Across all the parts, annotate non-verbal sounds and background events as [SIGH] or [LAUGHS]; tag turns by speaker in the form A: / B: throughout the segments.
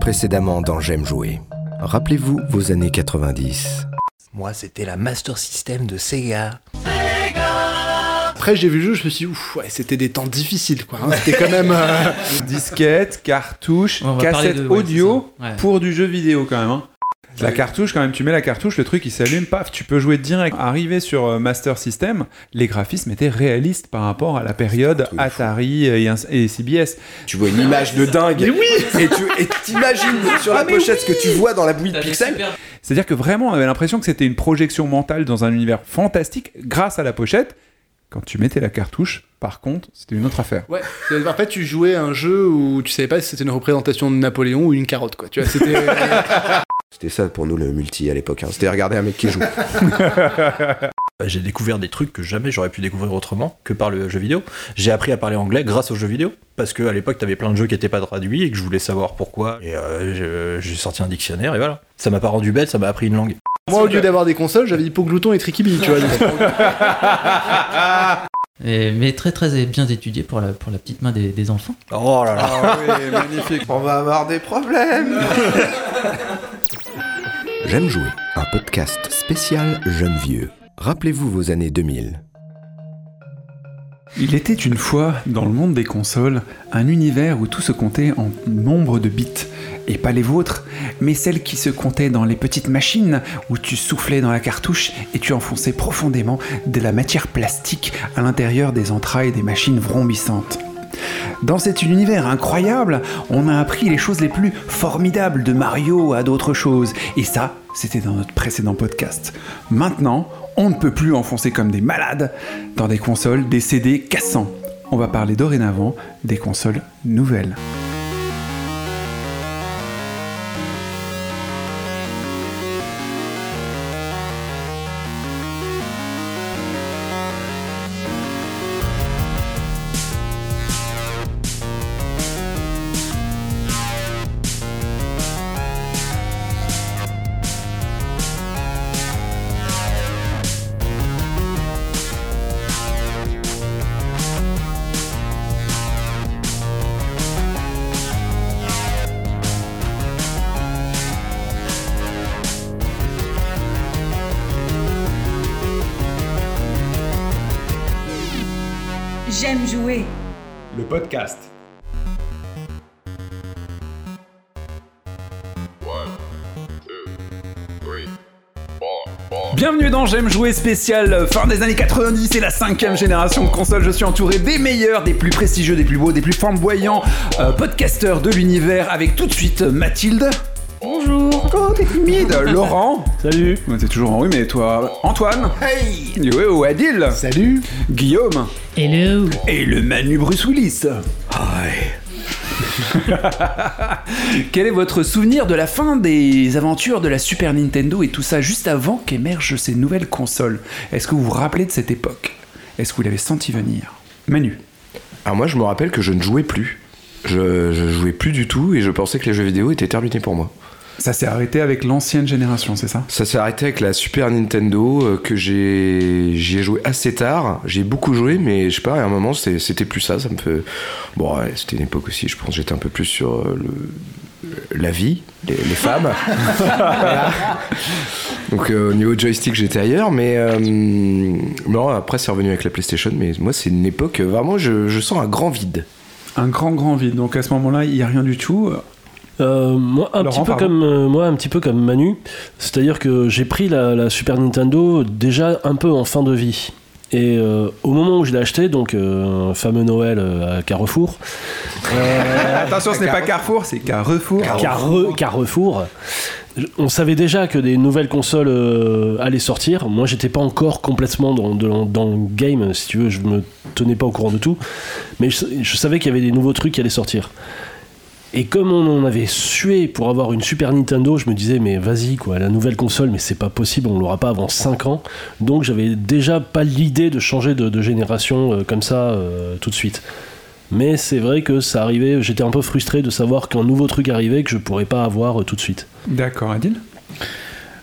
A: précédemment dans J'aime jouer. Rappelez-vous vos années 90.
B: Moi, c'était la Master System de Sega.
C: Après, j'ai vu le jeu, je me suis dit, ouf, ouais, c'était des temps difficiles, quoi. hein. C'était quand même. euh,
D: [LAUGHS] Disquette, cartouche,
E: On va parler
D: cassette
E: de- ouais,
D: audio
E: c'est ça. Ouais.
D: pour du jeu vidéo quand même. hein. La
C: Oui.
D: cartouche, quand même, tu mets la cartouche, le truc il s'allume, paf, tu peux jouer direct. Arrivé sur euh, Master System, les graphismes étaient réalistes par rapport à la
F: un
D: période
F: truc de fou.
D: Atari et, ins- et CBS.
F: Tu vois une image de dingue. [LAUGHS] Et tu et t'imagines sur la pochette ce que tu vois dans la bouille de
E: Ah, T'as des
F: pixels.
E: super-
D: C'est-à-dire que vraiment, on avait l'impression que c'était une projection mentale dans un univers fantastique grâce à la pochette. Quand tu mettais la cartouche, par contre, c'était une autre [LAUGHS] affaire.
C: Ouais. c'est- En fait, tu jouais à un jeu où tu savais pas si c'était une représentation de Napoléon ou une carotte, quoi. Tu vois, c'était. euh,
F: C'était ça pour nous le multi à l'époque. hein. C'était regarder un
A: [LAUGHS]
F: mec qui joue.
B: [LAUGHS] J'ai découvert des trucs que jamais j'aurais pu découvrir autrement que par le jeu vidéo. J'ai appris à parler anglais grâce aux jeux vidéo. Parce qu'à l'époque, t'avais plein de jeux qui n'étaient pas traduits et que je voulais savoir pourquoi. Et euh, je- j'ai sorti un dictionnaire et voilà. Ça m'a pas rendu bête, ça m'a appris une langue.
C: Moi, au lieu d'avoir des consoles, j'avais Hypoglouton et Trikibi, tu vois.
E: Et- mais très très bien étudié pour la, pour la petite main des, des enfants.
B: Oh là là
F: Ah
D: magnifique.
F: On va avoir des [LAUGHS] problèmes.
A: J'aime jouer, un podcast spécial jeunes vieux. Rappelez-vous vos années 2000.
D: Il était une fois, dans le monde des consoles, un univers où tout se comptait en nombre de bits. Et pas les vôtres, mais celles qui se comptaient dans les petites machines où tu soufflais dans la cartouche et tu enfonçais profondément de la matière plastique à l'intérieur des entrailles des machines vrombissantes. Dans cet univers incroyable, on a appris les choses les plus formidables de Mario à d'autres choses. Et ça, c'était dans notre précédent podcast. Maintenant, on ne peut plus enfoncer comme des malades dans des consoles, des CD cassants. On va parler dorénavant des consoles nouvelles.
G: J'aime jouer.
D: Le podcast. Bienvenue dans J'aime jouer spécial euh, fin des années 90 et la cinquième génération de consoles. Je suis entouré des meilleurs, des plus prestigieux, des plus beaux, des plus flamboyants euh, podcasteurs de l'univers avec tout de suite euh, Mathilde. Bonjour. Oh, t'es
G: [LAUGHS]
D: humide. Laurent. [LAUGHS] Salut. T'es toujours en rue, mais toi, euh, Antoine. Hey. Yo, Adil. Salut. Guillaume.
H: Hello
D: Et le Manu Bruce Willis Quel est votre souvenir de la fin des aventures de la Super Nintendo et tout ça juste avant qu'émergent ces nouvelles consoles Est-ce que vous vous rappelez de cette époque Est-ce que vous l'avez senti venir Manu
F: Alors Ah, moi, je me rappelle que je ne jouais plus. Je, je jouais plus du tout et je pensais que les jeux vidéo étaient terminés pour moi.
D: ça s'est arrêté avec l'ancienne génération, c'est ça
F: Ça s'est arrêté avec la Super Nintendo euh, que j'ai j'y ai joué assez tard. J'ai beaucoup joué, mais je sais pas. À un moment, c'est- c'était plus ça. Ça me fait. Bon, ouais, c'était une époque aussi. Je pense que j'étais un peu plus sur euh, le la vie, les, les
D: [LAUGHS]
F: femmes. Voilà. Donc euh, au niveau joystick, j'étais ailleurs, mais euh, non. Après, c'est revenu avec la PlayStation. Mais moi, c'est une époque euh, vraiment. Je, je sens un grand vide.
D: Un grand grand vide, donc à ce moment-là, il n'y a rien du tout.
H: Euh, moi, un
D: Laurent,
H: petit peu
D: pardon.
H: comme, euh, moi, un petit peu comme Manu, c'est-à-dire que j'ai pris la, la Super Nintendo déjà un peu en fin de vie. Et euh, au moment où je l'ai acheté, donc euh, un fameux Noël euh, à
D: [LAUGHS]
H: Carrefour, euh,
D: Attention, ce n'est pas Carrefour, c'est Carrefour.
H: Carre- Carrefour, je- on savait déjà que des nouvelles consoles euh, allaient sortir. Moi, j'étais pas encore complètement dans, dans- dans le game, si tu veux, je me tenais pas au courant de tout, mais je, je savais qu'il y avait des nouveaux trucs qui allaient sortir. Et comme on en avait sué pour avoir une Super Nintendo, je me disais, mais vas-y, quoi, la nouvelle console, mais c'est pas possible, on l'aura pas avant 5 ans. Donc j'avais déjà pas l'idée de changer de, de génération euh, comme ça euh, tout de suite. Mais c'est vrai que ça arrivait, j'étais un peu frustré de savoir qu'un nouveau truc arrivait que je pourrais pas avoir euh, tout de suite.
D: D'accord, Adil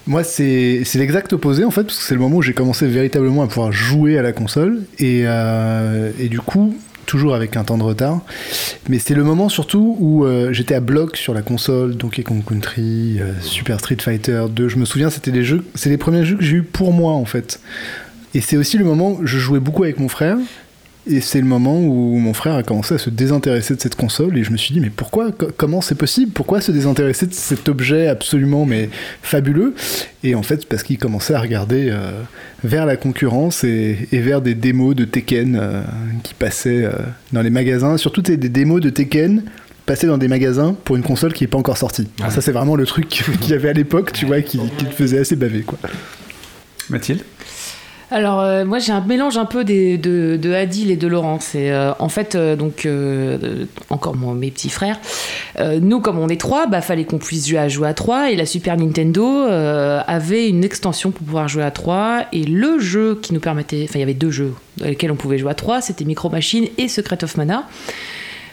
C: Moi, c'est c'est l'exact opposé en fait, parce que c'est le moment où j'ai commencé véritablement à pouvoir jouer à la console. Et, euh, et du coup, toujours avec un temps de retard. Mais c'était le moment surtout où euh, j'étais à bloc sur la console, Donkey Kong Country, euh, Super Street Fighter 2. Je me souviens, c'était des jeux, c'est les premiers jeux que j'ai eu pour moi en fait. Et c'est aussi le moment où je jouais beaucoup avec mon frère. Et c'est le moment où mon frère a commencé à se désintéresser de cette console et je me suis dit mais pourquoi co- comment c'est possible pourquoi se désintéresser de cet objet absolument mais fabuleux et en fait c'est parce qu'il commençait à regarder euh, vers la concurrence et, et vers des démos de Tekken euh, qui passaient euh, dans les magasins surtout des, des démos de Tekken passées dans des magasins pour une console qui n'est pas encore sortie Alors ça c'est vraiment le truc [LAUGHS] qu'il y avait à l'époque tu vois qui, qui te faisait assez baver quoi
G: Mathilde
I: Alors euh, moi j'ai un mélange un peu des, de, de Adil et de Laurent. C'est euh, en fait euh, donc euh, euh, encore moi, mes petits frères. euh, nous comme on est trois, bah fallait qu'on puisse jouer à jouer à trois et la Super Nintendo euh, avait une extension pour pouvoir jouer à trois et le jeu qui nous permettait, enfin il y avait deux jeux dans lesquels on pouvait jouer à trois, c'était Micro Machine et Secret of Mana.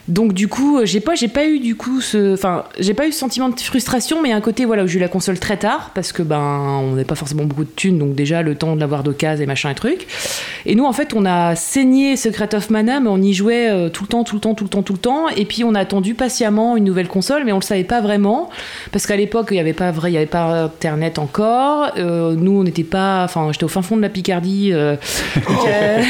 I: Donc du coup, euh, j'ai pas, j'ai pas eu du coup ce, enfin, j'ai pas eu ce sentiment de frustration, mais il y a un côté voilà où j'ai eu la console très tard parce que ben on n'avait pas forcément beaucoup de thunes, donc déjà le temps de l'avoir d'occasion et machin et truc. Et nous en fait, on a saigné Secret of Mana, mais on y jouait euh, tout le temps, tout le temps, tout le temps, tout le temps. Et puis on a attendu patiemment une nouvelle console, mais on le savait pas vraiment parce qu'à l'époque il y avait pas vrai, il y avait pas internet encore. Euh, nous on n'était pas, enfin, j'étais au fin fond de la Picardie. euh, euh,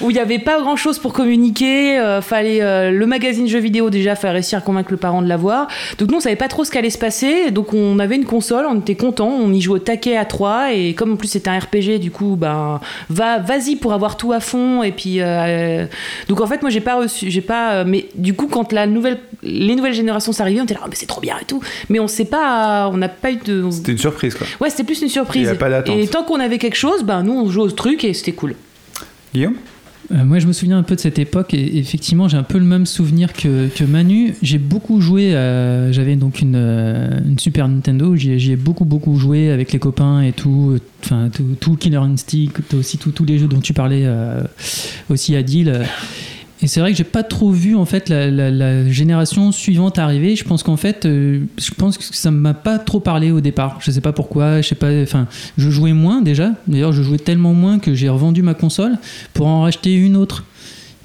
I: où il n'y avait pas grand chose pour communiquer. euh, fallait euh, le magazine jeux vidéo déjà, fallait réussir à convaincre le parent de l'avoir. Donc nous, on savait pas trop ce qu'allait se passer. Donc on avait une console, on était content, on y jouait au taquet à 3 et comme en plus c'était un RPG, du coup, ben va, vas-y pour avoir tout à fond. Et puis euh, donc en fait, moi j'ai pas reçu, j'ai pas. euh, mais du coup, quand la nouvelle, les nouvelles générations sont arrivées, on était là, Ah, mais c'est trop bien et tout. Mais on sait pas, on n'a pas eu de. on-
G: C'était une surprise quoi.
I: Ouais, c'était plus une surprise.
G: Il y a pas d'attente.
I: et tant qu'on avait quelque chose, ben nous on jouait au truc et c'était cool.
G: Guillaume
E: Euh, moi, je me souviens un peu de cette époque et effectivement, j'ai un peu le même souvenir que, que Manu. J'ai beaucoup joué. à- J'avais donc une, euh, une Super Nintendo. J'y ai- j'y ai beaucoup, beaucoup joué avec les copains et tout. Enfin, tout, tout Killer Instinct, tout- aussi tout- tous les jeux dont tu parlais euh, aussi à Deal. Et c'est vrai que j'ai pas trop vu en fait la, la- la génération suivante arriver. Je pense qu'en fait, euh, je pense que ça m'a pas trop parlé au départ. Je sais pas pourquoi. Je sais pas. Enfin, je jouais moins déjà. D'ailleurs, je jouais tellement moins que j'ai revendu ma console pour en racheter une autre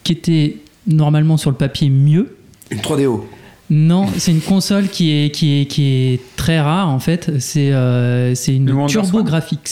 E: qui était normalement sur le papier mieux.
F: Une 3DO.
E: Non, c'est une console qui est, qui est, qui est très rare en fait. C'est euh, c'est
G: Le
E: une
G: Wonder
E: Turbo
G: Swan
E: Graphics.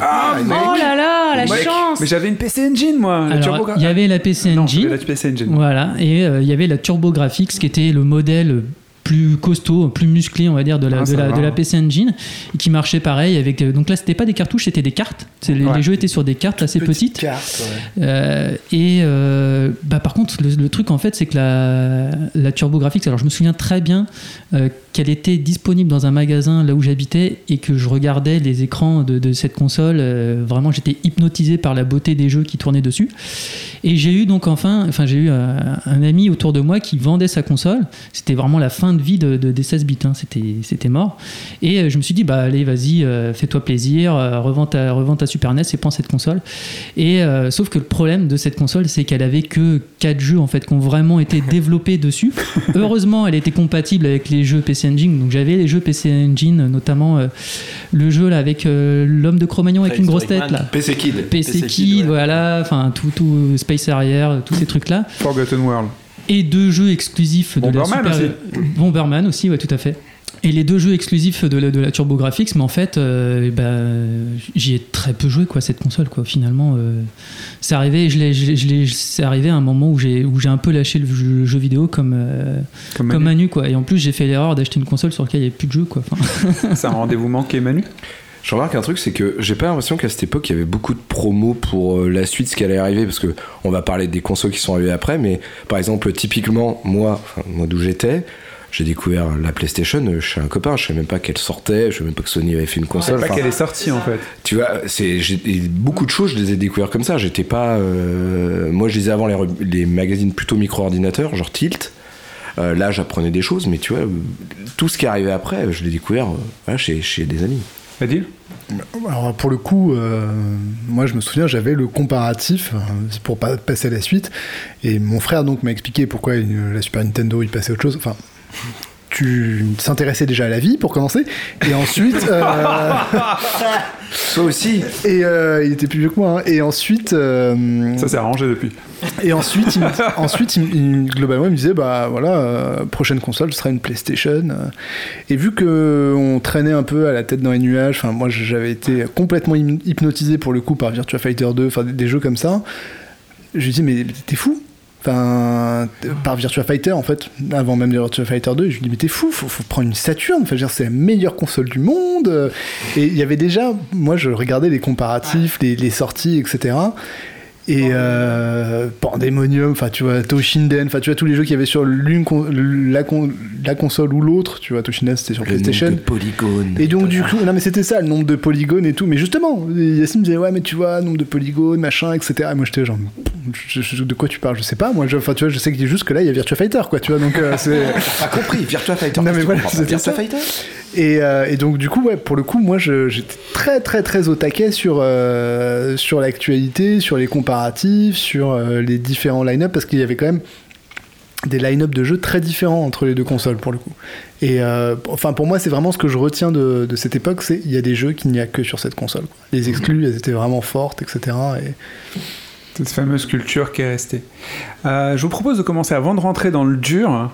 G: Ah,
I: Oh là là, la
G: Mec,
I: chance
G: Mais j'avais une PC Engine moi la
E: Alors,
G: Turbo-
E: il y avait la PC
G: Non,
E: Engine.
G: j'avais la PC Engine.
E: Voilà, et euh, il y avait la Turbo Graphics qui était le modèle plus costaud, plus musclé, on va dire, de la,
G: Ah,
E: de
G: ça
E: la,
G: va.
E: de la PC Engine, et qui marchait pareil avec. euh, donc là, c'était pas des cartouches, c'était des cartes. C'est- Les,
G: Ouais.
E: les jeux étaient sur des cartes assez petites.
C: carte ouais.
E: Euh, et euh, bah, par contre, le, le truc en fait, c'est que la, la TurboGrafx, alors je me souviens très bien euh, qu'elle était disponible dans un magasin là où j'habitais et que je regardais les écrans de, de cette console. euh, vraiment, j'étais hypnotisé par la beauté des jeux qui tournaient dessus. Et j'ai eu donc enfin, enfin, j'ai eu euh, un ami autour de moi qui vendait sa console. C'était vraiment la fin de vie de, de- des 16 bits, hein. c'était, c'était mort. Et euh, je me suis dit, bah allez, vas-y, euh, fais-toi plaisir, euh, revends, ta, revends ta Super NES et prends cette console. Et euh, sauf que le problème de cette console, c'est qu'elle avait que 4 jeux en fait qui ont vraiment été développés dessus. Heureusement, elle était compatible avec les jeux PC Engine. Donc j'avais les jeux PC Engine, notamment euh, le jeu là avec euh, l'homme de Cro-Magnon avec une grosse tête là.
F: PC Kid.
E: PC,
B: PC
E: Kid,
B: Kid, ouais.
E: voilà, enfin tout, tout Space Arrière, tous ces trucs là
D: [LAUGHS]
G: Forgotten World.
E: et deux jeux exclusifs de
G: Bomberman
E: la Super Euh, Bomberman aussi, ouais, tout à fait. Et les deux jeux exclusifs de la, de la TurboGrafx, mais en fait, euh, bah, j'y ai très peu joué, quoi, cette console, quoi. Finalement, euh, c'est arrivé, je l'ai- je l'ai- je l'ai- c'est arrivé à un moment où j'ai, où j'ai un peu lâché le jeu, le jeu vidéo comme, euh,
G: Comme,
E: comme
G: Manu.
E: Manu, quoi. Et en plus, j'ai fait l'erreur d'acheter une console sur laquelle il n'y avait plus de jeux, quoi. Enfin,
G: C'est un rendez-vous manqué, Manu.
F: Je remarque un truc, c'est que j'ai pas l'impression qu'à cette époque il y avait beaucoup de promos pour euh, la suite, ce qui allait arriver, parce que on va parler des consoles qui sont arrivées après, mais par exemple, typiquement, moi, enfin, moi d'où j'étais, j'ai découvert la PlayStation euh, chez un copain, je savais même pas qu'elle sortait, je savais même pas que Sony avait fait une console.
G: Pas
F: enfin,
G: qu'elle est sortie en fait.
F: tu vois, c'est j'ai- et beaucoup de choses, je les ai découvertes comme ça. J'étais pas, euh, moi, je lisais avant les, re- les magazines plutôt micro-ordinateur, genre Tilt. Euh, là, j'apprenais des choses, mais tu vois, euh, tout ce qui est arrivé après, je l'ai découvert euh, voilà, chez, chez des amis.
G: Adil
C: Alors pour le coup, euh, moi je me souviens, j'avais le comparatif euh, pour pas passer à euh, la suite, et mon frère donc m'a expliqué pourquoi il- la Super Nintendo il passait à autre chose. Enfin, tu- tu s'intéressais déjà à la vie pour commencer, et ensuite. euh,
F: Toi aussi.
C: et euh, il était plus vieux que moi. hein. Et ensuite. euh,
G: Ça s'est arrangé depuis.
C: et ensuite, il me- [LAUGHS] ensuite il me- il me- globalement, il me disait bah voilà, euh, prochaine console ce sera une PlayStation. euh. Et vu que on traînait un peu à la tête dans les nuages, enfin moi j'avais été complètement hyp- hypnotisé pour le coup par Virtua Fighter 2, enfin des, des jeux comme ça. Je lui dis mais t'es fou. Enfin, t- par Virtua Fighter en fait, avant même les Virtua Fighter 2, je lui dis mais t'es fou, faut, faut prendre une Saturn, enfin, je veux dire, c'est la meilleure console du monde. Et il y avait déjà, moi je regardais les comparatifs, les, les sorties, etc. Et euh, Pandemonium, enfin tu vois, Toshinden, enfin tu vois tous les jeux qu'il y avait sur l'une con- la, con- la console ou l'autre, tu vois, Toshinden c'était sur PlayStation.
F: polygones.
C: Et donc du coup, non mais c'était ça, le nombre de polygones et tout. Mais justement, Yacine me disait ouais mais tu vois nombre de polygones, machin, etc. Et moi j'étais genre je- je- de quoi tu parles, je sais pas. Moi, je- enfin tu vois, je sais que juste que là il y a Virtua Fighter quoi, tu vois. Donc euh,
F: [LAUGHS]
C: c'est
F: Pas compris, Virtua Fighter.
C: Non, mais
F: qu'est-ce que tu
C: voilà,
F: comprends pas
C: c'était
F: Virtua
C: ça.
F: Fighter
C: et, euh, et donc du coup ouais pour le coup moi je- j'étais très très très au taquet sur euh, sur l'actualité, sur les comparatifs, sur euh, les différents line-up parce qu'il y avait quand même des line-up de jeux très différents entre les deux consoles pour le coup. Et euh, enfin pour moi c'est vraiment ce que je retiens de, de cette époque, c'est il y a des jeux qu'il n'y a que sur cette console. quoi. Les exclus elles étaient vraiment fortes etc. Et...
G: Cette fameuse culture qui est restée. Euh, je vous propose de commencer avant de rentrer dans le dur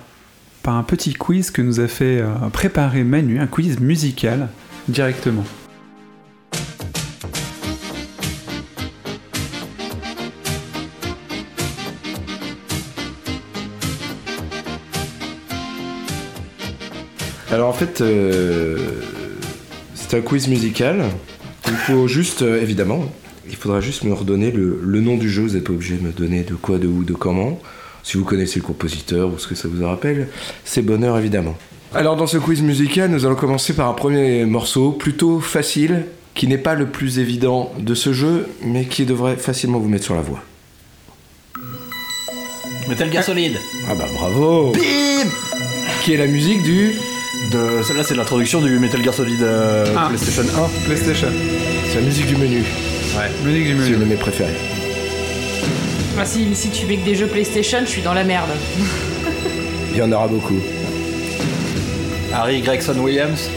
G: par un petit quiz que nous a fait euh, préparer Manu, un quiz musical directement.
F: Alors en fait, euh, c'est un quiz musical. Il faut juste, euh, évidemment, il faudra juste me redonner le, le nom du jeu. Vous n'êtes pas obligé de me donner de quoi, de où, de comment. Si vous connaissez le compositeur ou ce que ça vous en rappelle, c'est bonheur évidemment. Alors dans ce quiz musical, nous allons commencer par un premier morceau plutôt facile, qui n'est pas le plus évident de ce jeu, mais qui devrait facilement vous mettre sur la voie.
J: Metal Gear Solid.
F: Ah bah bravo Qui est la musique du...
J: De... Celle-là, c'est l'introduction du Metal Gear Solid euh,
F: Ah.
J: PlayStation 1.
G: PlayStation.
F: C'est la musique du menu,
G: Musique du
F: c'est
G: menu.
F: une de mes préférées.
I: Ah, si, si tu mets que des jeux PlayStation, je suis dans la merde.
F: Il y en aura beaucoup.
J: Harry Gregson Williams.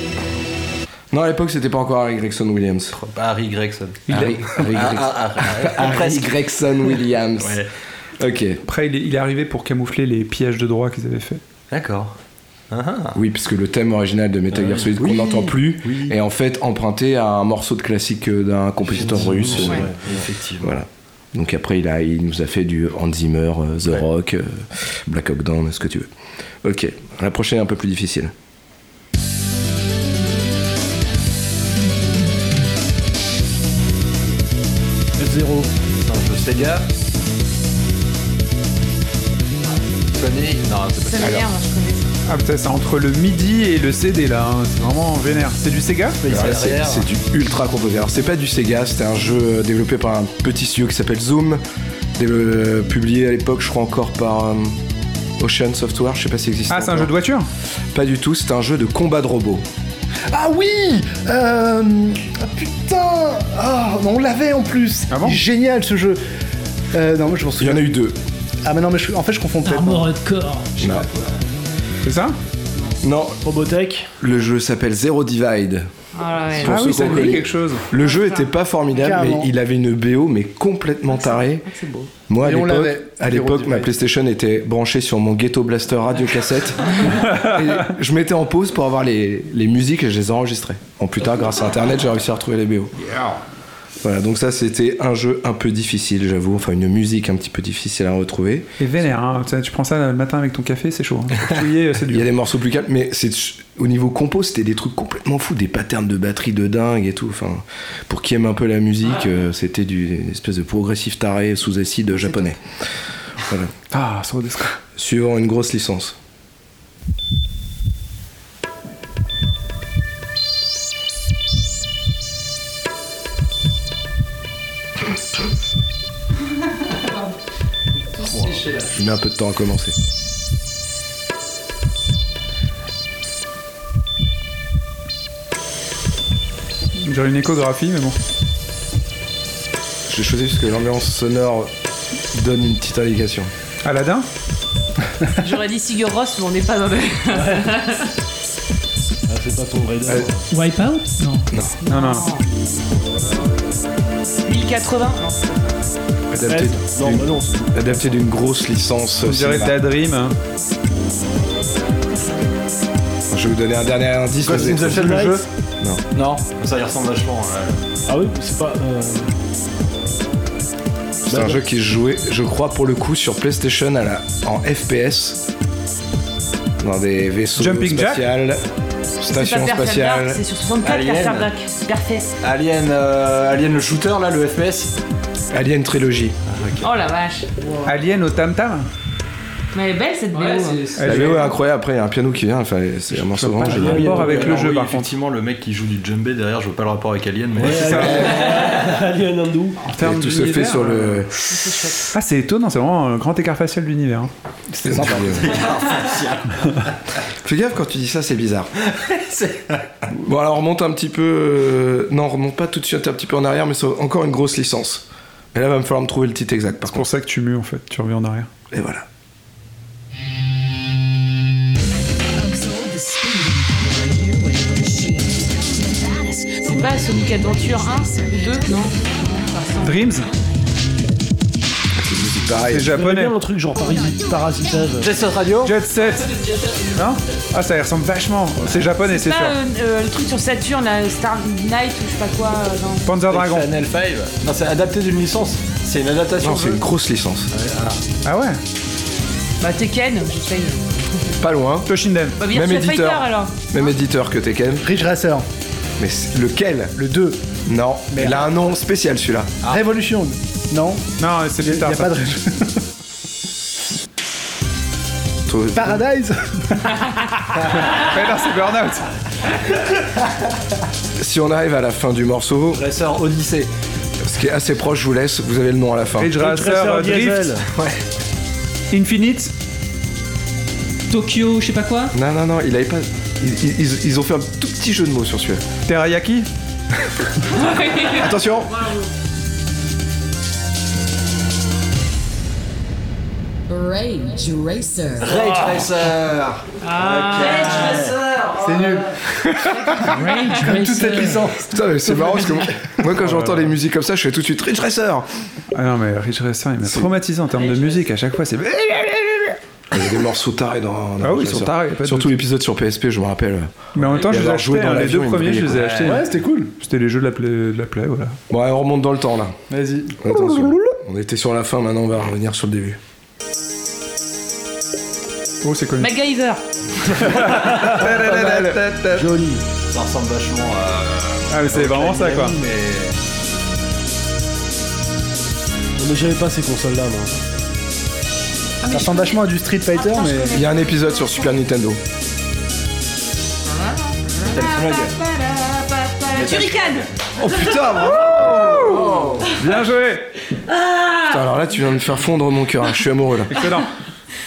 F: Non, à l'époque, c'était pas encore Harry Gregson Williams.
J: Pas Harry Gregson.
F: Harry, Harry
J: Ah,
F: Gregson.
J: ah, ah, ah, ah,
F: Harry
J: presque.
F: Gregson Williams.
J: Ouais.
G: [LAUGHS]
F: Ok.
G: Après, il est, il est arrivé pour camoufler les pillages de droit qu'ils avaient fait.
J: D'accord. Ah, ah.
F: Oui, parce que le thème original de Metal Gear Solid qu'on n'entend plus
J: oui.
F: est en fait emprunté à un morceau de classique euh, d'un compositeur russe.
J: Ouais,
F: euh,
J: Effectivement.
F: Voilà. Donc après, il, a, il nous a fait du Hans Zimmer, euh, The
J: Ouais.
F: Rock, euh, Black Hawk Down, ce que tu veux. Ok. La prochaine est un peu plus difficile.
J: F0. C'est un jeu Sega. Sony. Non, c'est
I: Ça m'énerve, je connais ça.
G: Ah putain, c'est entre le midi et le CD là, hein. c'est vraiment vénère. C'est du Sega
J: pas
F: Alors là, C'est
J: derrière.
F: c'est du ultra composé. Alors c'est pas du Sega, c'était un jeu euh, développé par un petit studio qui s'appelle Zoom, dé- euh, publié à l'époque, je crois encore par euh, Ocean Software. Je sais pas si existe.
G: Ah, c'est un jeu de voiture
F: Pas du tout. C'est un jeu de combat de robots.
C: Ah oui Euh, ah, Putain Ah, on l'avait en plus
G: Ah bon
C: Génial ce jeu Euh, Non moi je m'en
F: Il y
C: souviens.
F: en a eu deux.
C: Ah mais non mais je- en fait je confonds peut-être.
E: Armored Core.
F: Non.
G: C'est ça
F: Non,
H: Robotech.
F: le jeu s'appelle Zero Divide.
I: Ah, là, ouais.
F: Pour
G: Ah
F: ceux
G: oui,
F: qui
G: ça
F: ont
G: me dit
F: connu.
G: quelque chose.
F: Le jeu était pas formidable,
C: Carrément.
F: mais il avait une BO mais complètement tarée.
I: C'est beau.
F: Moi, à
C: Et on
F: l'époque,
C: l'avait.
F: à
C: Zero
F: l'époque,
C: Divide.
F: ma PlayStation était branchée sur mon Ghetto Blaster radio
C: [LAUGHS]
F: cassette. et je mettais en pause pour avoir les, les musiques et je les enregistrais. En plus tard, grâce à Internet, j'ai réussi à retrouver les BO. Voilà, donc ça, c'était un jeu un peu difficile, j'avoue. Enfin, une musique un petit peu difficile à retrouver.
G: Et vénère, hein. Tu- tu prends ça le matin avec ton café, c'est chaud. hein. [LAUGHS] Touiller, c'est
F: Il y a
G: dur.
F: des morceaux plus calmes, mais c'est au niveau compo, c'était des trucs complètement fous, des patterns de batterie de dingue et tout. Enfin, pour qui aime un peu la
G: Ah.
F: musique, euh, c'était du une espèce de progressif taré sous acide japonais. Voilà.
G: Ah, ça des scores.
F: Suivant une grosse licence. Je mets un peu de temps à commencer.
G: J'aurais une échographie, mais bon.
F: Je l'ai choisi parce que l'ambiance sonore donne une petite indication.
G: Aladdin
I: [LAUGHS] J'aurais dit Sigur Ross, mais on n'est pas dans le. [LAUGHS]
H: Ah, c'est pas ton vrai nom. [LAUGHS]
E: Wipeout Non.
D: Non, non,
I: 1080 Non.
F: Adapté,
H: Non, bah non, c'est-
F: adapté d'une grosse licence.
D: On dirait
F: cinéma.
D: Dadream. hein.
F: Je vais vous donner un dernier indice.
B: Ghost
F: mais-
B: in the Shell, le jeu
F: Non.
B: Non, ça y ressemble vachement. euh.
H: Ah oui, c'est pas. euh,
F: C'est un jeu qui se jouait, je crois, pour le coup, sur PlayStation à la- en FPS. Dans des vaisseaux
D: Jumping Jack
F: spatiales,
I: C'est pas
F: stations
I: Perfect Dark,
F: spatiales.
I: C'est sur 64
B: Alien.
I: Perfect Dark. Parfait.
B: Alien, euh, Alien le shooter, là, le FPS
F: Alien Trilogy.
B: Ah,
F: Ah,
I: Oh la vache.
D: Alien au Tam Tam
I: Mais elle est belle cette BO. hein.
F: La VO est incroyable, après il y a un piano qui vient, enfin, c'est un morceau vraiment
D: j'ai
F: génial.
D: rapport avec le
K: Alors
D: jeu,
K: oui,
D: par contre.
K: effectivement, le mec qui joue du djembé derrière, je vois pas le rapport avec Alien, mais
H: Alien Hindou.
D: En termes
F: Et tout se fait
D: d'univers,
F: sur
D: euh,
F: le.
D: Ah, c'est étonnant, c'est vraiment un grand écart facial de l'univers. hein.
F: C'est sympa. [LAUGHS] Fais gaffe quand tu dis ça, c'est bizarre. bon, alors on remonte un petit peu. euh, Non, on remonte pas tout de suite un petit peu en arrière, mais c'est encore une grosse licence. Mais là, il va me falloir me trouver le titre exact, par
D: C'est pour
F: contre.
D: ça que tu mues en fait, tu reviens en arrière.
F: Et voilà.
I: C'est pas Sonic Adventure 1 ou 2 Non.
D: Dreams
F: C'est une musique pareille.
D: C'est
H: J'avais
D: japonais.
H: bien un truc genre parasite- parasitage.
B: Jet Radio
D: Jet Set Non Ah, ça y ressemble vachement. C'est japonais, c'est
I: Pas
D: sûr.
I: euh, euh, le truc sur Saturn, là, Star Knight ou je sais pas quoi. euh, non.
D: Panzer Dragon.
B: Channel 5. Non, c'est adapté d'une licence. C'est une adaptation.
F: Non, c'est une grosse licence.
D: Ah ouais
I: Bah Tekken, je sais.
F: Pas loin.
D: Toshinden.
I: Bah, bien
F: Même
I: sûr, Fighter
F: éditeur.
I: alors.
F: Même éditeur que Tekken.
G: Ridge Racer,
F: Mais c'est- lequel Le 2 Non. Mais il a un nom spécial celui-là.
G: Révolution. Ah. Non,
D: Non, c'est plus
G: il n'y
D: tard.
G: a
D: ça.
G: pas de Révolution.
F: [LAUGHS]
G: Paradise
D: [LAUGHS] Mais non, c'est Burnout.
F: Si on arrive à la fin du morceau,
B: Dresseur Odyssey.
F: ce qui est assez proche, je vous laisse. Vous avez le nom à la fin.
D: Ridge Racer,
H: Tracer
D: euh, Drift,
H: Diesel.
D: Infinite.
E: Tokyo, Oh, je sais pas quoi
F: Non, non, non, il avait pas. Ils, ils- ils- ils ont fait un tout petit jeu de mots sur celui-là.
D: Terayaki
F: [LAUGHS] Attention
L: Rage Racer.
B: Ray Tracer.
D: Ah. oh
G: C'est nul.
E: Rage Racer.
F: Putain, mais c'est marrant parce que moi, moi, quand j'entends les musiques comme ça, je fais tout de suite Ridge Racer
D: Oh Ah non, mais Ridge Racer, il m'a traumatisé en termes de musique à chaque fois. C'est.
F: Il y a des morceaux tarés dans. dans
D: Ah oui,
F: Ridge
D: ils sont
F: Racer.
D: tarés, pas de
F: Surtout
D: doute.
F: l'épisode sur PSP, je me
D: [LAUGHS]
F: rappelle.
D: Mais en même temps,
F: Et
D: je les ai
F: alors, jouer
D: achetés.
F: dans
D: hein, les
F: l'avion,
D: deux
F: il me
D: premiers, je les ai
F: brillait.
D: achetés.
G: Ouais, c'était cool.
D: C'était les jeux de la play, de la play, voilà.
F: Bon, allez, on remonte dans le temps là.
G: Vas-y.
F: Attention. On était sur la fin, maintenant on va revenir sur le début.
D: Oh, c'est connu.
I: MacGyver.
H: Joli.
B: Ça ressemble vachement à. euh,
D: Ah, mais c'est vraiment ça, quoi.
B: Mais.
H: Non, mais j'avais pas ces consoles-là, moi.
I: Ah,
G: Ça ressemble vachement à du Street Fighter, mais.
F: Il y a un épisode sur Super Nintendo.
I: Turrican
F: Oh putain, bravo
D: Bien joué
I: Ah
F: Putain, alors là, tu viens de me faire fondre mon cœur. hein. Je suis amoureux là.
D: Excellent.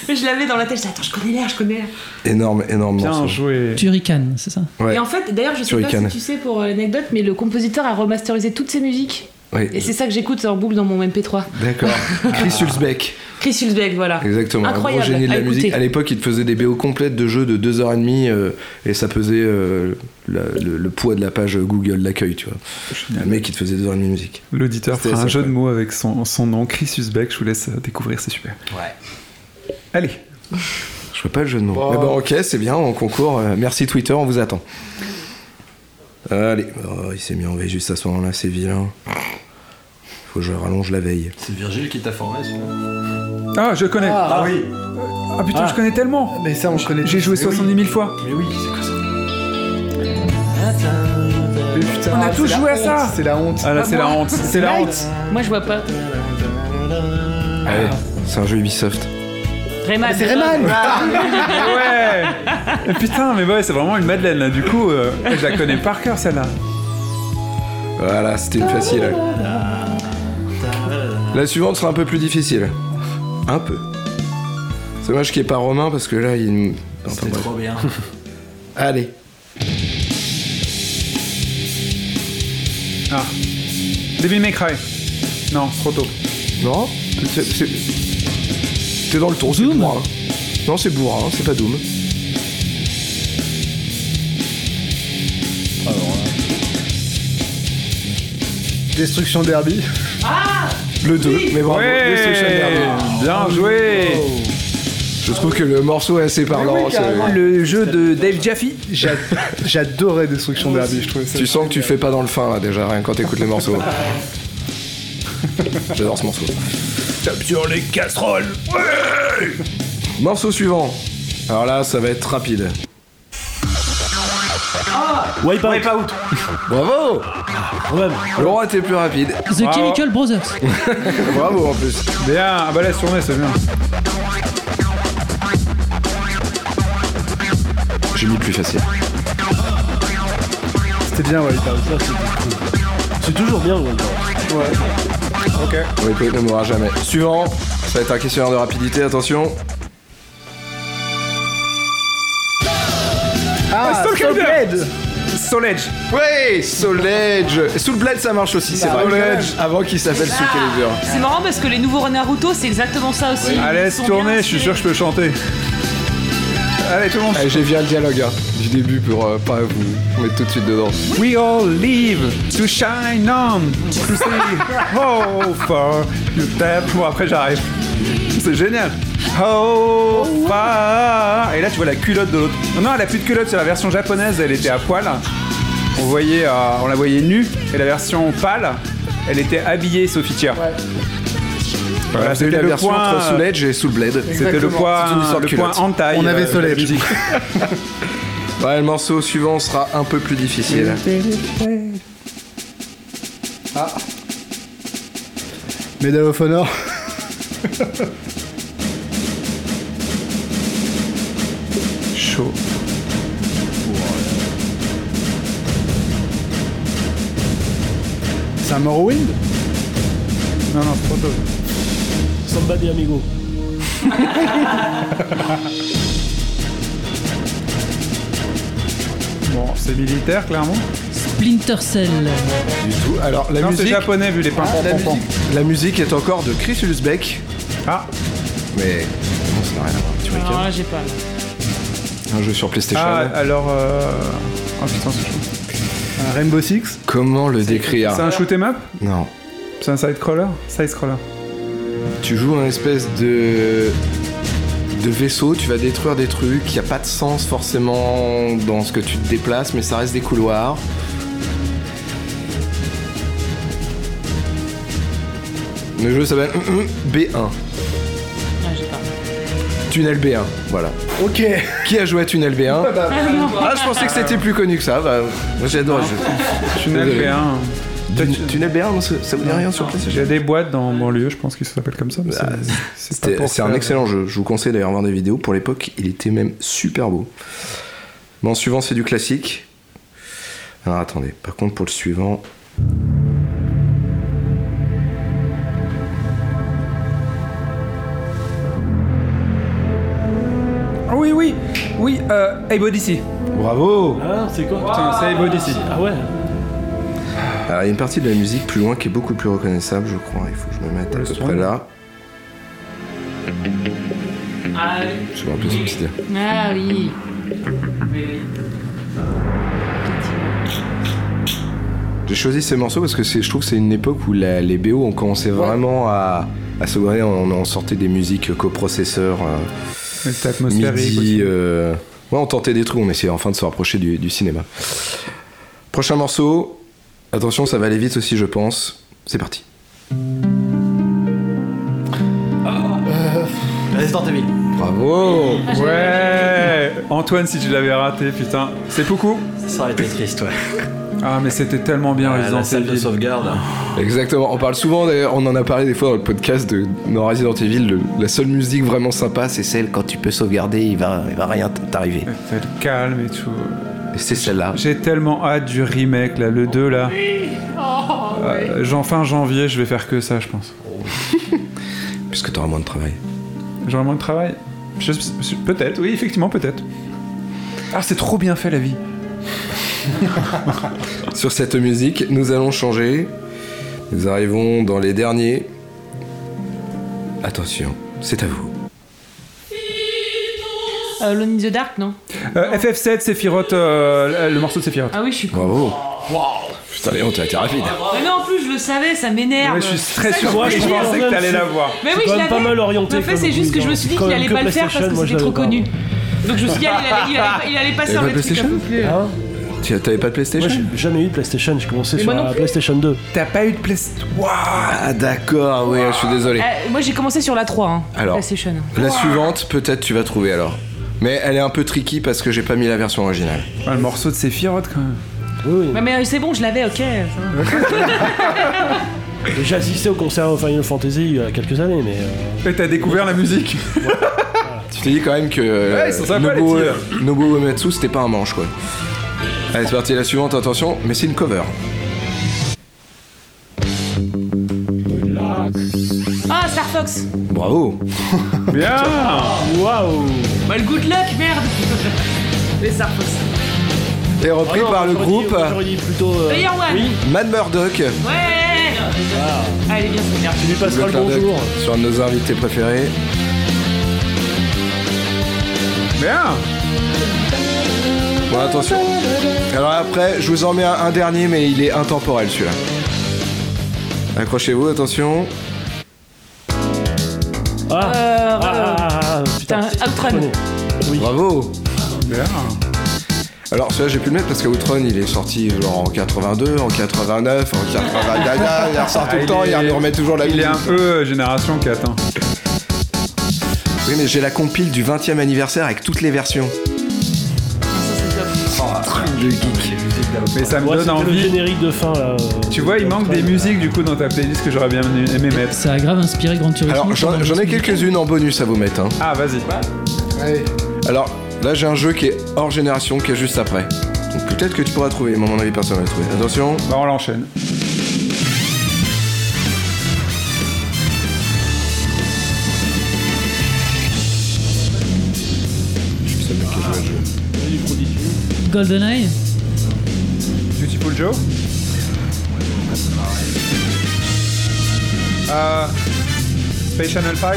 I: Mais je l'avais dans la tête, je disais, attends, je connais l'air, je connais l'air.
F: Énorme, énorme
D: Bien
F: morceau.
D: joué.
E: Turrican, c'est ça
F: Ouais.
I: Et en fait, d'ailleurs, je sais
F: Turrican.
I: pas si tu sais pour euh, l'anecdote, mais le compositeur a remasterisé toutes ses musiques.
F: Oui.
I: Et c'est ça que j'écoute en boucle dans mon MP3.
F: D'accord. Chris
D: Ah.
F: Hulsbeck.
I: Chris Hulsbeck, voilà.
F: Exactement,
I: Ah, Incroyable Ah,
F: un gros génie de
I: à
F: la
I: écouter.
F: musique. À l'époque, il te faisait des BO complètes de jeux de 2h30 euh, et ça pesait euh, la- le, le poids de la page Google d'accueil, tu vois. Le mec, il te faisait 2h30 de musique.
D: L'auditeur
F: C'était
D: fera un
F: sympa.
D: jeu de mots avec son, son nom, Chris Uzbek. Je vous laisse euh, découvrir, c'est super.
B: Ouais.
D: Allez.
F: Je fais pas le jeu de mots. Mais bon, ok, c'est bien, on concourt. Euh, merci Twitter, on vous attend. Allez, Oh, il s'est mis en veille juste à ce moment-là, c'est vilain. Faut que je rallonge la veille.
K: c'est Virgile qui t'a formé. celui-là.
D: Ah, je connais. Ah, oui. Ah putain, je connais tellement.
G: Mais ça, on connaît.
D: J'ai
F: Eh
D: joué 70 000 fois.
B: Mais oui, c'est quoi ça
G: Putain,
D: On a
C: Ah,
G: c'est
D: tous
G: la
D: joué à
G: honte,
D: ça.
G: C'est la honte.
D: Ah là, c'est la honte. C'est la honte.
I: Moi, je vois pas.
F: Allez, c'est un jeu Ubisoft.
I: Rayman.
G: C'est Rayman
D: [LAUGHS]
H: [LAUGHS]
D: Ouais. Et putain, mais ouais, c'est vraiment une madeleine là. Du coup, euh, je la connais par cœur celle-là.
F: Voilà, c'était une facile. La suivante sera un peu plus difficile. Un peu. C'est dommage qu'il n'y ait pas Romain parce que là, il. me- Enfin,
B: C'est
F: bref.
B: trop bien.
F: Allez.
D: Ah. Devil May Cry. Non, c'est trop tôt.
F: Non c'est- c'est- T'es dans le tour, c'est pour
E: Zoom
F: moi. hein. Non, c'est bourrin, c'est pas Doom.
C: Destruction Derby.
F: Le 2, mais bravo, Destruction Derby.
D: Bien joué
F: Je trouve que le morceau est assez parlant. Oh, c'est-
D: Le jeu de Dave Jaffe.
C: J'a- J'adorais Destruction Derby, je trouvais ça.
F: Tu sens que tu fais pas dans le fin là déjà, rien que quand t'écoutes les morceaux. J'adore ce morceau. Tape sur les casseroles ouais Morceau suivant. Alors là, ça va être rapide.
H: Wipeout.
F: Bravo
H: Quand même.
F: Laurent était plus rapide.
E: The Chemical Brothers.
F: [LAUGHS] Bravo en plus.
D: Bien, ah bah la tournée, c'est bien.
F: J'ai mis plus facile.
C: C'était bien, ouais.
H: Ça, c'est cool. C'est toujours bien, Wipeout.
F: Oui, peut-être ne mourra jamais. Suivant. Ça va être un questionnaire de rapidité, attention.
D: Ah, Soul Blade Soul Edge.
F: Ouais, Soul Edge. Soul Blade, ça marche aussi, c'est
D: Bah,
F: vrai. Soul Edge, avant qu'il s'appelle Soul Calibur.
I: Ah, C'est marrant parce que les nouveaux Naruto, c'est exactement ça aussi.
D: Allez, Ah, laisse tourner, je suis sûr que je peux chanter. Allez, tout le monde.
F: Allez, j'ai bien le dialogue hein, du début pour euh, pas vous mettre tout de suite dedans.
D: We all live to shine on,
F: [LAUGHS]
D: to see how far you tap. Bon, après, j'arrive. C'est génial. How far. Et là, tu vois la culotte de l'autre. Non, non, elle a plus de culotte. C'est la version japonaise. Elle était à poil. On, voyait, euh, on la voyait nue. Et la version pâle, elle était habillée, Sophie Thier. Voilà,
F: C'était
D: c'était
F: la
D: le
F: version
D: point,
F: entre Soul Edge et Soul Blade.
D: C'était le point,
F: C'est une histoire de
D: le point
F: culotte.
D: hentai,
C: On avait
D: euh,
C: Soul
D: de la
C: Edge.
D: musique.
F: [LAUGHS] Ouais, le morceau suivant sera un peu plus difficile.
C: Medal of Honor.
F: Chaud.
C: C'est un Morrowind
D: Non, non, c'est trop tôt.
H: Samba de Amigo.
D: Bon, c'est militaire, clairement.
E: Splinter Cell.
F: Du tout. Alors, la
D: Non, c'est
F: musique. Ah,
D: japonais, vu les pimpons.
F: La musique, la musique est encore de Chris Ulsbeck,
D: Ah,
F: mais bon, ça n'a rien à voir. Tu vois,
I: Ah, j'ai pas.
F: un jeu sur PlayStation.
D: ah, alors. Euh... Oh putain, c'est chaud.
C: Un Rainbow Six
F: Comment le décrire
D: C'est un shoot 'em up
F: Non.
D: C'est un side crawler Side crawler.
F: Tu joues un espèce de de vaisseau, tu vas détruire des trucs, il n'y a pas de sens forcément dans ce que tu te déplaces, mais ça reste des couloirs. Le jeu s'appelle hum, B1.
I: Ah, j'ai pas.
F: Tunnel B1, voilà.
C: Ok.
F: Qui a joué à Tunnel B1 Ah, je pensais que c'était plus connu que ça. Bah, moi, j'adore.
D: Tu n'as
F: Désolé.
D: fait un.
F: Tunnel B1, non, ça, ça vous dit rien sur
D: Il y
F: PlayStation
D: a des boîtes dans banlieue, je pense qu'ils s'appellent comme ça. mais c'est-
F: Bah,
D: c'est pas
F: C'était-
D: pour
F: C'est un
D: faire- euh,
F: excellent jeu. Je vous conseille d'aller voir des vidéos. Pour l'époque, il était même super beau. Bon, suivant, c'est du classique. Alors attendez, par contre, pour le suivant.
D: Ah Oui, oui, oui, euh, Hey Bodicy. Bravo
H: Ah, c'est quoi
D: Putain, c'est Hey Bodicy.
H: Ah ouais
F: Alors, il y a une partie de la musique plus loin qui est beaucoup plus reconnaissable, je crois. Il faut que je me mette à peu près là. Je me rappelle ce que c'était.
I: Ah oui.
F: J'ai choisi ces morceaux parce que c'est- je trouve que c'est une époque où la- les BO ont commencé vraiment à, à s'ouvrir. On, on sortait des musiques coprocesseurs. euh,
D: C'était atmosphérique.
F: midi.
D: aussi.
F: euh, Ouais, on tentait des trucs, on essayait enfin de se rapprocher du, du cinéma. Prochain morceau. Attention, ça va aller vite aussi, je pense. C'est parti.
K: Ah.
D: Euh.
F: Bravo
D: Ouais Antoine, si tu l'avais raté, putain. C'est beaucoup
J: Ça aurait été triste, ouais.
D: Ah, mais c'était tellement bien
J: Ah,
D: Resident
J: la salle de
D: Evil.
J: sauvegarde.
F: Exactement. On parle souvent, d'ailleurs, on en a parlé des fois dans le podcast de dans Resident Evil. le- la seule musique vraiment sympa, c'est celle quand tu peux sauvegarder, il va, il va rien t'arriver.
D: C'était le calme et tout.
F: Et C'est celle-là.
D: J'ai tellement hâte du remake, là, le 2, là.
H: Ah.
D: Euh, j'en- fin janvier, je vais faire que ça,
J: [LAUGHS]
D: je pense.
F: Puisque t'auras moins de travail.
D: J'aurai moins de travail. Je- je- peut-être, oui, effectivement, peut-être. Ah, c'est trop bien fait, la vie.
F: Sur cette musique, nous allons changer. Nous arrivons dans les derniers. Attention, c'est à vous.
M: Feed
I: Euh, Alone in the Dark, non
D: Euh, FF7, Sephiroth, euh, le morceau de Sephiroth.
I: Ah oui, je suis con.
D: Bravo.
I: Waouh.
D: Putain, Léon, t'as été rapide.
I: Mais non, en plus, je le savais, ça m'énerve.
D: Ouais, je suis très
I: C'est ça que
D: surpris,
I: voulais
D: je
I: dire.
D: pensais que t'allais la voir.
I: Mais
H: C'est
I: oui,
H: quand
I: je
H: même
I: l'avais.
H: pas mal orienté
I: En fait,
H: comme
I: c'est juste que je me suis dit qu'il
H: comme
I: allait
H: que
I: pas le faire parce
H: PlayStation,
I: que
H: moi, je
I: c'était trop
H: l'avais pas.
I: connu. Donc je me suis dit, ah, il allait- il allait- il allait pas sur
F: pas
I: le truc. à
F: PlayStation Ah
I: boucler.
F: Tu T'avais pas de PlayStation
H: Ah. J'ai jamais eu de PlayStation, j'ai commencé
I: Mais
H: sur
I: moi non
H: la
I: plus.
H: PlayStation 2.
G: T'as pas eu de PlayStation
F: Ah, d'accord, oui, je suis désolé.
I: Euh, Moi, j'ai commencé sur la 3, hein,
F: Alors,
I: PlayStation.
F: La suivante, peut-être tu vas trouver alors. Mais elle est un peu tricky parce que j'ai pas mis la version originale.
G: le morceau de Sephiroth quand même.
I: Ouais, mais euh, c'est bon, je l'avais, ok. ça va.
F: [LAUGHS]
H: J'ai assisté au concert au Final Fantasy il y a quelques années, mais. euh,
D: Et t'as découvert la musique
F: Tu t'es dit quand même que euh,
D: Ouais, ils sont sympas,
F: Nobuo-
D: les tirs.
F: Nobuo Uematsu c'était pas un manche quoi. Allez, c'est parti, la suivante, attention, mais c'est une cover.
I: Ah, Star Fox
F: Bravo [LAUGHS]
D: Bien
H: Waouh
I: Bah, le good luck, merde [LAUGHS] Les Star Fox.
F: Et repris
H: Ah non,
F: par le
H: j'aurais
F: groupe
H: dit- j'aurais dit plutôt. euh,
I: Player One
H: Oui.
F: Mad Murdock.
I: Ouais Ah, elle est bien, cette merde.
H: Tu lui passeras le
F: clin d'œil
H: bonjour.
F: Sur un de nos invités préférés.
D: Bien
F: Bon, attention. Alors après, je vous en mets un, un dernier, mais il est intemporel celui-là. Accrochez-vous, attention.
H: Ah,
I: Euh,
H: ah, ah, ah, putain.
I: Putain, Outrun.
H: Prenez. Oui.
F: Bravo
D: Bien
F: Alors celui-là, j'ai pu le mettre parce qu'Outrun, il est sorti genre en 82, en 89, en 89, Ah bah, il ressort tout le temps, il nous remet toujours la
D: Il Ah, est
F: musique.
D: un peu euh, génération 4. hein.
F: Oui, mais j'ai la compile du 20 e anniversaire avec toutes les versions.
D: de geek. Mais ça me
H: Ouais,
D: donne
H: c'était le
D: envie.
H: générique de fin là. euh,
D: Tu vois, il manque des musiques du coup dans ta playlist que j'aurais bien aimé mettre.
E: Ça a grave inspiré Grand Turismo.
F: Alors j'en j'en ai quelques-unes en bonus à vous mettre. hein.
D: Ah, vas-y.
F: Alors là, j'ai un jeu qui est hors génération, qui est juste après. Donc, Peut-être que tu pourras trouver, mais à mon avis, personne ne va le trouver. Attention.
D: Bah, on l'enchaîne.
E: GoldenEye
D: Beautiful Joe Euh, Space Channel 5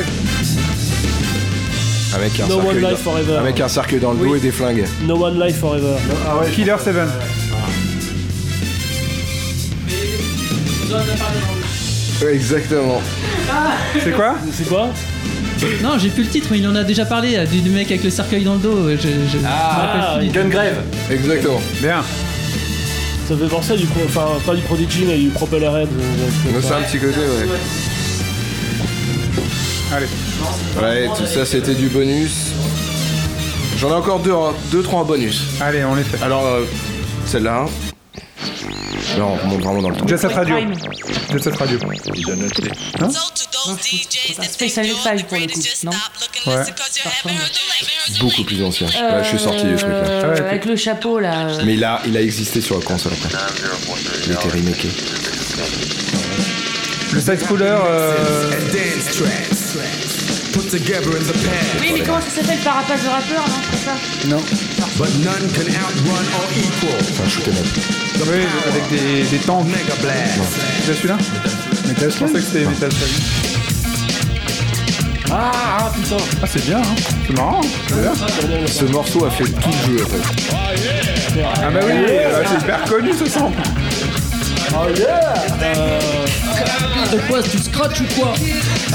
F: Avec un,
H: No One
F: cercueil,
H: Life Forever.
F: dans, avec un cercueil dans le dos et des flingues.
H: No One Life Forever.
D: Killer 7
F: Ouais, Exactement.
D: C'est quoi
H: C'est quoi
E: Non, j'ai plus le titre, mais il en a déjà parlé, là, du du mec avec le cercueil dans le dos. euh, Je, je-
H: Ah,
E: je me rappelle plus.
J: Gungrave.
F: Exactement.
D: Bien.
H: Ça fait penser à du. pro- Enfin, pas du Prodigy, mais du Propellerhead. euh,
F: Nous, C'est un petit côté, ouais.
D: Allez.
F: Ouais, tout ça c'était du bonus. J'en ai encore deux, hein, deux, trois en bonus.
D: Allez, on les fait.
F: Alors, euh, celle-là. Là, on remonte vraiment dans le temps.
D: Jet Set Radio. Jet Set Radio.
I: Space Channel 5 pour le coup, non
D: Ouais.
F: Beaucoup plus ancien. Ouais, je suis sorti du truc là.
I: Euh,
D: Ouais, t'es-
I: Avec le chapeau là. euh.
F: Mais il a, il a existé sur la console après. Il était remaké.
D: Le Side Scroller. Euh...
I: Oui, mais comment ça s'appelle Parapage de rappeur, non C'est ça
F: Enfin, shoot 'em up.
D: Oui, avec des, des tanks. C'est déjà celui-là
C: Metal
D: Je pensais que c'était Metal Slug.
H: Ah, ah, putain.
D: Ah, c'est bien, hein C'est marrant. hein C'est bien.
F: Ce morceau a fait tout le jeu en fait.
D: Ah, bah oui, euh, c'est hyper connu ce sample.
E: C'est quoi, c'est du scratch ou quoi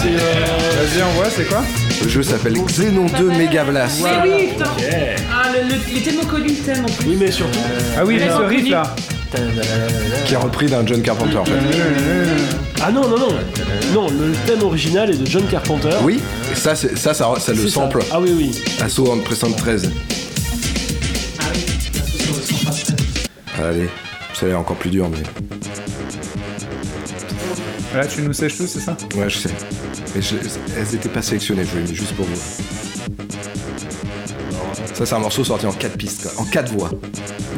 F: euh,
D: Vas-y, on voit, c'est quoi
F: Le jeu s'appelle Xenon 2 Mega Blast.
I: Mais oui, putain Ah, le- le- il est tellement connu le thème en plus.
H: Oui, mais surtout.
D: Ah oui,
I: Mais
D: ce
I: non,
D: riff
I: connu.
D: là.
F: Qui est repris d'un John Carpenter
D: Mmh,
F: en fait.
H: Ah non, non, non. Non, le thème original est de John Carpenter.
F: Oui, et ça, c'est- ça, ça, ça
H: C'est
F: le
H: ça.
F: sample.
H: Ah oui, oui.
F: Assaut en pressant 13. Allez, ça a l'air encore plus dur, mais.
D: Là, tu nous sèches tout, c'est ça
F: Ouais, je sais. Mais je- elles étaient pas sélectionnées, je les ai mis juste pour vous. Ça, c'est un morceau sorti en 4 pistes, quoi. en 4 voix.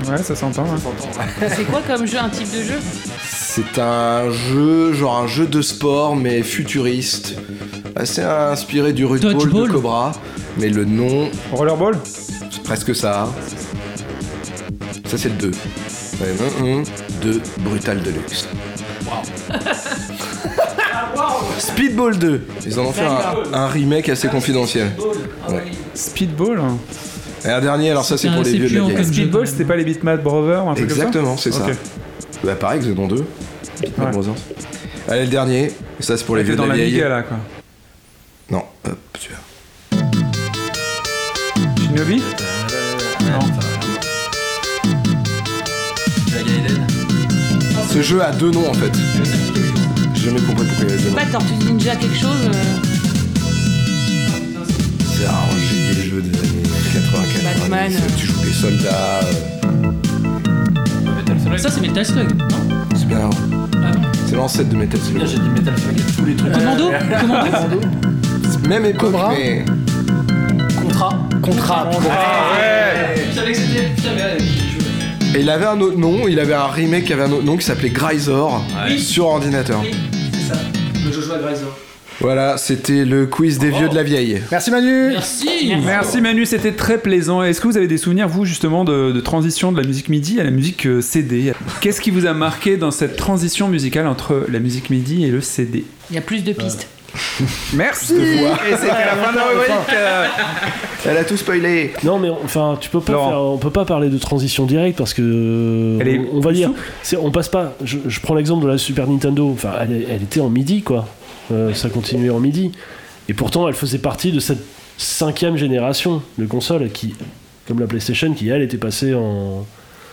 D: Ouais, ça s'entend. hein.
F: [LAUGHS]
I: C'est quoi comme jeu, un type de jeu
F: C'est un jeu, genre un jeu de sport, mais futuriste. Assez inspiré du rugby de
E: Dodgeball.
F: Cobra. Mais le nom,
D: Rollerball
F: c'est presque ça. Ça, c'est le 2. Ouais, 2, Brutal Deluxe. Speedball 2. Ils en ont fait un, un remake assez confidentiel. Ouais.
D: Speedball hein.
F: Et un dernier, alors ça
D: Ah,
F: c'est pour les vieux de la vieille.
D: Speedball, c'était pas les Beatmap Brothers un truc comme ça
F: Exactement, c'est ça.
D: Ok.
F: Bah pareil que The Don 2. Beatmap Brothers. Allez, le dernier. Ça c'est pour les
D: T'es
F: vieux de
D: dans
F: la
D: la
F: vieille.
D: Liga là quoi.
F: Non, euh, hop, celui-là.
D: Shinobi
F: Ce jeu a deux noms en fait. J'ai jamais compris pourquoi il y avait deux noms.
I: Pas Tortue Ninja quelque chose euh,
F: C'est arrangé des jeux des années 80
I: Batman.
F: 90. Tu joues des soldats. euh,
E: Ça, c'est Metal Slug. non
F: C'est bien. hein. C'est l'ancêtre de Metal Slug. J'ai dit Metal Slug tous les trucs.
E: Commando
F: Commando Même époque, mais.
E: Contrat.
C: Contrat.
D: Ah,
F: Et il avait un autre nom, il avait un remake qui avait un autre nom qui s'appelait Grisor sur ordinateur.
E: C'est ça, le Joshua hein. Grisor.
F: Voilà, c'était le quiz des vieux de la vieille.
C: Merci Manu
E: Merci
D: Merci Manu, c'était très plaisant. Est-ce que vous avez des souvenirs, vous, justement, de, de transition de la musique MIDI à la musique euh, CD Qu'est-ce qui vous a marqué dans cette transition musicale entre la musique MIDI et le CD
I: Il y a plus de pistes.
D: Merci
F: Deux fois.
D: Et c'était la fin de la rubrique euh,
F: Elle a tout spoilé.
H: Non mais enfin tu peux pas
D: Laurent.
H: faire- on peut pas parler de transition directe parce que euh,
D: Elle est
H: on, on va dire c'est- on passe pas je, je prends l'exemple de la Super Nintendo enfin elle, est- elle était en midi quoi Euh, ça continuait en midi et pourtant elle faisait partie de cette cinquième génération de consoles qui comme la PlayStation qui elle était passée en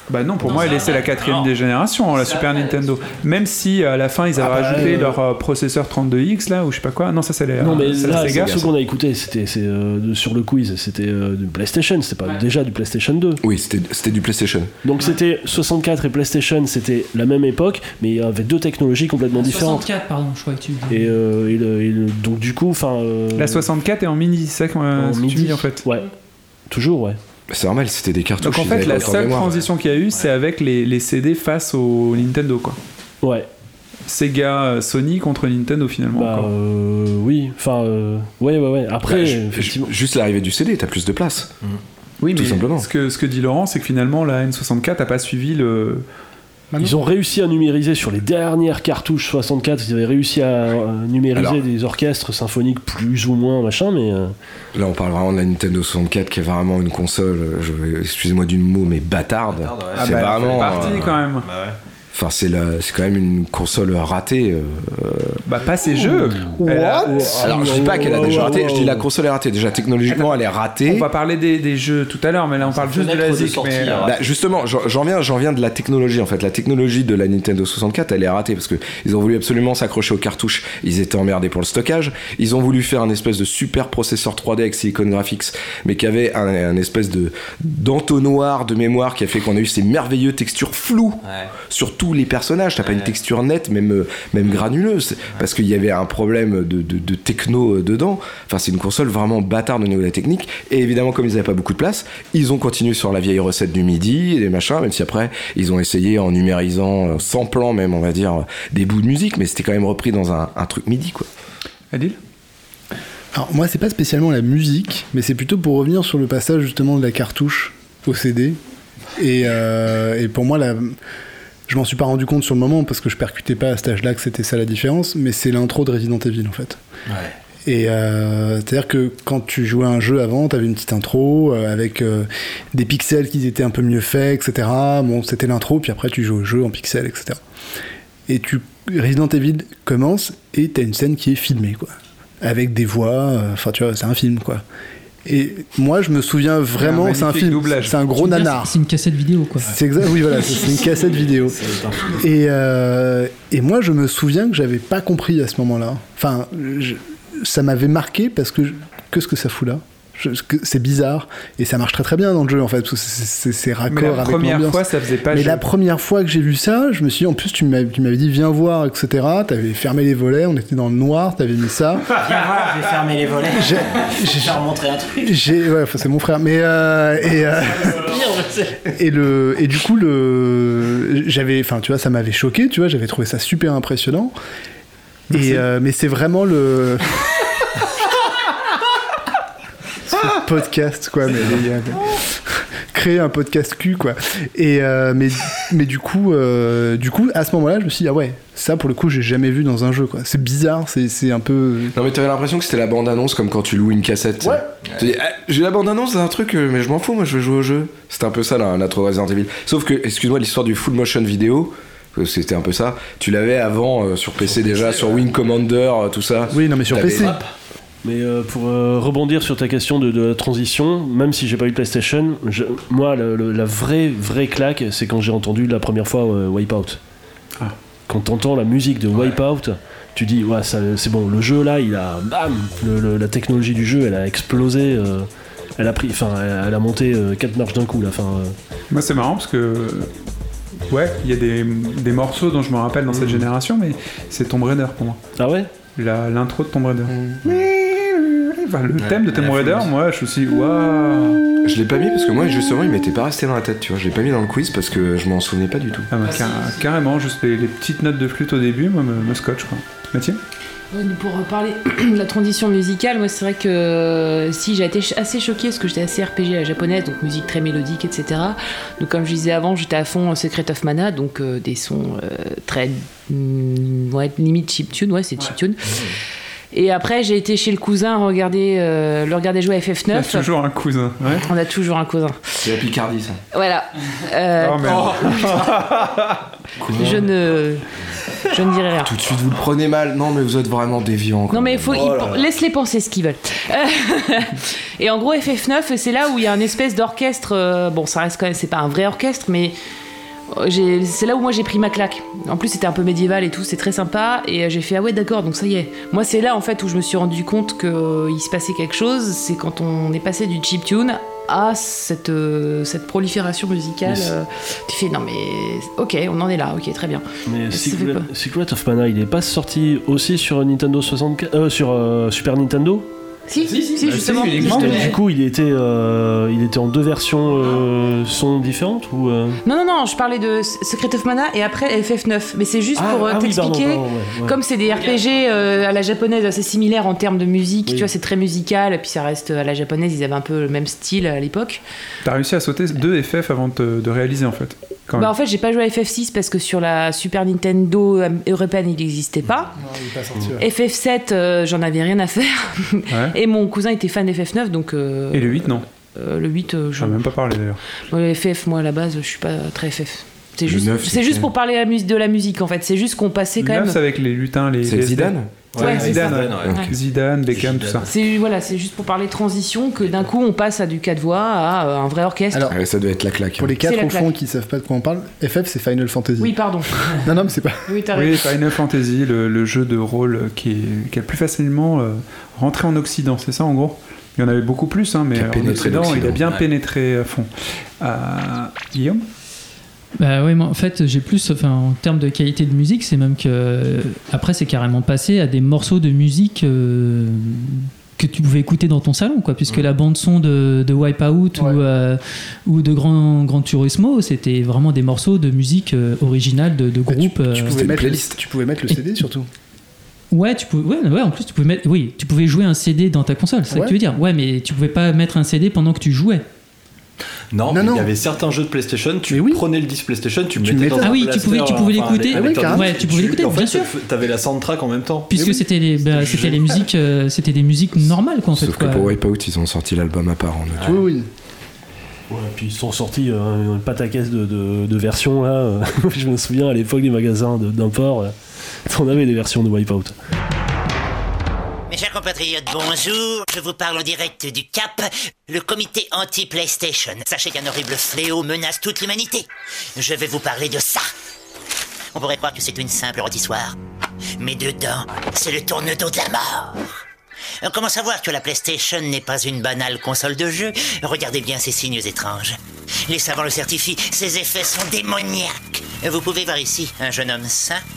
D: Bah non, pour moi, elle c'est la quatrième des générations, hein, la Super Nintendo. Même si à la fin, ils avaient
H: Ah bah,
D: rajouté
H: euh,
D: leur euh, processeur 32X, là, ou je sais pas quoi. Non, ça, c'est la,
H: non mais
D: euh, c'est
H: là
D: la Sega.
H: ce qu'on a écouté c'était c'est, euh, de- sur le quiz c'était euh, du PlayStation c'était pas déjà du PlayStation 2
F: Oui, c'était c'était du PlayStation.
H: donc c'était 64 et PlayStation c'était la même époque mais il y avait deux technologies complètement différentes
E: 64, pardon, je crois que Ah, tu me dis.
H: Et, euh, et le- et le- donc du coup, enfin. euh,
D: La 64 est en mini, c'est ça qu'on
H: en
D: ce que euh, tu
H: midi.
D: dis, en fait.
H: Ouais. Toujours, ouais.
F: Bah, C'est normal, c'était des cartouches.
D: Donc en
F: ils
D: fait,
F: avaient
D: la
F: pas autant de
D: seule
F: mémoire.
D: transition qu'il y a eu, c'est avec les, les CD face au Nintendo, quoi.
H: Ouais.
D: Sega, euh, Sony contre Nintendo, finalement.
H: Bah
D: quoi.
H: euh, oui. Enfin, euh, ouais, ouais, ouais. Après,
F: Bah,
D: euh,
F: ju-
H: effectivement.
F: ju- juste l'arrivée du CD, t'as plus de place.
D: oui,
F: tout
D: mais
F: simplement.
D: Ce que, ce que dit Laurent, c'est que finalement, la N64 a pas suivi le.
H: Euh, Ils ont réussi à numériser sur les dernières cartouches 64. Ils avaient réussi à euh, numériser
F: Alors.
H: des orchestres symphoniques plus ou moins machin, mais euh,
F: Là, on parle vraiment de la Nintendo 64 qui est vraiment une console, euh, je vais- excusez-moi du mot, mais bâtarde.
B: Bâtarde, ouais.
F: C'est
D: bah, elle fait
F: vraiment.
D: partie,
F: euh,
D: quand même.
B: Bah ouais.
F: Enfin, c'est la- c'est quand même une console ratée. euh,
D: Bah, pas ces jeux. Elle a-
C: What
F: Alors, je dis pas qu'elle a déjà raté, je dis la console est ratée. Déjà, technologiquement, elle est
D: On
F: ratée.
D: va parler des, des jeux tout à l'heure, mais là on parle juste de la
B: fenêtre de
D: ZIC.
B: sortie,
D: mais, euh,
B: là.
F: Bah, justement, j'en j'en viens, j'en viens de la technologie en fait. La technologie de la Nintendo 64, elle est ratée parce que ils ont voulu absolument s'accrocher aux cartouches. Ils étaient emmerdés pour le stockage. Ils ont voulu faire un espèce de super processeur 3D avec Silicon Graphics, mais qui avait un, un espèce de d'entonnoir de mémoire qui a fait qu'on a eu ces merveilleux textures floues
B: Ouais.
F: sur tous les personnages. T'as pas une texture nette, même euh, même granuleuse, parce qu'il y avait un problème de, de- de techno euh, dedans. Enfin, c'est une console vraiment bâtarde au niveau de la technique. Et évidemment, comme ils n'avaient pas beaucoup de place, ils ont continué sur la vieille recette du midi et des machins, même si après, ils ont essayé en numérisant, euh, sans plan même, on va dire, euh, des bouts de musique, mais c'était quand même repris dans un, un truc midi, quoi.
D: Adil
C: Alors moi c'est pas spécialement la musique, mais c'est plutôt pour revenir sur le passage justement de la cartouche au CD. Et, euh, et pour moi la... je m'en suis pas rendu compte sur le moment parce que je percutais pas à cet âge-là que c'était ça la différence, mais c'est l'intro de Resident Evil en fait. Et euh, c'est-à-dire que quand tu jouais à un jeu avant, t'avais une petite intro euh, avec euh, des pixels qui étaient un peu mieux faits, etc. Bon, c'était l'intro, puis après tu joues au jeu en pixels, etc. Et tu Resident Evil commence et t'as une scène qui est filmée, quoi, avec des voix. euh, Enfin, tu vois, c'est un film, quoi. Et moi, je me souviens vraiment, c'est un
D: magnifique
C: film,
D: doublage.
C: c'est un gros nanar.
E: C'est une cassette vidéo, quoi.
C: C'est exact, oui, voilà, c'est- c'est une cassette vidéo. Et, euh, et moi, je me souviens que j'avais pas compris à ce moment-là. Enfin, je- ça m'avait marqué parce que je- qu'est-ce que ça fout là Je- que- C'est bizarre et ça marche très très bien dans le jeu en fait. parce que c'est- C'est c'est raccord
D: Mais la
C: avec
D: première
C: l'ambiance.
D: fois, ça faisait pas
C: Mais
D: jeu.
C: la première fois que j'ai vu ça, je me suis dit, en plus, tu m'as- tu m'avais dit, viens voir, etc. T'avais fermé les volets, on était dans le noir, t'avais mis ça.
J: je vais fermer les volets.
C: J'ai-
J: [LAUGHS] Je vais remontrer un truc.
C: J'ai, ouais, enfin, c'est mon frère. Mais euh, et, euh, et le et du coup le j'avais, enfin tu vois, ça m'avait choqué, tu vois, j'avais trouvé ça super impressionnant. Et euh, mais c'est vraiment le [LAUGHS] Ce podcast quoi, mais les gars, mais- créer un podcast cul, quoi. Et, euh, mais, mais du coup, euh, du coup, à ce moment-là, je me suis dit, ah ouais, ça, pour le coup, j'ai jamais vu dans un jeu, quoi. C'est bizarre, c'est c'est un peu.
F: Non mais t'avais l'impression que c'était la bande-annonce comme quand tu loues une cassette. Ouais. J'ai la bande-annonce d'un truc, euh, mais je m'en fous, moi je veux jouer au jeu. C'était un peu ça là, l'intro de Resident Evil. Sauf que, excuse-moi, l'histoire du full motion vidéo, euh, c'était un peu ça. Tu l'avais avant euh, sur PC déjà, sur Wing Commander, euh, tout ça.
C: Oui, non mais sur
F: T'avais-
C: PC.
H: Mais euh, pour euh, rebondir sur ta question de, de la transition, même si j'ai pas eu de PlayStation, je- moi le- le- la vraie vraie claque, c'est quand j'ai entendu la première fois euh, Wipeout. Ah. Quand t'entends la musique de Wipeout, tu dis ouais ça c'est bon, le jeu là il a bam, le- le- la technologie du jeu elle a explosé, euh, elle a pris, enfin elle, elle a monté euh, quatre marches d'un coup là, enfin. euh,
G: Moi, c'est marrant parce que. Ouais, il y a des, des morceaux dont je me rappelle dans cette
C: Mm.
G: génération, mais c'est Tomb Raider pour moi.
H: Ah ouais
G: L'intro de Tomb Raider.
C: Mm.
G: Enfin, le thème de Tomb Raider, moi, je me suis dit, waouh
F: Je l'ai pas mis parce que moi justement il m'était pas resté dans la tête, tu vois. Je l'ai pas mis dans le quiz parce que je m'en souvenais pas du tout.
G: Ah bah, car- carrément, juste les, les petites notes de flûte au début, moi, me, me scotch, quoi. Mathilde
I: Ouais, mais Pour reparler [CLEARS THROAT] de la transition musicale, moi c'est vrai que euh, si j'ai été ch- assez choquée parce que j'étais assez RPG à la japonaise, donc musique très mélodique, etc. Donc comme je disais avant, j'étais à fond euh, Secret of Mana, donc euh, des sons euh, très mm, ouais, limite chiptune, ouais c'est chiptune. Et après j'ai été chez le cousin regarder euh, le regarder jouer à
G: Il y a
I: FF9.
G: toujours un cousin. Ouais.
I: On a toujours un cousin.
F: C'est la Picardie ça.
I: Voilà. Euh,
G: Oh, merde.
I: je ne je ne dirai rien.
F: Tout de suite vous le prenez mal. Non mais vous êtes vraiment déviant.
I: Non mais il faut
F: Oh
I: ils
F: là
I: pen-
F: là.
I: laisse-les penser ce qu'ils veulent. Euh, [LAUGHS] et en gros FF9 c'est là où il y a un espèce d'orchestre euh, bon ça reste quand même c'est pas un vrai orchestre mais euh, j'ai- c'est là où moi j'ai pris ma claque. En plus c'était un peu médiéval et tout, c'est très sympa et euh, j'ai fait ah ouais d'accord donc ça y est. Moi c'est là en fait où je me suis rendu compte que euh, il se passait quelque chose, c'est quand on est passé du chiptune à cette euh, cette prolifération musicale.
H: Mais c'est-
I: euh, tu fais non mais ok on en est là ok très bien.
H: Mais
I: Ça
H: Secret,
I: fait pas.
H: Secret of Mana, il est pas sorti aussi sur Nintendo 64, euh, sur euh, Super Nintendo
I: Si si,
H: Bah,
I: justement.
H: si,
I: justement.
H: mais Du coup, il était, euh, il était en deux versions euh, son différentes ou euh,
I: Non, non, non, je parlais de S- Secret of Mana et après FF9. Mais c'est juste
H: Ah,
I: pour euh,
H: ah oui,
I: t'expliquer.
H: pardon, pardon, ouais, ouais.
I: Comme c'est des RPG euh, à la japonaise assez similaires en termes de musique, tu vois, c'est très musical, et puis ça reste euh, à la japonaise, ils avaient un peu le même style euh, à l'époque.
G: T'as réussi à sauter deux FF avant de, te- de réaliser, en fait. Quand
I: Bah,
G: même.
I: en fait, j'ai pas joué à FF6 parce que sur la Super Nintendo euh, européenne, il n'existait pas. FF7, euh, j'en avais rien à faire.
G: Ouais.
I: [LAUGHS] Et mon cousin était fan d'FF9, donc. euh,
G: Et le 8, non
I: euh, Le 8, euh, je.
D: Ah,
G: J'en ai même pas parlé d'ailleurs.
I: Moi, les FF, moi à la base, je suis pas très FF. C'est
G: Le
I: juste,
G: neuf,
I: c'est
G: c'est
I: juste
G: clair.
I: pour parler la mus- de la musique en fait. C'est juste qu'on passait quand
G: Là,
I: même.
G: c'est avec les lutins, les.
F: C'est
G: les
F: Zidane
G: SD. Ouais,
I: Ouais, c'est
G: Zidane,
I: ça.
G: ouais.
I: Ouais.
G: Zidane, Beckham, tout ça.
I: C'est voilà, c'est juste pour parler transition que d'un coup on passe à du quatre voix à euh, un vrai orchestre.
C: Alors,
F: Ah ouais, ça doit être la claque.
C: Pour les
I: C'est
C: quatre
I: la
C: au fond
I: claque.
C: qui savent pas de quoi on parle, FF c'est Final Fantasy.
I: oui, pardon.
C: [LAUGHS] Non, non, mais c'est pas.
I: oui, t'as
G: Oui,
D: Euh,
I: raison.
G: Final Fantasy, le, le jeu de rôle qui est, qui a le plus facilement euh, rentré en Occident, c'est ça en gros Il y en avait beaucoup plus, hein, mais
F: Qui a
G: en
F: pénétré
G: Occident, il a
F: l'Occident,
G: bien
F: ouais.
G: pénétré à fond. Euh, Guillaume
E: Bah ouais, moi, en fait, j'ai plus, enfin, en termes de qualité de musique, c'est même que euh, après, c'est carrément passé à des morceaux de musique euh, que tu pouvais écouter dans ton salon, quoi, puisque la bande son de, de Wipeout ou, euh, ou de Grand Grand Turismo, c'était vraiment des morceaux de musique euh, originale de, de groupe.
C: Bah, Tu
E: euh,
C: pouvais, mettre le,
F: playlist.
C: tu pouvais mettre le CD surtout.
E: Ouais, tu pouvais, ouais, ouais, en plus tu pouvais mettre, oui, tu pouvais jouer un CD dans ta console, c'est ça
C: Ouais.
E: que tu veux dire. Ouais, mais tu pouvais pas mettre un CD pendant que tu jouais.
B: Non, mais
C: non.
B: il y avait certains jeux de PlayStation, tu prenais le disque PlayStation, tu,
E: Tu
B: le mettais
E: mettais-
B: dans
E: Ah
B: un
E: oui, tu
B: blaster,
E: pouvais- tu pouvais
B: enfin, avec-
E: l'écouter. Ah oui,
B: avec ton
E: carrément.
B: disque.
E: Ouais, tu pouvais l'écouter,
B: en fait,
E: bien sûr.
B: T'avais la soundtrack en même temps.
E: Puisque c'était les, bah, c'était les musiques, euh, c'était des musiques normales quoi en fait.
F: Sauf que
E: quoi.
F: pour Wipeout ils ont sorti l'album à part en audio.
C: Oui, oui.
H: Ouais, puis ils sont sortis euh, une pataquès de, de, de versions là. euh, [LAUGHS] je me souviens à l'époque des magasins de- d'import, euh, on avait des versions de Wipeout.
N: Mes chers compatriotes, bonjour. Je vous parle en direct du CAP, le comité anti-PlayStation. Sachez qu'un horrible fléau menace toute l'humanité. Je vais vous parler de ça. On pourrait croire que c'est une simple rôtissoire. Mais dedans, c'est le tourne-dos de la mort. Euh, Comment savoir que la PlayStation n'est pas une banale console de jeu Regardez bien ces signes étranges. Les savants le certifient, ces effets sont démoniaques. Vous pouvez voir ici un jeune homme sain. [LAUGHS]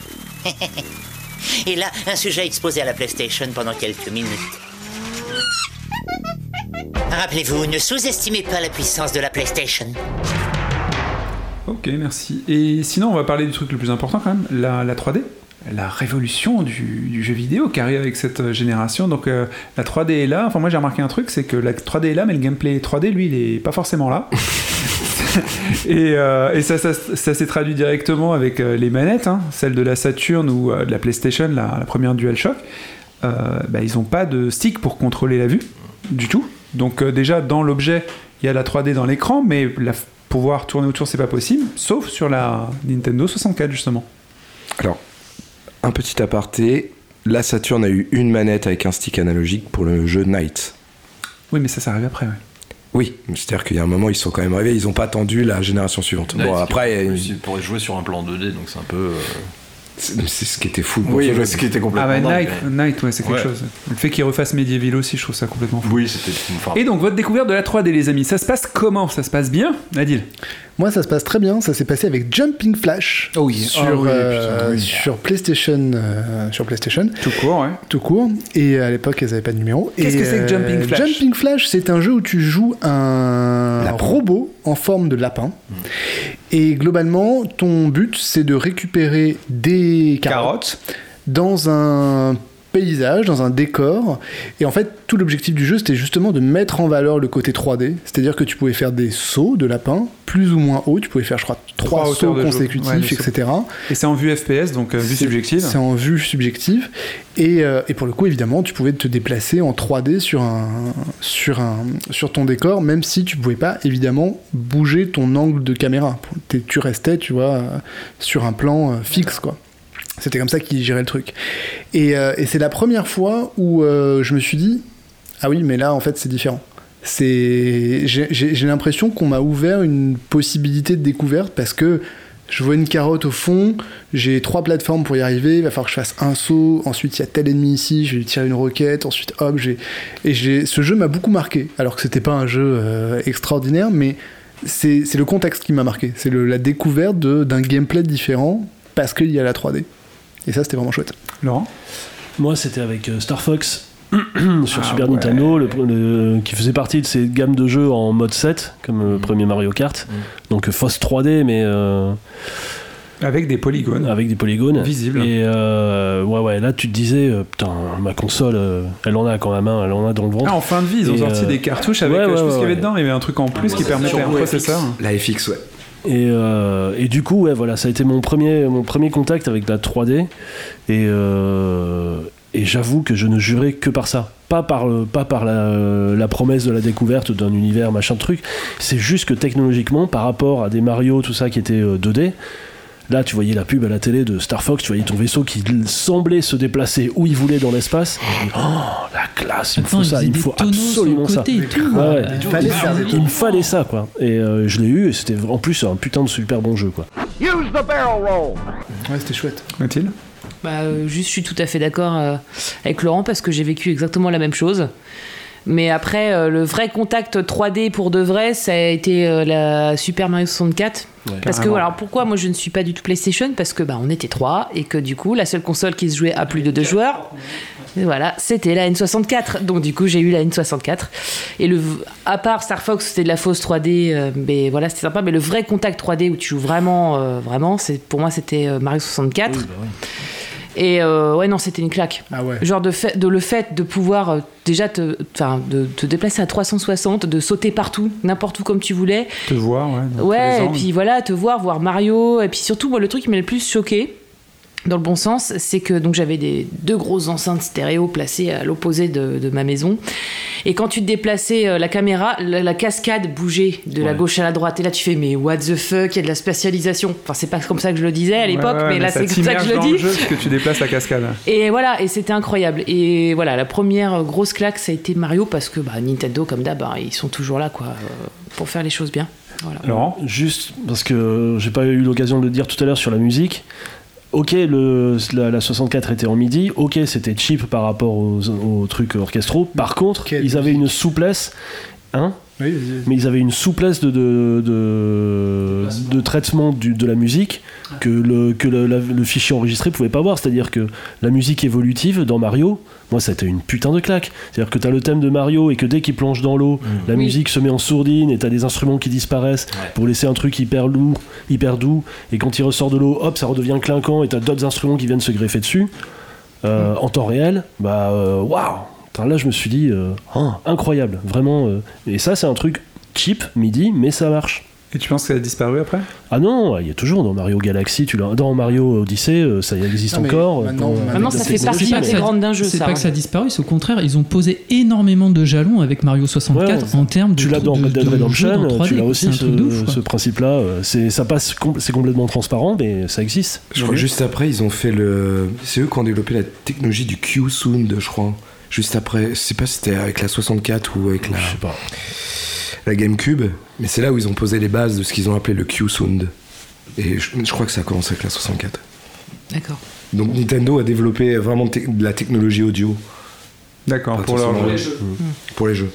N: Et là, un sujet exposé à la PlayStation pendant quelques minutes. Rappelez-vous, ne sous-estimez pas la puissance de la PlayStation.
G: Ok, merci. Et sinon, on va parler du truc le plus important quand même, la, la 3D.
D: la révolution du, du jeu vidéo qui arrive avec cette euh, génération. Donc euh, la 3D est là. Enfin moi j'ai remarqué un truc, c'est que la 3D est là, mais le gameplay 3D lui il est pas
F: [LAUGHS]
D: forcément là. et, euh, et ça, ça, ça s'est traduit directement avec euh, les manettes, hein, celle de la Saturn ou euh, de la PlayStation, la, la première DualShock. Euh, bah, ils n'ont pas de stick pour contrôler la vue du tout. Donc euh, déjà dans l'objet, il y a la 3D dans l'écran, mais la, pouvoir tourner autour c'est pas possible, sauf sur la Nintendo 64 justement.
F: Alors, un petit aparté. La Saturn a eu une manette avec un stick analogique pour le jeu Night.
D: Oui, mais ça, ça arrive après. ouais.
F: Oui, c'est-à-dire qu'il y a un moment, ils sont quand même rêvés, ils n'ont pas attendu la génération suivante. bon, après, euh,
B: il pourrait jouer sur un plan 2D, donc c'est un peu. euh,
F: c'est c'est ce qui était fou. pour
B: Oui,
F: ce jeu.
B: ce qui était complètement.
D: ah bah,
B: dingue,
D: Night,
B: mais-
D: Night, ouais, c'est quelque
B: Ouais.
D: chose. Le fait qu'ils refassent Medieval aussi, je trouve ça complètement fou.
B: Oui, c'était. enfin,
D: Et donc, votre découverte de la 3D, les amis, ça se passe comment Ça se passe bien, Nadil
C: Moi, ça se passe très bien. Ça s'est passé avec Jumping Flash sur,
D: Ah oui,
C: euh,
D: putain, oui.
C: sur PlayStation, euh, sur PlayStation,
D: Tout court, ouais.
C: tout court. Et à l'époque, elles n'avaient pas de numéro.
D: Qu'est-ce
C: Et,
D: que c'est que Jumping
C: euh,
D: Flash
C: Jumping Flash, c'est un jeu où tu joues un robot en forme de lapin.
D: Hmm.
C: Et globalement, ton but, c'est de récupérer des carottes, dans un paysage, dans un décor. Et en fait, tout l'objectif du jeu, c'était justement de mettre en valeur le côté 3D. C'est-à-dire que tu pouvais faire des sauts de lapin, plus ou moins hauts. Tu pouvais faire, je crois, trois,
D: Trois
C: sauts
D: hauteurs de jeu.
C: consécutifs,
D: Ouais, des sauts.
C: etc.
D: Et c'est en vue FPS, donc euh, vue
C: C'est-
D: subjective.
C: C'est en vue subjective. Et, euh, et pour le coup, évidemment, tu pouvais te déplacer en 3D sur, un, sur, un, sur ton décor, même si tu pouvais pas, évidemment, bouger ton angle de caméra. T'es- Tu restais, tu vois, euh, sur un plan euh, fixe, quoi. C'était comme ça qu'il gérait le truc. Et, euh, et c'est la première fois où euh, je me suis dit, ah oui, mais là, en fait, c'est différent. C'est, j'ai, j'ai- j'ai l'impression qu'on m'a ouvert une possibilité de découverte parce que je vois une carotte au fond, j'ai trois plateformes pour y arriver, il va falloir que je fasse un saut, ensuite il y a tel ennemi ici, je vais lui tirer une roquette, ensuite hop, j'ai... Et j'ai... ce jeu m'a beaucoup marqué, alors que c'était pas un jeu euh, extraordinaire, mais c'est, c'est le contexte qui m'a marqué, c'est le- la découverte de- d'un gameplay différent parce qu'il y a la 3D. Et ça c'était vraiment chouette.
D: Laurent
H: Moi, c'était avec euh, Star Fox [CLEARS THROAT] sur
D: Ah
H: Super
D: ouais.
H: Nintendo, le, le- qui faisait partie de ces gammes de jeux en mode 7, comme
D: Mm.
H: le premier Mario Kart. Donc, euh, fausse 3D, mais. euh,
D: Avec des polygones.
H: Avec des polygones.
D: Visibles.
H: Et euh, ouais, ouais, là, tu te disais, euh, putain, ma console, euh, elle en a quand la main, elle en a dans le ventre.
D: Ah, en fin de vie, ils ont
H: Et,
D: sorti
H: euh,
D: des cartouches avec.
H: ouais,
D: euh, je
H: ouais,
D: sais pas ce qu'il y
H: ouais.
D: avait dedans, il y avait un truc en plus qui permettait un processeur.
F: La FX, ouais.
H: Et, euh, et du coup, ouais, voilà, ça a été mon premier, mon premier contact avec la 3D. Et, euh, et j'avoue que je ne jurais que par ça. Pas par, le- pas par la, la promesse de la découverte d'un univers, machin truc. C'est juste que technologiquement, par rapport à des Mario, tout ça qui euh, était 2D, là, tu voyais la pub à la télé de Star Fox, tu voyais ton vaisseau qui semblait se déplacer où il voulait dans l'espace. Oh, la classe, il me
G: Attends,
H: faut
G: il
H: ça,
G: faisait
H: il me
G: des
H: faut
G: tonneaux sur le
H: absolument ça.
G: côté et tout. euh,
H: Ouais, ouais.
G: Il fallait faire des
H: Il me fallait ça, quoi. Et euh, je l'ai eu, et c'était en plus un putain de super bon jeu, quoi.
O: Use the barrel roll.
C: Ouais, c'était chouette.
D: Mathilde
I: Bah, euh, juste, je suis tout à fait d'accord euh, avec Laurent parce que j'ai vécu exactement la même chose. Mais après, euh, le vrai contact 3D pour de vrai, ça a été euh, la Super Mario 64.
O: Ouais.
I: parce que,
O: Carrément.
I: alors pourquoi moi je ne suis pas du tout PlayStation Parce que bah, on était trois et que du coup, la seule console qui se jouait à plus de deux joueurs, et voilà, c'était la N64. Donc du coup, j'ai eu la N64. Et le, v- à part Star Fox, c'était de la fausse 3D, euh, mais voilà, c'était sympa. Mais le vrai contact 3D où tu joues vraiment, euh, vraiment, c'est pour moi, c'était euh, Mario 64. Et euh, ouais, non, c'était une claque. Genre de, fait, de le fait de pouvoir euh, déjà te, enfin, de te déplacer à 360, de sauter partout, n'importe où comme tu voulais.
D: Te voir, ouais. dans tous les
I: Ouais, et
D: angles.
I: puis voilà, te voir, voir Mario. Et puis surtout, moi, le truc qui m'a le plus choqué, dans le bon sens, c'est que donc j'avais des deux grosses enceintes stéréo placées à l'opposé de, de ma maison. Et quand tu te déplaçais euh, la caméra, la, la cascade bougeait de la gauche à la droite. Et là, tu fais, mais what the fuck, il y a de la spatialisation. Enfin, c'est pas comme ça que je le disais à l'époque,
D: Ouais, ouais,
I: mais, là,
D: ça
I: c'est comme ça
D: t'immerge
I: que je le
D: dans
I: dis.
D: jeu parce que tu déplaces la cascade.
I: Et voilà, et c'était incroyable. Et voilà, la première grosse claque, ça a été Mario, parce que bah, Nintendo, comme d'hab, hein, ils sont toujours là, quoi, euh, pour faire les choses bien. Voilà.
H: Juste parce que j'ai pas eu l'occasion de le dire tout à l'heure sur la musique. Ok, le, la, la 64 était en midi. Ok, c'était cheap par rapport aux, aux trucs orchestraux. Par contre, ils avaient une souplesse. Hein mais ils avaient une souplesse de, de, de, de traitement du- de la musique que le, que le, la- le fichier enregistré pouvait pas voir. C'est-à-dire que la musique évolutive dans Mario, moi ça a été une putain de claque. C'est-à-dire que t'as le thème de Mario et que dès qu'il plonge dans l'eau, la
B: Oui.
H: musique se met en sourdine et t'as des instruments qui disparaissent pour laisser un truc hyper lourd, hyper doux. Et quand il ressort de l'eau, hop, ça redevient clinquant et t'as d'autres instruments qui viennent se greffer dessus. Euh, en temps réel, bah euh, waouh Putain, Là, je me suis dit, euh, oh, incroyable, vraiment. euh. et ça, c'est un truc cheap, midi, mais ça marche.
D: Et tu penses que ça a disparu après
H: Ah non, il y a toujours dans Mario Galaxy, tu l'as, dans Mario Odyssey, euh, ça existe
E: Non, mais
H: encore.
E: maintenant,
H: Dans-
I: maintenant, ça
H: Ah,
I: fait partie
E: pas que
I: des
E: ça-
I: grandes d'un jeu,
E: C'est
I: ça.
E: pas
H: hein.
E: que ça a disparu, c'est au contraire, ils ont posé énormément de jalons avec Mario 64 en termes de.
H: Tu l'as dans
E: de-
H: Red Dead
E: de jeux
H: Redemption, euh,
E: dans 3D,
H: tu l'as
E: quoi.
H: aussi
E: C'est un
H: ce,
E: truc de ouf, quoi.
H: ce principe-là. euh, C'est, ça passe, com- c'est complètement transparent, mais ça existe.
F: Je crois que juste après, ils ont fait le. C'est eux qui ont développé la technologie du Q-Sound, je crois. Juste après. Je sais pas si c'était avec la 64 ou avec la. La GameCube. Mais c'est là où ils ont posé les bases de ce qu'ils ont appelé le Q-Sound. Et je, je crois que ça a commencé avec la 64.
I: D'accord.
F: Donc Nintendo a développé vraiment te- de la technologie audio.
D: D'accord, pour leur- Mhm. Pour les jeux.
F: Mm. Pour les jeux.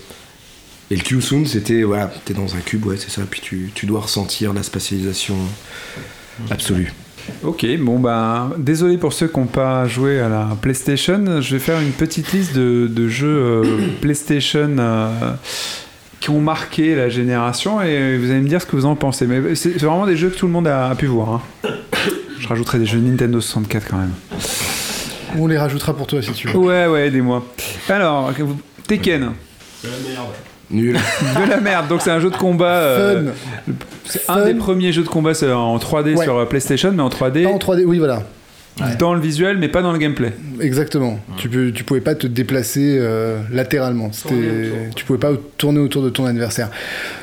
F: Et le Q-Sound, c'était. Voilà, t'es dans un cube, ouais, c'est ça. Puis tu, tu dois ressentir la spatialisation absolue.
D: Ok, bon ben, désolé pour ceux qui n'ont pas joué à la PlayStation. Je vais faire une petite liste de, de jeux euh, PlayStation euh, qui ont marqué la génération et vous allez me dire ce que vous en pensez. Mais c'est c'est vraiment des jeux que tout le monde a, a pu voir. hein. Je rajouterai des jeux Nintendo 64 quand même.
C: On les rajoutera pour toi si tu veux.
D: Ouais, ouais, aidez-moi. Alors, que vous- Tekken.
F: Nul.
D: [LAUGHS] De la merde, donc c'est un jeu de combat. euh, C'est un des premiers jeux de combat c'est en 3D
C: Ouais.
D: sur euh, PlayStation, mais en 3D.
C: En 3D, oui, voilà.
D: Dans le visuel, mais pas dans le gameplay.
C: Exactement. Tu, peux, tu pouvais pas te déplacer euh, latéralement. C'était- Tu pouvais pas tourner autour de ton adversaire.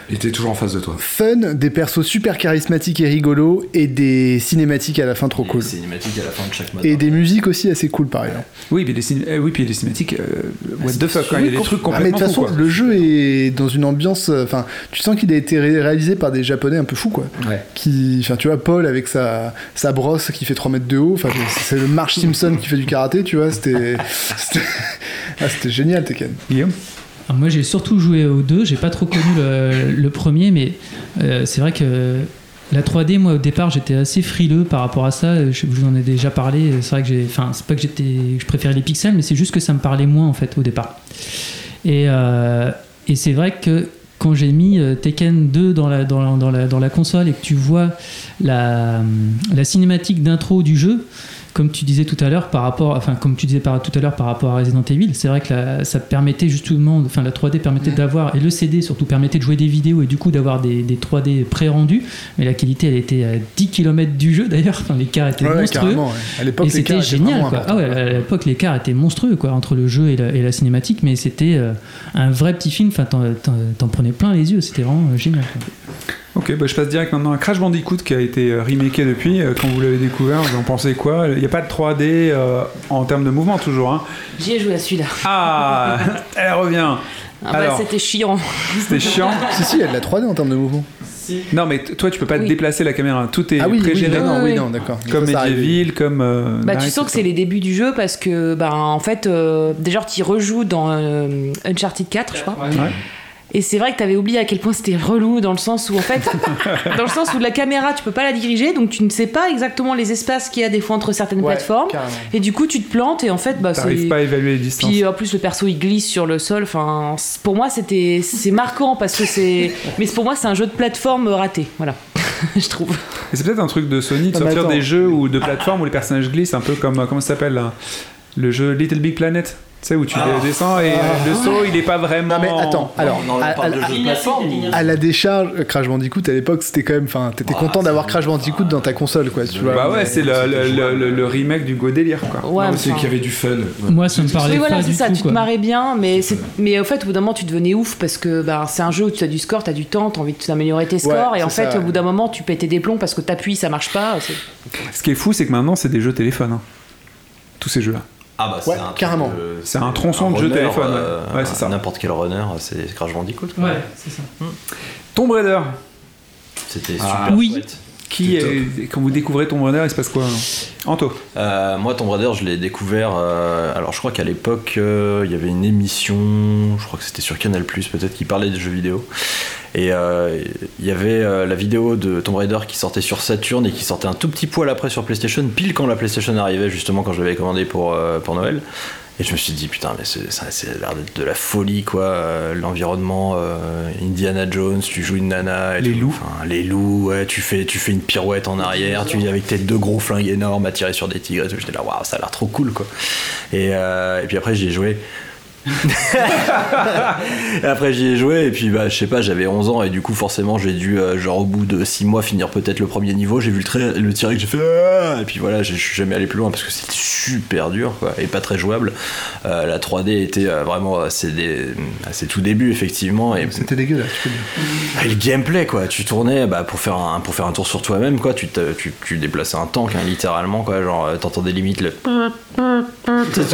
F: Il était toujours en face de toi.
C: Fun, des persos super charismatiques et rigolos et des cinématiques à la fin trop cool.
B: Cinématique à la fin de chaque match.
C: Et des musiques aussi assez cool par ailleurs.
D: Oui, puis les, ciné- eh oui, puis les cinématiques, euh,
B: Ah,
D: what the fuck, quoi, il y a des trucs
C: Ah, mais de
D: complètement
C: toute
D: fous,
C: façon,
D: quoi.
C: le jeu est dans une ambiance. euh, Enfin, tu sens qu'il a été ré- réalisé par des Japonais un peu fous, quoi. Qui, enfin, tu vois, Paul avec sa, sa brosse qui fait 3 mètres de haut. Enfin, c'est le Marge Simpson qui fait du karaté, tu vois. C'était, c'était, ah, c'était génial, Tekken.
D: Guillaume.
E: Alors moi j'ai surtout joué aux deux, j'ai pas trop connu le, le premier, mais euh, c'est vrai que la 3D, moi au départ j'étais assez frileux par rapport à ça, je, je vous en ai déjà parlé, c'est vrai que j'ai. Enfin, c'est pas que j'étais, je préférais les pixels, mais c'est juste que ça me parlait moins en fait au départ. Et, euh, et c'est vrai que quand j'ai mis euh, Tekken 2 dans la, dans, la, dans, la, dans la console et que tu vois la, hum, la cinématique d'intro du jeu, comme tu disais tout à l'heure par rapport, enfin comme tu disais par- tout à l'heure par rapport à Resident Evil, c'est vrai que la- ça permettait justement, enfin la 3D permettait d'avoir et le CD surtout permettait de jouer des vidéos et du coup d'avoir des, des 3D pré-rendus. Mais la qualité, elle était à 10 km du jeu d'ailleurs. Enfin l'écart était
C: Ouais, ouais,
E: monstrueux.
C: carrément, ouais. À l'époque,
E: Et
C: l'écart
E: c'était
C: était
E: génial.
C: vraiment
E: Quoi.
C: important.
E: Ah ouais, à l'époque l'écart était monstrueux quoi entre le jeu et la, et la cinématique, mais c'était euh, un vrai petit film. Enfin t'en- t'en t'en prenais plein les yeux, c'était vraiment euh, génial. quoi.
D: Ok, bah, je passe direct maintenant à Crash Bandicoot qui a été euh, remaké depuis. Euh, Quand vous l'avez découvert, vous en pensez quoi Il n'y a pas de 3D euh, en termes de mouvement toujours. Hein.
I: J'y ai joué à celui-là.
D: Ah, [LAUGHS] elle revient.
I: Ah bah,
D: Alors,
I: c'était chiant. [LAUGHS]
D: c'était chiant.
C: Si, si, il y a de la 3D en termes de mouvement.
D: Non, mais t- toi, tu peux pas te
I: Oui.
D: déplacer la caméra. hein. Tout est
C: Ah oui, oui,
D: pré-généré.
C: non, non, oui, non, d'accord.
D: Comme
C: Ça, ça arrive.
D: Medieval, comme. euh,
I: Bah,
D: Knight,
I: tu sens que c'est les débuts du jeu parce que, bah, en fait, euh, déjà, tu y rejoues dans euh, Uncharted 4, je crois.
D: Ouais.
I: Et c'est vrai que t'avais oublié à quel point c'était relou dans le sens où
D: [LAUGHS]
I: en fait, dans le sens où la caméra tu peux pas la diriger donc tu ne sais pas exactement les espaces qu'il y a des fois entre certaines plateformes
D: carrément.
I: et du coup tu te plantes et en fait bah
D: T'arrives
I: c'est
D: pas à évaluer les distances.
I: puis en plus le perso il glisse sur le sol enfin c- pour moi c'était c'est marquant parce que c'est mais c'est- pour moi c'est un jeu de plateforme raté voilà je trouve
D: Et c'est peut-être un truc de Sony de
I: Non, mais
D: sortir
I: attends.
D: des jeux ou de plateformes où les personnages glissent, un peu comme euh, comment ça s'appelle là le jeu Little Big Planet. Tu sais où tu descends et euh,
C: Ah.
D: le saut il est pas vraiment.
C: mais attends, alors,
D: on
C: à,
D: parle
C: à-
D: de jeu de
C: à-
D: plateforme ou-
C: à la décharge, euh, Crash Bandicoot à l'époque, c'était quand même, enfin, t'étais content d'avoir Crash Bandicoot dans ta console, quoi, tu vois.
D: Bah ouais, c'est le, le- le- le- le remake du Go Délire quoi.
I: Ouais, Non, mais c'est enfin. qu'il y
F: avait du fun.
E: Moi ça me parlait
I: Oui,
E: pas
I: voilà, c'est
E: du
I: ça,
E: tout.
I: tu
E: quoi.
I: te marrais bien, mais, c'est- mais en fait, au bout d'un moment, tu devenais ouf parce que bah, c'est un jeu où tu as du score, tu as du temps, tu as envie de d'améliorer tes scores, et en
D: c'est
I: fait,
D: ça,
I: au bout d'un moment, tu pétais des plombs parce que t'appuies, ça marche pas. c'est-
D: Ce qui est fou, c'est que maintenant c'est des jeux téléphone. hein. Tous ces jeux là.
B: Ah bah, c'est un
C: carrément.
D: C'est un tronçon de jeu
B: runner,
D: téléphone, ouais.
B: euh,
D: Ouais, c'est ça.
B: N'importe quel runner, c'est Crash Bandicoot. quoi.
E: Ouais, c'est ça.
D: Tomb Raider.
B: C'était
D: Ah.
B: super.
E: Oui.
B: chouette.
G: Qui est- quand vous découvrez Tomb Raider, il se passe quoi alors Anto
B: Euh, moi, Tomb Raider, je l'ai découvert. euh, alors, je crois qu'à l'époque, euh, il y avait une émission, je crois que c'était sur Canal, peut-être, qui parlait de jeux vidéo. Et euh, il y avait euh, la vidéo de Tomb Raider qui sortait sur Saturn et qui sortait un tout petit poil après sur PlayStation, pile quand la PlayStation arrivait, justement, quand je l'avais commandé pour, euh, pour Noël. Et je me suis dit, putain, mais c'est, ça- c'est l'air d'être de la folie, quoi. euh, l'environnement, euh, Indiana Jones, tu joues une nana. Et les loups. les loups, ouais, tu fais, tu fais une pirouette en arrière, tu avec tes deux gros flingues énormes à tirer sur des tigres. et tout. J'étais là, waouh, ça a l'air trop cool, quoi. Et, euh, et puis après, j'y ai joué. Et après j'y ai joué et puis bah je sais pas j'avais 11 ans et du coup forcément j'ai dû euh, genre au bout de 6 mois finir peut-être le premier niveau j'ai vu le, trait- le tiré que j'ai fait Ah et puis voilà j'ai- je suis jamais allé plus loin parce que c'était super dur quoi, et pas très jouable Euh, la 3D était euh, vraiment à ses, dé- à ses tout débuts effectivement et Ah,
C: C'était dégueulasse, tu peux le dire.
B: et le gameplay quoi, tu tournais bah, pour, faire un, pour faire un tour sur toi-même quoi, tu, te- tu, tu déplaçais un tank hein, littéralement quoi, genre euh, t'entendais limite le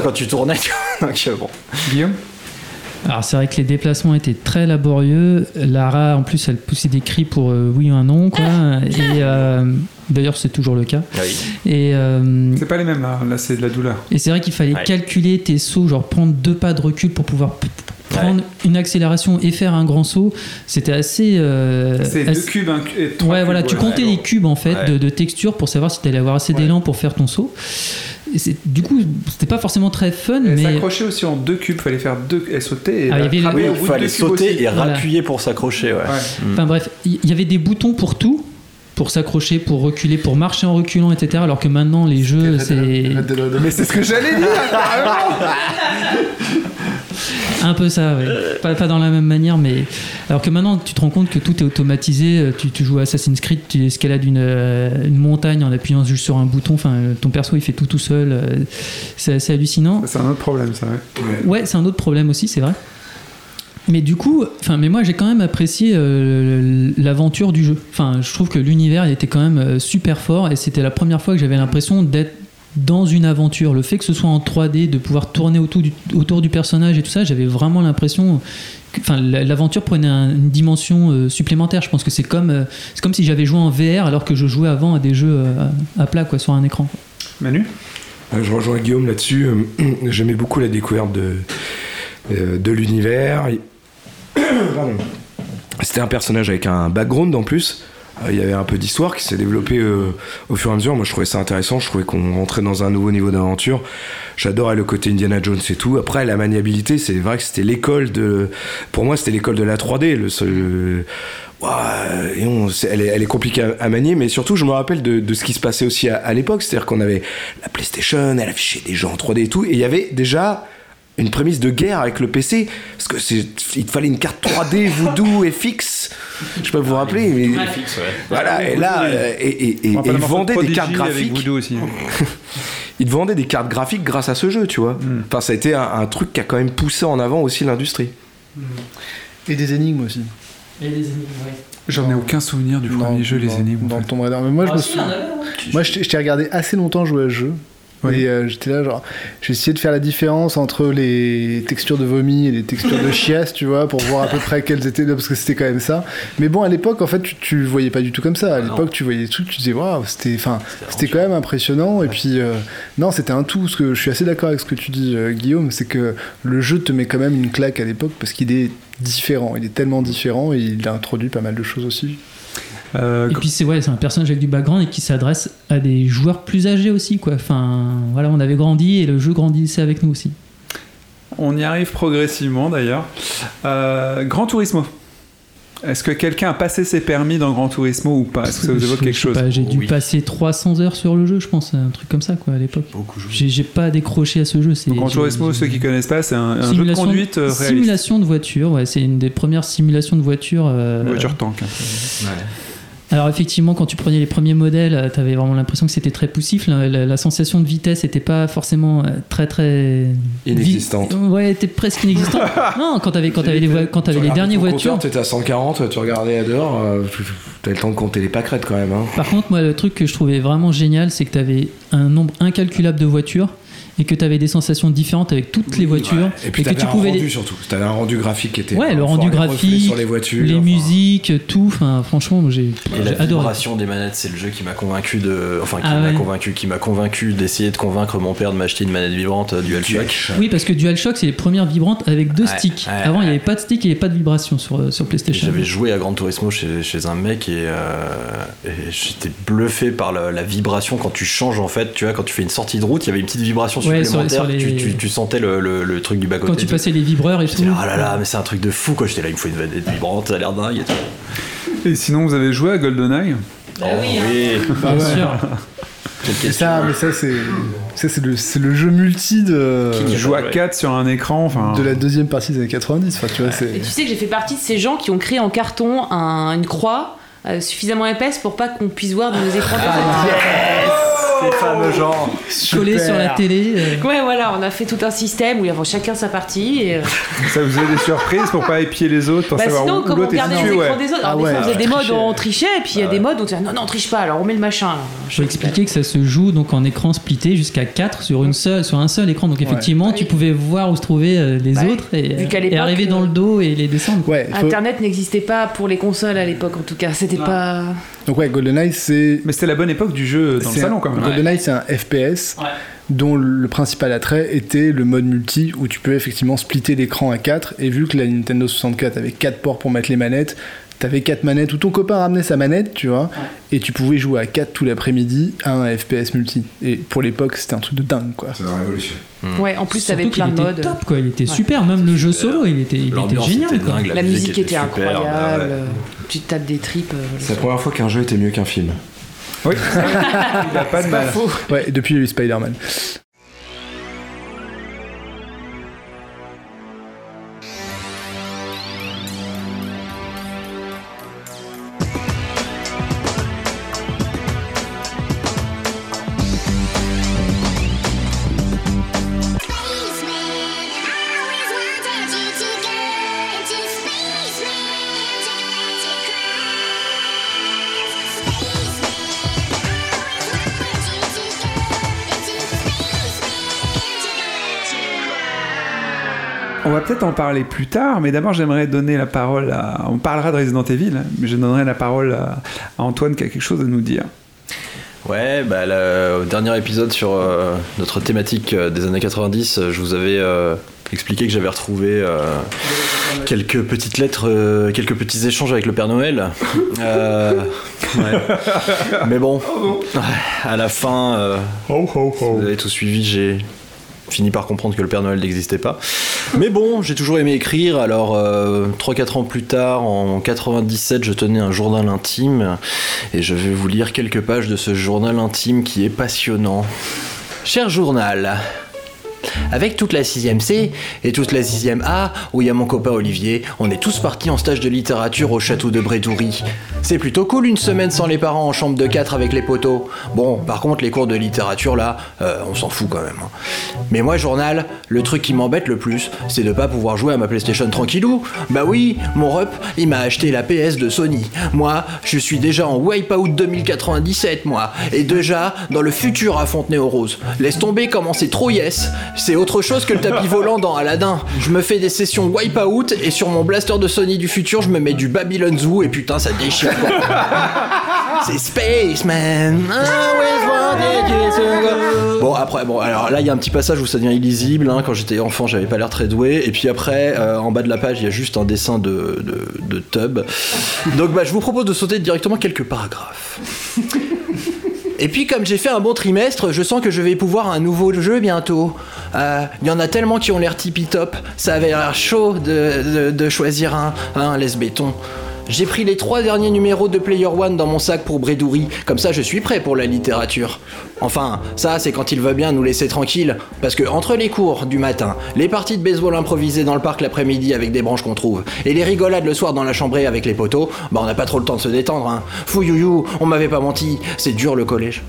B: quand tu tournais tu vois, [LAUGHS] donc, euh, bon.
G: Guillaume
E: Alors c'est vrai que les déplacements étaient très laborieux. Lara en plus elle poussait des cris pour euh, oui ou un non quoi. Et euh, d'ailleurs c'est toujours le cas. Et euh,
G: C'est pas les mêmes là, là c'est de la douleur.
E: et c'est vrai qu'il fallait
G: Ouais.
E: calculer tes sauts, genre prendre deux pas de recul pour pouvoir p- p- prendre une accélération et faire un grand saut. C'était assez. euh,
G: C'est deux
E: assez-
G: cubes un cu- et trois
E: Ouais,
G: cubes,
E: voilà, tu comptais les cubes en fait
G: Ouais.
E: de, de texture pour savoir si t'allais avoir assez d'élan pour faire ton saut. Et c'est- du coup, c'était pas forcément très fun,
G: Elle
E: mais.
G: s'accrochait aussi en deux cubes, fallait faire deux, elle sautait et
E: Ah, il y avait le-
G: rattraper
E: Oui,
G: au bout de
E: fallait
G: deux cubes
E: sauter
G: aussi. Mm.
E: et Voilà.
B: appuyer pour s'accrocher ouais. Mm.
E: Enfin bref, il y, y avait des boutons pour tout, pour s'accrocher, pour reculer, pour marcher en reculant, etc. Alors que maintenant, les jeux, c'est.
G: Mais c'est ce que j'allais dire
E: [LAUGHS] Un peu ça, ouais. Pas, pas dans la même manière, mais. Alors que maintenant, tu te rends compte que tout est automatisé. euh, Tu, tu joues à Assassin's Creed, tu escalades une, euh, une montagne en appuyant juste sur un bouton. Enfin, euh, ton perso, il fait tout tout seul. euh, C'est assez hallucinant.
G: C'est un autre problème ça, ouais.
E: Ouais, c'est un autre problème aussi, c'est vrai. Mais du coup, enfin, mais moi j'ai quand même apprécié euh, l'aventure du jeu. Enfin, je trouve que l'univers il était quand même euh, super fort et c'était la première fois que j'avais l'impression d'être dans une aventure. Le fait que ce soit en 3D, de pouvoir tourner autour du, autour du personnage et tout ça, j'avais vraiment l'impression. que- Enfin, la- l'aventure prenait un- une dimension euh, supplémentaire. Je pense que c'est comme, euh, c'est comme si j'avais joué en VR alors que je jouais avant à des jeux euh, à plat, quoi, sur un écran.
G: Manu
F: Euh, Je rejoins Guillaume là-dessus. Euh, [CLEARS THROAT] J'aimais beaucoup la découverte de, euh, de l'univers. [COUGHS] Il- Pardon. C'était un personnage avec un background en plus. Euh, Il y avait un peu d'histoire qui s'est développée euh, au fur et à mesure. Moi, je trouvais ça intéressant. Je trouvais qu'on rentrait dans un nouveau niveau d'aventure. J'adorais le côté Indiana Jones et tout. Après, la maniabilité, c'est vrai que c'était l'école de. Pour moi, c'était l'école de la 3D. Le seul- Ouah, et on- c'est- elle, est, elle est compliquée à, à manier, mais surtout, je me rappelle de, de ce qui se passait aussi à, à l'époque. C'est-à-dire qu'on avait la PlayStation, elle affichait des jeux en 3D et tout. Et il y avait déjà une prémisse de guerre avec le PC, parce que c'est, il te fallait une carte 3D voodoo et fixe. Je sais pas vous vous rappelez, mais voilà. Et là, euh, et, et, et-
D: On
F: et
D: rappelle
F: ils
D: l'enfant
F: vendaient des
D: prodigie
F: cartes
D: avec
F: graphiques.
D: Voodoo aussi. hein.
F: [LAUGHS] ils te vendaient des cartes graphiques grâce à ce jeu, tu vois.
D: Hmm.
F: Enfin, ça a été un, un truc qui a quand même poussé en avant aussi l'industrie.
C: Et des énigmes aussi.
E: Et les énigmes,
G: J'en ai aucun souvenir du premier jeu, les énigmes.
C: Dans Tomb Raider. Mais moi,
E: Ah,
C: je me
E: si, il y en
C: souviens.
E: avait, ouais.
C: Moi, je t'ai- je t'ai regardé assez longtemps jouer à ce jeu. Et euh, j'étais là, genre, j'ai essayé de faire la différence entre les textures de vomi et les textures de chiasse, tu vois, pour voir à peu près quelles étaient, parce que c'était quand même ça. Mais bon, à l'époque, en fait, tu, tu voyais pas du tout comme ça.
E: Ah
C: À l'époque, tu voyais des trucs, tu disais, waouh, c'était, enfin, c'était quand même impressionnant. Et puis, euh, non, c'était un tout. Ce que je suis assez d'accord avec ce que tu dis, euh, Guillaume, c'est que le jeu te met quand même une claque à l'époque parce qu'il est différent. Il est tellement différent et il a introduit pas mal de choses aussi. Euh,
E: Et puis c'est ouais, c'est un personnage avec du background et qui s'adresse à des joueurs plus âgés aussi quoi. Enfin voilà, on avait grandi et le jeu grandissait avec nous aussi.
G: On y arrive progressivement d'ailleurs. Euh, Grand Turismo. Est-ce que quelqu'un a passé ses permis dans Grand Turismo ou pas Est-ce que ça vous évoque
E: Je-
G: quelque
E: je sais
G: chose
E: pas, J'ai dû passer 300 heures sur le jeu, je pense, un truc comme ça quoi à l'époque. J'ai j'ai pas décroché à ce jeu. c'est-
G: Donc Grand
E: j'ai-
G: Turismo,
E: j'ai-
G: ceux qui connaissent pas, c'est un, un jeu de
E: simulation
G: conduite euh, réaliste.
E: simulation de voiture, ouais, c'est une des premières simulations de voiture. euh,
G: Voiture tank. hein.
E: Alors effectivement, quand tu prenais les premiers modèles, euh, t'avais vraiment l'impression que c'était très poussif. La, la- la sensation de vitesse n'était pas forcément euh, très très
F: Inexistante.
E: Vi- Ouais, était presque inexistante. non, quand t'avais quand t'avais les voi- quand t'avais
F: Ah,
E: les dernières voitures.
F: Tu étais à 140, tu regardais à dehors, euh, t'avais le temps de compter les pâquerettes quand même. hein.
E: Par contre, moi, le truc que je trouvais vraiment génial, c'est que t'avais un nombre incalculable de voitures. et que tu avais des sensations différentes avec toutes les voitures
F: Et puis
E: que
F: t'avais
E: tu
F: un
E: pouvais
F: rendu surtout. T'avais un rendu graphique qui était.
E: Ouais, le
F: fort,
E: rendu
F: les reflets
E: graphique,
F: Sur les voitures.
E: les
F: enfin,
E: musiques, tout. Enfin, franchement, moi, j'ai
B: Et la
E: j'ai adoré.
B: vibration des manettes, c'est le jeu qui m'a convaincu de, enfin qui
E: Ah
B: m'a
E: ouais.
B: convaincu, qui m'a convaincu d'essayer de convaincre mon père de m'acheter une manette vibrante euh, DualShock.
E: Oui, parce que DualShock, c'est les premières vibrantes avec deux
B: Ouais,
E: sticks.
B: ouais,
E: Avant, il n'y avait pas de stick et il n'y avait pas de vibration sur, euh, sur
B: Et
E: PlayStation.
B: J'avais joué à Gran Turismo chez, chez un mec et, euh, et j'étais bluffé par la, la vibration quand tu changes en fait. Tu vois, quand tu fais une sortie de route, il y avait une petite vibration
E: Ouais, sur les-
B: supplémentaire.
E: sur
B: tu,
E: les-
B: tu- tu sentais le, le- le truc du bas côté.
E: Quand tu passais les vibreurs et tout.
B: Ah là là, mais c'est un truc de fou quoi. J'étais là, il me faut une manette vibrante, ça a l'air dingue. Et tout.
D: Et sinon, vous avez joué à GoldenEye
B: Oh oui,
C: Ah ouais.
G: [LAUGHS]
D: [LAUGHS]
C: Et ça, mais ça, c'est ça, c'est le, c'est le jeu multi de,
D: Qui joue à 4 sur un écran, enfin.
C: de la deuxième partie des années 90. Enfin, tu vois, c'est.
I: Et tu sais que j'ai fait partie de ces gens qui ont créé en carton un- une croix euh, suffisamment épaisse pour pas qu'on puisse voir dans nos écrans.
B: Oh.
J: Ces fameux gens.
E: Collé sur la télé. euh.
I: Ouais, voilà, on a fait tout un système où il y avait chacun sa partie. Et, euh,
D: Ça vous faisait des surprises pour pas épier les autres, pour
I: bah
D: savoir
I: sinon,
D: où- où
I: comme on
D: l'autre est
I: regardait les
D: situé,
I: écrans
D: ouais. Ah,
I: des
C: Ah
I: autres, alors des fois, on faisait des modes où on trichait, et puis il y a des modes où on disait non, non, on triche pas, alors on met le machin. alors.
E: Je vais expliquer que ça se joue donc en écran splitté jusqu'à 4 sur, une seule, sur un seul écran. Donc effectivement, tu pouvais voir où se trouvaient euh, les
I: Bah oui.
E: autres et,
I: Vu
E: euh,
I: qu'à
E: et
I: l'époque,
E: arriver dans le dos et les descendre.
C: Ouais, faut-
I: Internet n'existait pas pour les consoles à l'époque, en tout cas. C'était pas.
C: Donc, ouais, GoldenEye, c'est.
D: Mais c'était la bonne époque du jeu dans le
C: c'est
D: salon
C: un-
D: quand même.
C: GoldenEye, c'est un FPS dont le principal attrait était le mode multi où tu peux effectivement splitter l'écran à 4 et vu que la Nintendo 64 avait 4 ports pour mettre les manettes, t'avais 4 manettes ou ton copain ramenait sa manette, tu vois, et tu pouvais jouer à 4 tout l'après-midi à un FPS multi. Et pour l'époque, c'était un truc de dingue quoi.
F: C'est la révolution.
B: Mm.
I: Ouais, en plus, ça
E: Surtout
I: avait plein
E: qu'il
I: de
E: était
I: modes.
E: Top quoi, il était
I: Ouais.
E: super. Même le
D: Euh,
E: jeu solo, il était, il était
B: L'ambiance
E: génial.
B: était
E: quoi. [LAUGHS]
B: dingue, la
I: La musique était
B: superbe,
I: incroyable, euh,
B: ouais.
I: tu te tapes des tripes. euh,
F: C'est la première fois qu'un jeu était mieux qu'un film.
I: [LAUGHS]
D: Oui. Il a pas de mal.
C: Ouais, et depuis il y a eu Spider-Man.
D: On va peut-être en parler plus tard, mais d'abord j'aimerais donner la parole à. On parlera de Resident Evil, hein, mais je donnerai la parole à, à Antoine qui a quelque chose à nous dire.
B: Ouais, bah, le- au dernier épisode sur euh, notre thématique euh, des années 90, euh, je vous avais euh, expliqué que j'avais retrouvé euh, quelques petites lettres, euh, quelques petits échanges avec le
J: [LAUGHS]
B: Père Noël. Euh, ouais. Mais bon,
J: Ah
B: à la fin, euh, vous avez tout suivi, j'ai fini par comprendre que le Père Noël n'existait pas. Mais bon, j'ai toujours aimé écrire, alors euh, 3-4 ans plus tard, en 97, je tenais un journal intime, et je vais vous lire quelques pages de ce journal intime qui est passionnant. Cher journal, avec toute la 6ème C et toute la 6ème A, où il y a mon copain Olivier, on est tous partis en stage de littérature au château de Brédoury. C'est plutôt cool une semaine sans les parents en chambre de 4 avec les poteaux. Bon, par contre, les cours de littérature là, euh, on s'en fout quand même. hein. Mais moi, journal, le truc qui m'embête le plus, c'est de pas pouvoir jouer à ma PlayStation tranquillou. Bah oui, mon rep, il m'a acheté la PS de Sony. Moi, je suis déjà en Wipeout 2097, moi. Et déjà dans le futur à Fontenay-aux-Roses. Laisse tomber comment c'est trop yes. C'est autre chose que le tapis volant dans Aladdin. Je me fais des sessions Wipeout et sur mon blaster de Sony du futur, je me mets du Babylon Zoo et putain, ça déchire. c'est Ah Spaceman. Bon après bon alors là il y a un petit passage où ça devient illisible hein. quand j'étais enfant j'avais pas l'air très doué et puis après euh, en bas de la page il y a juste un dessin de, de, de tub donc bah je vous propose de sauter directement quelques paragraphes [LAUGHS] et puis comme j'ai fait un bon trimestre, je sens que je vais pouvoir un nouveau jeu bientôt. Euh, Il y en a tellement qui ont l'air tipi-top, ça avait l'air chaud de, de- de choisir un, un laisse-béton. J'ai pris les trois derniers numéros de Player One dans mon sac pour Brédoury, comme ça je suis prêt pour la littérature. Enfin, ça c'est quand il veut bien nous laisser tranquille, parce que entre les cours du matin, les parties de baseball improvisées dans le parc l'après-midi avec des branches qu'on trouve, et les rigolades le soir dans la chambrée avec les poteaux, bah on n'a pas trop le temps de se détendre. Hein. Fou youyou, on m'avait pas menti, c'est dur le collège.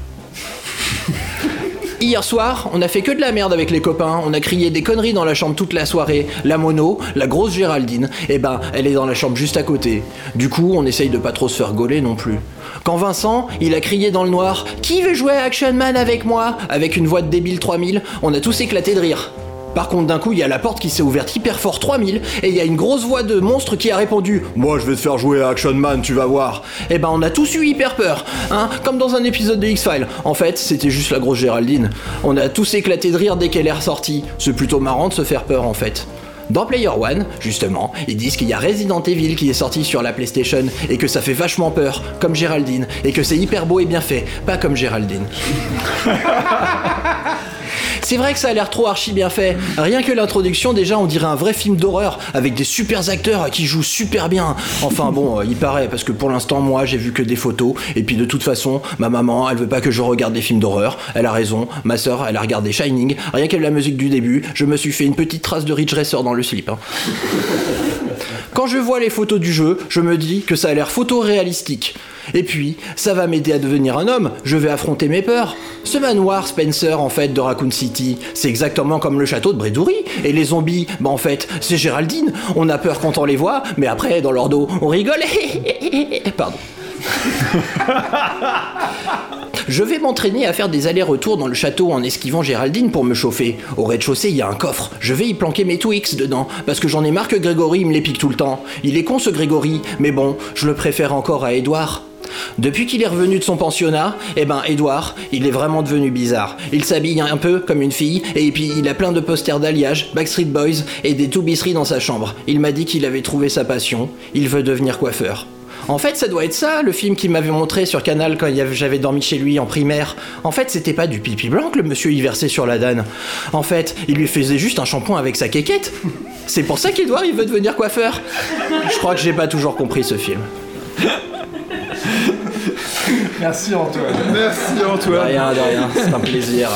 L: Hier soir, on a fait que de la merde avec les copains, on a crié des conneries dans la chambre toute la soirée. La mono, la grosse Géraldine, eh ben, elle est dans la chambre juste à côté. Du coup, on essaye de pas trop se faire gauler non plus. Quand Vincent, il a crié dans le noir Qui veut jouer à Action Man avec moi avec une voix de débile 3000, on a tous éclaté de rire. Par contre, d'un coup, il y a la porte qui s'est ouverte hyper fort 3000 et il y a une grosse voix de monstre qui a répondu Moi, je vais te faire jouer à Action Man, tu vas voir. Et ben, on a tous eu hyper peur, hein, comme dans un épisode de X-Files. En fait, c'était juste la grosse Géraldine. On a tous éclaté de rire dès qu'elle est ressortie. C'est plutôt marrant de se faire peur en fait. Dans Player One, justement, ils disent qu'il y a Resident Evil qui est sorti sur la PlayStation et que ça fait vachement peur, comme Géraldine, et que c'est hyper beau et bien fait, pas comme Géraldine. C'est vrai que ça a l'air trop archi bien fait. Rien que l'introduction, déjà, on dirait un vrai film d'horreur avec des super acteurs qui jouent super bien. Enfin bon, euh, il paraît parce que pour l'instant, moi, j'ai vu que des photos. Et puis de toute façon, ma maman, elle veut pas que je regarde des films d'horreur. Elle a raison. Ma sœur, elle a regardé Shining. Rien que la musique du début, je me suis fait une petite trace de Ridge Racer dans le slip. hein. Quand je vois les photos du jeu, je me dis que ça a l'air photoréalistique. Et puis, ça va m'aider à devenir un homme, je vais affronter mes peurs. Ce manoir Spencer, en fait, de Raccoon City, c'est exactement comme le château de Bredoury. Et les zombies, bah en fait, c'est Géraldine. On a peur quand on les voit, mais après, dans leur dos, on rigole. [LAUGHS] Pardon. Je vais m'entraîner à faire des allers-retours dans le château en esquivant Géraldine pour me chauffer. Au rez-de-chaussée, il y a un coffre. Je vais y planquer mes Twix dedans, parce que j'en ai marre que Grégory me les pique tout le temps. Il est con ce Grégory, mais bon, je le préfère encore à Edouard. Depuis qu'il est revenu de son pensionnat, eh ben Edouard, il est vraiment devenu bizarre. Il s'habille un peu comme une fille, et puis il a plein de posters d'alliage, Backstreet Boys et des toubisseries dans sa chambre. Il m'a dit qu'il avait trouvé sa passion, il veut devenir coiffeur. En fait, ça doit être ça, le film qu'il m'avait montré sur Canal quand il y avait- j'avais dormi chez lui en primaire. En fait, c'était pas du pipi blanc que le monsieur y versait sur la danne. En fait, il lui faisait juste un shampoing avec sa quéquette. C'est pour ça qu'Edouard, il veut devenir coiffeur. Je crois que j'ai pas toujours compris ce film.
D: Merci Antoine. Merci Antoine.
L: De rien, de rien, c'est un plaisir.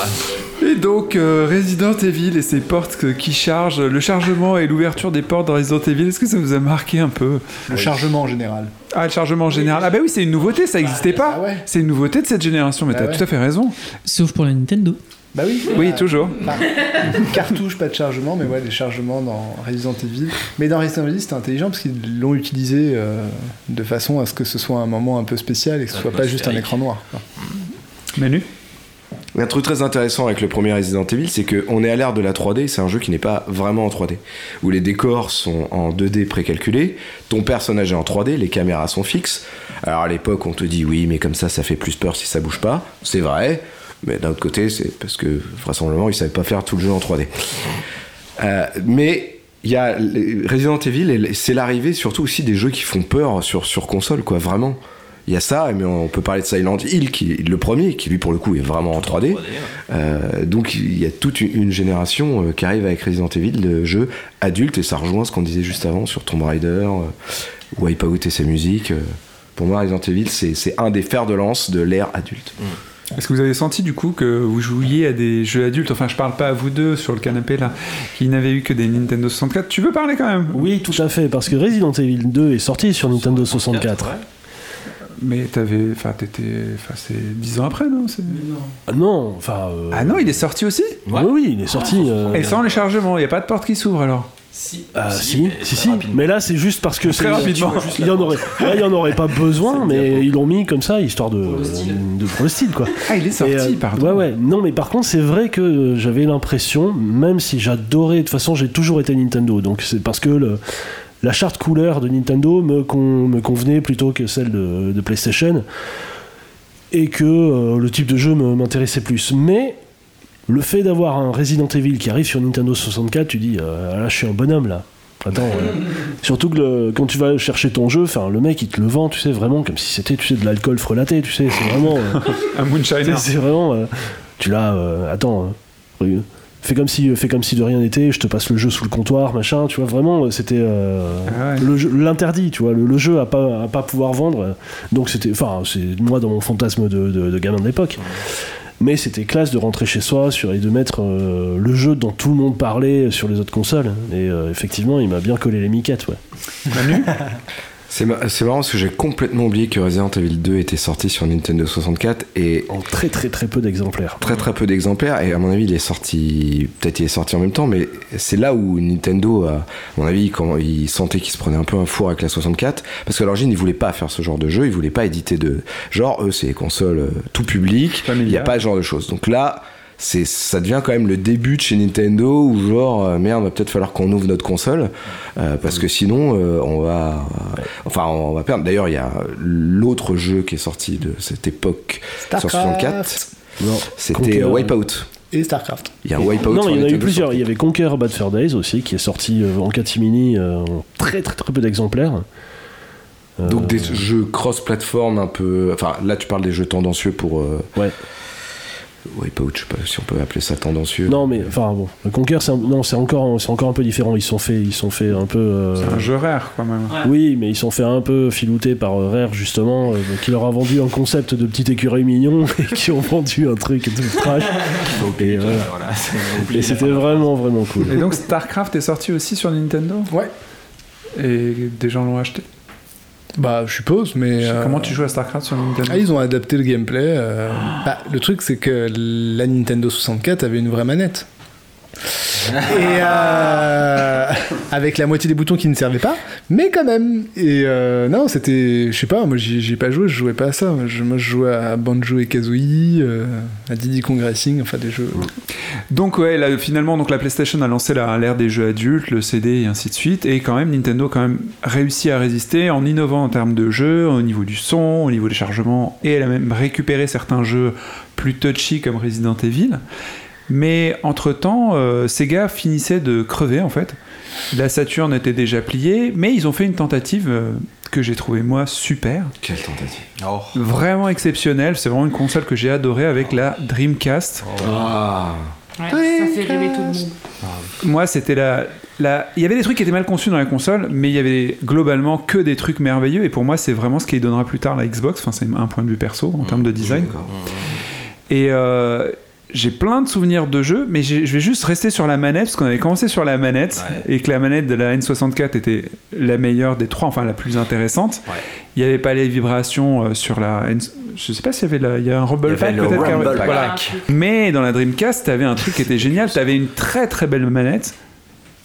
D: Et donc, euh, Resident Evil et ses portes que- qui chargent, le chargement et l'ouverture des portes dans Resident Evil, est-ce que ça vous a marqué un peu
C: Le chargement en général.
D: Ah, le chargement en général. Ah, bah oui, c'est une nouveauté, ça n'existait pas. C'est une nouveauté de cette génération, mais
C: Bah
D: t'as
C: ouais.
D: tout à fait raison.
E: Sauf pour la Nintendo.
C: Bah oui.
D: Oui,
C: Bah,
D: toujours.
C: bah, cartouche, pas de chargement, mais ouais, des chargements dans Resident Evil. Mais dans Resident Evil, c'était intelligent parce qu'ils l'ont utilisé euh, de façon à ce que ce soit un moment un peu spécial et que ce soit pas juste un écran noir. quoi.
D: Manu
F: Un truc très intéressant avec le premier Resident Evil, c'est qu'on est à l'ère de la 3D, c'est un jeu qui n'est pas vraiment en 3D, où les décors sont en 2D précalculés, ton personnage est en 3D, les caméras sont fixes. Alors à l'époque, on te dit oui, mais comme ça, ça fait plus peur si ça bouge pas. C'est vrai, mais d'un autre côté, c'est parce que vraisemblablement, ils savaient pas faire tout le jeu en 3D. Euh, mais il y a les- Resident Evil, et les- c'est l'arrivée surtout aussi des jeux qui font peur sur, sur console, quoi, vraiment. Il y a ça, mais on peut parler de Silent Hill, qui est le premier, qui lui pour le coup est vraiment en 3D. Euh, donc il y a toute une, une génération euh, qui arrive avec Resident Evil de jeux adultes, et ça rejoint ce qu'on disait juste avant sur Tomb Raider, euh, Wipeout et ses musiques. euh. Pour moi, Resident Evil, c'est c'est un des fers de lance de l'ère adulte.
H: Mm.
D: Est-ce que vous avez senti du coup que vous jouiez à des jeux adultes Enfin, je parle pas à vous deux sur le canapé là, qui n'avaient eu que des Nintendo 64. Tu veux parler quand même
H: Oui, tout à fait, parce que Resident Evil 2 est sorti sur Nintendo 64.
D: Mais t'avais. Enfin, t'étais. Enfin, c'est 10 ans après, non C'est-
H: Ah non, enfin. euh,
D: Ah non, il est sorti aussi
H: Oui, oui, il est sorti. euh,
D: Et sans les chargements, il n'y a pas de porte qui s'ouvre alors
H: Ah si, si, si. Mais là, c'est juste parce que
D: Très
H: c'est-
D: rapidement.
H: Il y en aurait, là, il y en aurait pas besoin, mais ils l'ont mis comme ça, histoire de, de pour le style, quoi.
D: Ah, il est sorti,
H: pardon. Ouais, ouais. Non, mais par contre, c'est vrai que euh, j'avais l'impression, même si j'adorais, de toute façon, j'ai toujours été Nintendo, donc c'est parce que le- la charte couleur de Nintendo me, con- me convenait plutôt que celle de, de PlayStation et que euh, le type de jeu me- m'intéressait plus. Mais le fait d'avoir un Resident Evil qui arrive sur Nintendo 64, tu dis euh, là je suis un bonhomme là. Attends, euh,
D: [LAUGHS]
H: surtout que le- quand tu vas chercher ton jeu, enfin le mec il te le vend, tu sais vraiment comme si c'était tu sais de l'alcool frelaté, tu sais, c'est vraiment euh,
D: [LAUGHS] un moonshiner.
H: C'est vraiment euh, tu l'as euh, attends euh, fais comme si fais comme si de rien n'était, je te passe le jeu sous le comptoir, machin, tu vois vraiment euh, c'était euh,
D: Ah
H: le jeu- l'interdit, tu vois, le, le jeu à pas à pas pouvoir vendre. euh, Donc c'était enfin c'est moi dans mon fantasme de, de- de gamin de l'époque. Mais c'était classe de rentrer chez soi sur, et de mettre euh, le jeu dont tout le monde parlait sur les autres consoles. Et euh, effectivement, il m'a bien collé les miquettes, ouais.
F: C'est ma- c'est marrant parce que j'ai complètement oublié que Resident Evil 2 était sorti sur Nintendo 64 et.
H: En très très très peu d'exemplaires.
F: Très très peu d'exemplaires et à mon avis il est sorti. Peut-être il est sorti en même temps, mais c'est là où Nintendo, a- à mon avis, quand il sentait qu'il se prenait un peu un four avec la 64, parce qu'à l'origine ils voulaient pas faire ce genre de jeu, ils voulaient pas éditer de. Genre eux c'est les consoles euh, tout public, il n'y a pas ce genre de choses. Donc là. c'est- ça devient quand même le début de chez Nintendo où genre euh, merde va peut-être falloir qu'on ouvre notre console euh, parce que sinon euh, on va enfin on va perdre d'ailleurs il y a l'autre jeu qui est sorti de cette époque sur
C: Starcraft.
F: 64 c'était
H: Conquer.
F: euh, Wipeout
C: Et StarCraft.
F: il y a un Wipeout
H: Non,
F: sur
H: il y en a eu
F: Nintendo
H: plusieurs. Il y avait Conquer Bad Fur Days aussi, qui est sorti euh, en catimini euh, en très très très peu d'exemplaires. Euh,
F: donc des jeux cross-platform un peu enfin là tu parles des jeux tendancieux pour euh, Wipeout je sais pas si on peut appeler ça tendancieux
H: Non, mais enfin bon, le Conquer, c'est un- non, c'est encore, c'est encore un peu différent. Ils sont fait, ils sont fait un peu. euh,
D: C'est un jeu rare quand même.
H: Oui, mais ils sont fait un peu filouter par euh, Rare justement, euh, qui leur a vendu un concept de petit écureuil mignon [LAUGHS] et qui ont vendu un truc tout trash. et voilà. Et c'était vraiment vraiment cool.
D: Et donc StarCraft est sorti aussi sur Nintendo
C: Ouais.
D: Et des gens l'ont acheté
C: Bah, je suppose, mais. euh,
D: Comment tu joues à StarCraft sur Nintendo
C: Ah, ils ont adapté le gameplay. euh, bah, le truc, c'est que la Nintendo 64 avait une vraie manette. Et euh, avec la moitié des boutons qui ne servaient pas, mais quand même. Et euh, non, c'était, je sais pas, moi j'y j'y ai pas joué, je jouais pas à ça. Moi, je, moi, je jouais à Banjo et Kazooie, euh, à Diddy Kong Racing, enfin des jeux.
D: Donc ouais, là, finalement, donc la PlayStation a lancé la- l'ère des jeux adultes, le CD et ainsi de suite, et quand même Nintendo a quand même réussi à résister en innovant en termes de jeux, au niveau du son, au niveau des chargements, et elle a même récupéré certains jeux plus touchy comme Resident Evil. Mais entre-temps, euh, Sega finissait de crever en fait. La Saturn était déjà pliée, mais ils ont fait une tentative euh, que j'ai trouvée moi super.
F: quelle tentative
D: Ah, Vraiment exceptionnelle, c'est vraiment une console que j'ai adorée avec la Dreamcast.
I: Ouais, ça fait rêver tout le monde.
D: Moi, c'était la, la- Il y avait des trucs qui étaient mal conçus dans la console, mais il y avait globalement que des trucs merveilleux. Et pour moi, c'est vraiment ce qui donnera plus tard la Xbox. Enfin, c'est un point de vue perso en termes de design. Et euh, j'ai plein de souvenirs de jeux, mais j'ai- je vais juste rester sur la manette parce qu'on avait commencé sur la manette et que la manette de la N64 était la meilleure des trois, enfin la plus intéressante. Il n'y avait pas les vibrations euh, sur la. N... Je sais pas s'il y avait la... il y a un
J: Il
D: Rumble
J: y avait
D: Pack
J: le
D: peut-être. qui
J: Rumble
D: arrivait. Voilà.
J: Pack.
D: Mais dans la Dreamcast, t'avais un truc qui était génial. T'avais une très très belle manette.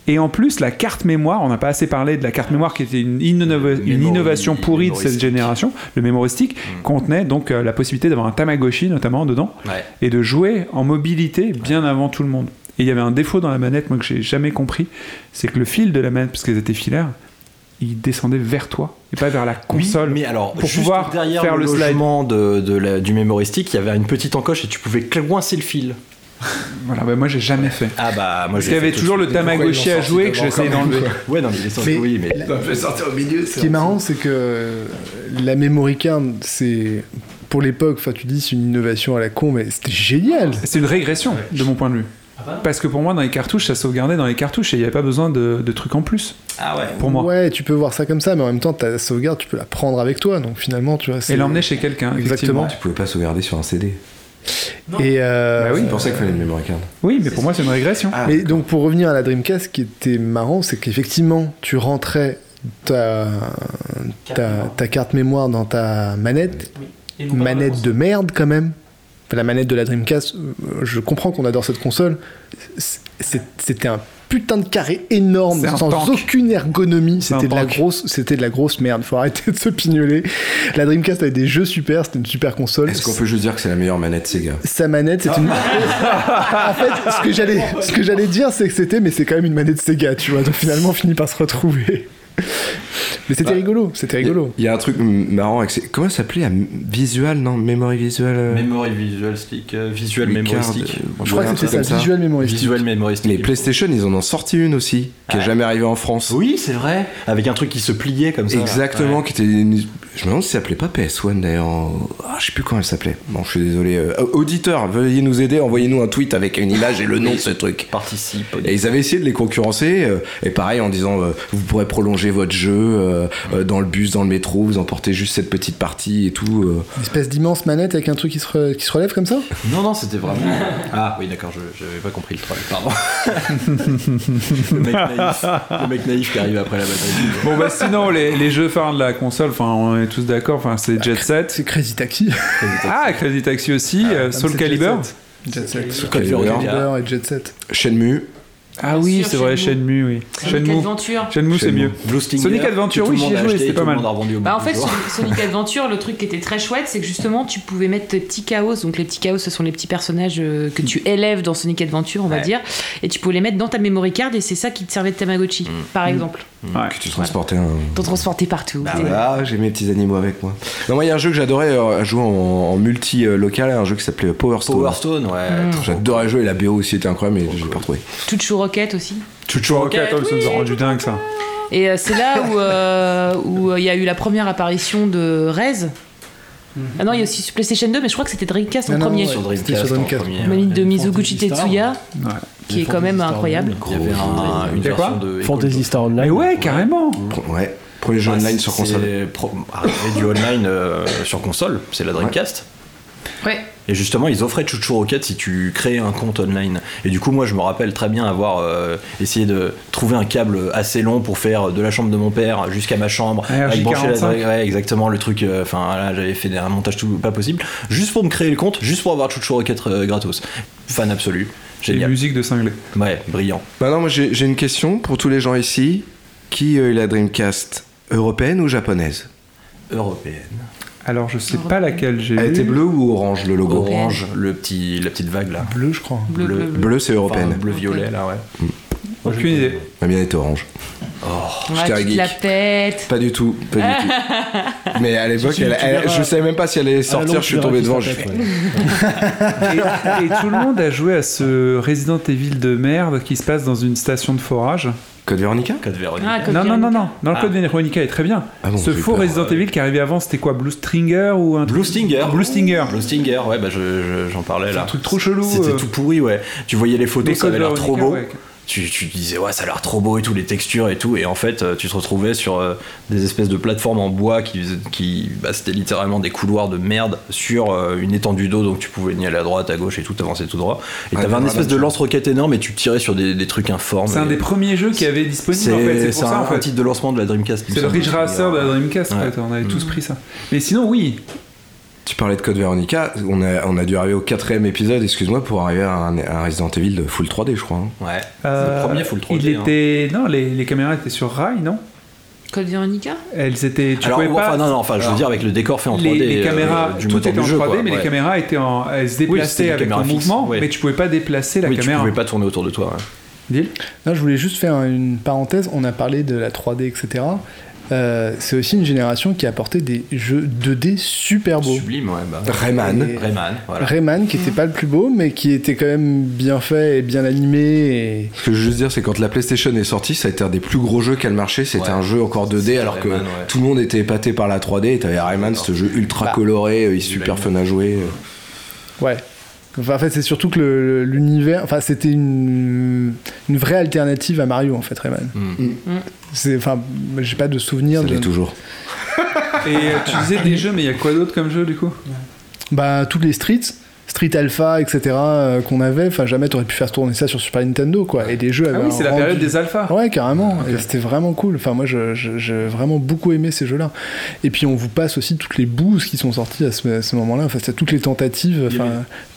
D: Et en plus, la carte mémoire, on n'a pas assez parlé de la carte mémoire qui était une, innova- une innovation pourrie de cette génération, le mémoristique, contenait donc euh, la possibilité d'avoir un Tamagotchi notamment dedans
G: [LAUGHS]
J: Ouais.
D: et de jouer en mobilité bien avant tout le monde. Et il y avait un défaut dans la manette, moi que j'ai jamais compris, c'est que le fil de la manette, parce qu'elles étaient filaires, il descendait vers toi et pas vers la console. mais alors, pour
J: Juste
D: pouvoir
J: derrière
D: faire
J: le,
D: le, slide.
J: logement de, de la- du mémoristique, il y avait une petite encoche et tu pouvais coincer le fil.
D: Voilà, bah, moi j'ai jamais fait.
J: Ah bah moi
D: Parce
J: j'ai
D: qu'il y avait
J: fait
D: toujours
J: tout de
D: le
J: suite. Mais pourquoi
D: Tamagotchi
J: ils l'ont
D: à
J: sorti
D: jouer que
J: d'abord
D: j'essayais
J: quand même,
D: d'enlever.
J: quoi Ouais non mais il est sorti
C: Mais-
J: oui mais
F: sortir au milieu
C: Ce qui est marrant, c'est que la memory card, c'est pour l'époque, enfin tu dis c'est une innovation à la con, mais c'était génial.
D: C'est une régression de mon point de vue. Parce que pour moi, dans les cartouches, ça sauvegardait dans les cartouches et il n'y avait pas besoin de, de trucs en plus.
J: Ah ouais.
D: Pour moi.
C: Ouais, tu peux voir ça comme ça, mais en même temps, ta sauvegarde, tu peux la prendre avec toi, donc finalement, tu vois. c'est-
D: Et l'emmener chez quelqu'un.
C: Exactement.
D: effectivement.
F: tu pouvais pas sauvegarder sur un CD
C: Et euh,
D: Bah oui.
F: c'est pour ça qu'il fallait une memory card
D: Oui, mais pour moi, c'est une régression.
C: Mais donc pour revenir à la Dreamcast, ce qui était marrant, c'est qu'effectivement, tu rentrais ta, ta, ta carte mémoire dans ta manette, manette de merde quand même. Enfin, La manette de la Dreamcast, euh, je comprends qu'on adore cette console. C'est- c'est- C'était un putain de carré énorme,
D: C'est un
C: sans
D: tank.
C: aucune ergonomie.
D: C'est un
C: C'était de la
D: tank.
C: grosse, c'était de la grosse merde. Faut arrêter de se pignoler. La Dreamcast avait des jeux super, c'était une super console.
F: est-ce qu'on peut juste dire que c'est la meilleure manette Sega
C: Sa manette, c'est une. en fait, ce que
G: [LAUGHS]
C: j'allais, ce que j'allais dire, c'est que c'était, mais c'est quand même une manette Sega, tu vois. Donc finalement, on finit par se retrouver. Mais c'était rigolo, c'était rigolo.
F: Bah, il y a un truc m- marrant avec ces- comment ça s'appelait la m- visual non memory visual euh,
J: Memory visual stick, euh, visual
F: Memory
J: mémoristique.
F: card, euh, Je crois que c'était ça, visual
C: mémoristique.
J: Visual mémoristique.
F: les PlayStation ils en ont sorti une aussi qui est jamais arrivée en France
J: Oui, c'est vrai. Avec un truc qui se pliait comme ça.
F: Exactement,
J: Ouais.
F: qui était une- Je me demande si ça s'appelait pas PS1 d'ailleurs. Ah, je sais plus comment elle s'appelait. Bon, je suis désolé. Euh, auditeurs, veuillez nous aider, envoyez-nous un tweet avec une image et le nom de ce truc.
B: Participe.
F: Et ils avaient essayé de les concurrencer, euh, et pareil en disant euh, vous pourrez prolonger votre jeu euh, euh, dans le bus, dans le métro, vous emportez juste cette petite partie et tout. euh.
C: Une espèce d'immense manette avec un truc qui se, re- qui se relève comme ça
B: Non, non, c'était vraiment. Ah oui, d'accord, je j'avais pas compris le troll,
J: [LAUGHS]
B: pardon. le, mec naïf, le mec naïf qui arrive après la bataille.
D: Bon bah sinon les, les jeux phares de la console, enfin on est tous d'accord, enfin c'est
F: Ah,
D: Jet Set. C'est
C: Crazy Taxi. ah,
D: Ah Crazy Taxi aussi, euh, Soul
C: c'est Jet
D: Calibur.
C: Set. Jet Set.
F: Soul Calibur.
C: Calibur et Jet Set.
F: Shenmue.
D: Ah oui, c'est vrai, Shenmue, oui.
I: Sonic
D: Shenmue.
I: Adventure.
D: Shenmue, c'est
F: Shenmue.
D: mieux.
F: Blue Stinger,
D: Sonic
F: que
D: Adventure,
F: tout
D: oui,
F: le
D: j'y ai
F: monde a
D: joué,
F: acheté,
D: c'était pas
F: tout le
D: mal.
F: monde a revendu
I: Bah en fait, sur
B: [LAUGHS]
I: Sonic Adventure, le truc qui était très chouette, c'est que justement, tu pouvais mettre tes petits chaos. Donc les petits chaos, ce sont les petits personnages euh, que tu élèves dans Sonic Adventure, on va
F: Ouais.
I: dire. Et tu pouvais les mettre dans ta memory card et c'est ça qui te servait de Tamagotchi,
B: Mm.
C: Mm.
I: par exemple.
F: Que tu transportais un.
I: T'en transportais partout.
F: Bah
I: T'es-
F: voilà, j'ai mes petits animaux avec moi. Non, moi, il y a un jeu que j'adorais euh, à jouer en, en multi euh, local, un jeu qui s'appelait Power Stone.
B: Power Stone, ouais.
I: Mm.
F: J'adorais jouer, la BO aussi était incroyable, mais je l'ai pas retrouvé.
I: Tuchu Rocket aussi.
D: Chuchu Rocket, oh, ça nous a rendu dingue ça.
I: Et euh, c'est là où euh, où, euh, il y a eu la première apparition de Rez. Ah non, il y a aussi sur PlayStation 2, mais je crois que c'était Dreamcast en
C: Ah non,
I: premier.
C: ouais, Sur Dreamcast,
D: hein.
C: c'était sur Dreamcast. en premier, ouais.
I: Manip de Mizuguchi
C: Fantasy Star.
I: Tetsuya,
D: Ouais.
I: qui est quand même incroyable.
B: Il y avait un- Ah, une version de
H: Fantasy Star Online.
D: Mais ouais, carrément.
F: Ouais. Premier jeu
B: Bah,
F: online sur
B: c'est
F: console.
B: pro- arrivé du online euh, sur console, c'est la Dreamcast.
I: Ouais.
B: Et justement, ils offraient Chuchu Rocket si tu créais un compte online. Et du coup, moi, je me rappelle très bien avoir euh, essayé de trouver un câble assez long pour faire de la chambre de mon père jusqu'à ma chambre.
D: Ah,
B: avec brancher la-
D: RJ45.
B: ouais, exactement, le truc. euh, Enfin, là, j'avais fait des- un montage tout pas possible. Juste pour me créer le compte, juste pour avoir Chuchu Rocket euh, gratos. Fan absolu. Génial.
D: musique de cinglé.
B: Ouais, brillant.
F: Maintenant, Bah moi, j'ai j'ai une question pour tous les gens ici. Qui euh, est la Dreamcast Européenne ou japonaise
B: Européenne.
D: Alors je sais pas laquelle j'ai.
F: Elle était bleue ou orange le logo
B: Orange, le petit, la petite vague là.
C: Bleu, je crois.
I: Bleu, bleu, bleu.
F: Bleu, c'est européenne.
B: Enfin, bleu violet là, ouais. Oh.
D: Aucune idée.
F: La mienne était orange.
I: Ouais,
F: J'étais un
I: tu Ah. te
F: geek.
I: la pètes.
F: Pas du tout, pas du tout.
I: [LAUGHS]
F: Mais à l'époque,
I: Tu- tu-
F: elle-
I: tu
F: elle-
I: verras-
F: je savais même pas si elle allait sortir,
D: longue,
F: je
D: tu
F: suis
D: verras
F: tombé
D: qui
F: devant.
D: ça
F: j'ai
D: pète,
F: fait-
D: et, et tout le monde a joué à ce Resident Evil de merde qui se passe dans une station de forage.
F: Code Veronica
B: Code Veronica.
I: Ah, Code
D: non, non, non,
I: Veronica.
D: non, non, le Code Veronica est très bien.
F: Ah bon,
D: ce
F: j'ai eu
D: faux
F: peur,
D: Resident Evil qui arrivait avant, c'était quoi Blue Stringer ou un truc
B: Blue Stinger.
D: Blue Stinger.
B: Blue Stinger, ouais, bah je- je- j'en parlais là.
D: Un truc trop chelou.
B: C'était
D: euh.
B: tout pourri, ouais. Tu voyais les photos,
D: Les
B: ça avait
D: codes
B: l'air trop
D: Veronica,
B: beau.
D: ouais.
B: Tu, tu te disais, ouais, ça a l'air trop beau et tout, les textures et tout. Et en fait, euh, tu te retrouvais sur euh, des espèces de plateformes en bois qui, faisaient- qui bah, c'était littéralement des couloirs de merde sur euh, une étendue d'eau. Donc tu pouvais ni aller à droite, à gauche et tout, avancer tout droit. Et
F: Ah,
B: t'avais un
F: voilà,
B: espèce de
F: donc,
B: lance-roquette énorme et tu tirais sur des, des trucs informes.
D: C'est un
B: Et
D: des premiers jeux qui avait disponible en fait.
B: C'est
D: C'est
B: c'est
D: pour ça
B: un,
D: en
B: un
D: fait.
B: titre de lancement de la Dreamcast. il me
D: C'est le
B: semble.
D: Ridge Racer de la Dreamcast en
B: Ouais. Mm.
D: fait. On avait tous pris ça. Mais sinon, oui.
F: Tu parlais de Code Veronica, on a, on a dû arriver au quatrième épisode, excuse-moi, pour arriver à un, à un Resident Evil de full 3D, je crois. hein.
B: Ouais.
D: Euh,
B: le premier full 3D.
D: Il
B: hein.
D: était. Non, les, les caméras étaient sur rail, non
I: Code Veronica
D: Elles étaient. Tu
B: Alors,
D: pouvais pas.
B: enfin, non, non, enfin, je veux
D: Alors,
B: dire, avec le décor fait en 3D.
D: les, les
B: euh,
D: caméras,
B: du
D: tout
B: moteur
D: était en
B: du jeu,
D: 3D,
B: quoi,
D: mais
B: ouais.
D: les caméras étaient en, elles se
B: Oui, c'était
D: déplaçaient
B: des
D: avec
B: caméras
D: le
B: fixes,
D: mouvement,
B: ouais.
D: mais tu pouvais pas déplacer la
B: Oui, tu
D: caméra.
B: pouvais pas tourner autour de toi. hein. ouais.
D: Deal
C: Là, je voulais juste faire une parenthèse. On a parlé de la 3D, etc. Euh, c'est aussi une génération qui a apporté des jeux 2D super beaux.
B: Sublime, ouais. Bah.
F: Ah Rayman.
C: Et-
B: Rayman, voilà.
C: Rayman, qui n'était pas le plus beau, mais qui était quand même bien fait et bien animé. Et...
F: Ce que je veux juste dire, c'est quand la PlayStation est sortie, ça a été un des plus gros jeux qu'elle marché. C'était
B: Ouais.
F: un jeu encore 2D, alors que
B: Rayman, ouais. Bah,
F: tout le monde était épaté par la 3D. Et t'avais Rayman, ce jeu ultra coloré, euh, super fun à jouer. euh.
C: Ouais. Enfin, en fait, c'est surtout que le- l'univers. Enfin, c'était une, une vraie alternative à Mario, en fait, Rayman.
D: Hmm.
I: Hmm.
C: C'est, enfin, j'ai pas de souvenir.
F: Ça
C: de...
F: l'est toujours.
D: Et euh, tu disais des jeux, mais il y a quoi d'autre comme jeu du coup
C: Bah, toutes les streets. Street Alpha, etc., euh, qu'on avait, enfin jamais t'aurais pu faire tourner ça sur Super Nintendo, quoi. Et les jeux
D: Ah
C: avaient
D: oui,
C: un
D: c'est la
C: rendu-
D: période des alphas.
C: Ouais,
I: Ah,
C: carrément. Et c'était vraiment cool. Enfin, moi, je- je- j'ai vraiment beaucoup aimé ces jeux-là. Et puis, on vous passe aussi toutes les bouses qui sont sorties à ce, à ce moment-là. Enfin, c'est toutes les tentatives, enfin,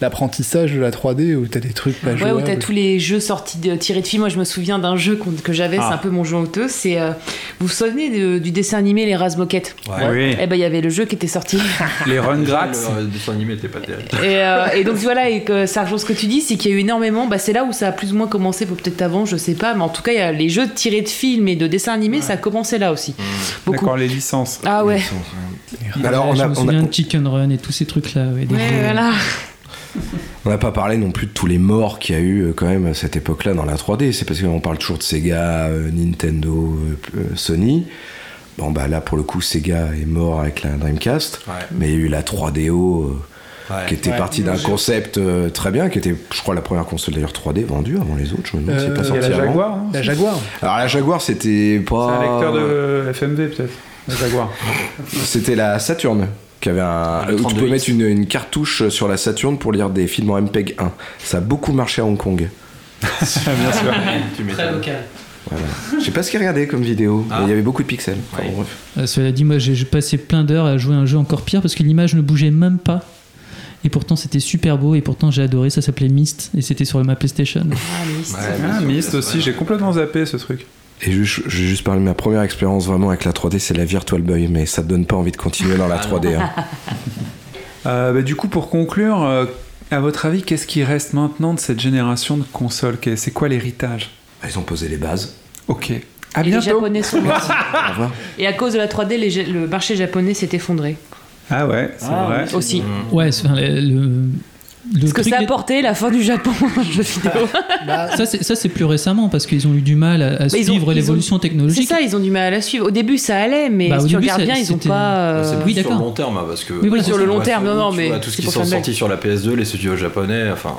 C: l'apprentissage de la 3D où t'as des trucs pas
I: Ouais,
C: jouables.
I: où t'as tous les jeux sortis de, tirés de films. Moi, je me souviens d'un jeu qu'on- que j'avais,
D: Ah.
I: c'est un peu mon jeu honteux. C'est, euh, vous vous souvenez de- du dessin animé Les Razmoquettes
B: Ouais.
D: Oui.
I: Eh ben, il y avait le jeu qui était sorti.
D: Les Run Grats.
B: Le dessin animé était pas terrible.
I: et, euh, et donc voilà, et que ça rejoint ce que tu dis, c'est qu'il y a eu énormément. Bah, c'est là où ça a plus ou moins commencé, faut peut-être avant, je sais pas, mais en tout cas, il y a les jeux tirés de films et de dessins animés, ça a commencé là aussi. Beaucoup.
D: D'accord, les licences.
I: Ah ouais.
F: Alors, on
E: je
F: a-
E: me
F: on a-
E: souviens de Chicken Run et tous ces trucs-là. ouais, des
I: Ouais,
E: jeux-
I: voilà.
F: On n'a pas parlé non plus de tous les morts qu'il y a eu euh, quand même à cette époque-là dans la 3D. C'est parce qu'on parle toujours de Sega, euh, Nintendo, euh, p- euh, Sony. Bon, bah là, pour le coup, Sega est mort avec la Dreamcast, mais il y a eu la 3DO. euh,
B: Ouais.
F: qui était
B: Ouais.
F: partie d'un concept euh, très bien, qui était, je crois, la première console d'ailleurs 3D vendue avant les autres. Je me demande si elle est pas
D: Euh, il y a
F: sortie
D: la
F: avant.
D: Jaguar, hein. La Jaguar.
F: Alors la Jaguar, c'était
D: C'est
F: pas.
D: un lecteur
B: Euh.
D: de FMV peut-être. Le Jaguar.
F: C'était la Saturn qui avait un.
D: le
F: où tu
D: 32X.
F: peux mettre une, une cartouche sur la Saturn pour lire des films en MPEG 1. Ça a beaucoup marché à Hong Kong.
D: Bien sûr.
B: Tu
E: Très vocal.
F: Voilà. Je sais pas ce qu'il regardait comme vidéo, mais il y avait beaucoup de pixels. Enfin, bon, bref.
E: Euh, cela dit, moi j'ai j'ai passé plein d'heures à jouer à un jeu encore pire parce que l'image ne bougeait même pas. Et pourtant c'était super beau et pourtant j'ai adoré, ça s'appelait Myst et c'était sur ma PlayStation.
D: Ah, Myst aussi, j'ai complètement zappé ce truc.
F: Et je, je vais juste parler de ma première expérience vraiment avec la 3D, c'est la Virtual Boy, mais ça te donne pas envie de continuer dans la
D: Ah,
F: 3D. hein.
D: [LAUGHS] Euh, bah, du coup, pour conclure, euh, à votre avis, qu'est-ce qui reste maintenant de cette génération de consoles Qu'est- C'est quoi l'héritage
F: Bah, Ils ont posé les bases.
D: Ok. À
I: Et les
D: bientôt.
I: Japonais sont morts.
F: Au revoir.
I: Et à cause de la 3D, les Ja- le marché japonais s'est effondré.
D: Ah ouais, c'est
I: Ah,
D: vrai.
I: oui, aussi.
E: Ouais, c'est- enfin, le- le- le
I: Ce que
E: truc
I: ça a
E: des-
I: apporté la fin du Japon [LAUGHS] en jeu vidéo.
E: Ça, c'est- ça, c'est plus récemment parce qu'ils ont eu du mal à, à
I: Mais ils ont-
E: suivre
I: ils
E: l'évolution
I: ont- C'est
E: technologique.
I: ça, ils ont du mal à la suivre. Au début, ça allait, mais
E: Bah, au
I: si tu
E: début,
I: regardes
E: ça-
I: bien, ils ont
E: c'était-
I: pas. euh,
B: Ah, C'est plus sur le long terme, hein, parce que.
I: Oui, voilà, Sur le
B: tu
I: long
B: vois,
I: terme,
B: ce-
I: non, non,
B: tu
I: mais
B: vois, Tout ce
I: c'est
B: qui
I: pour
B: sont
I: faire le
B: sortis
I: mec.
B: sur la PS2, les studios japonais, enfin.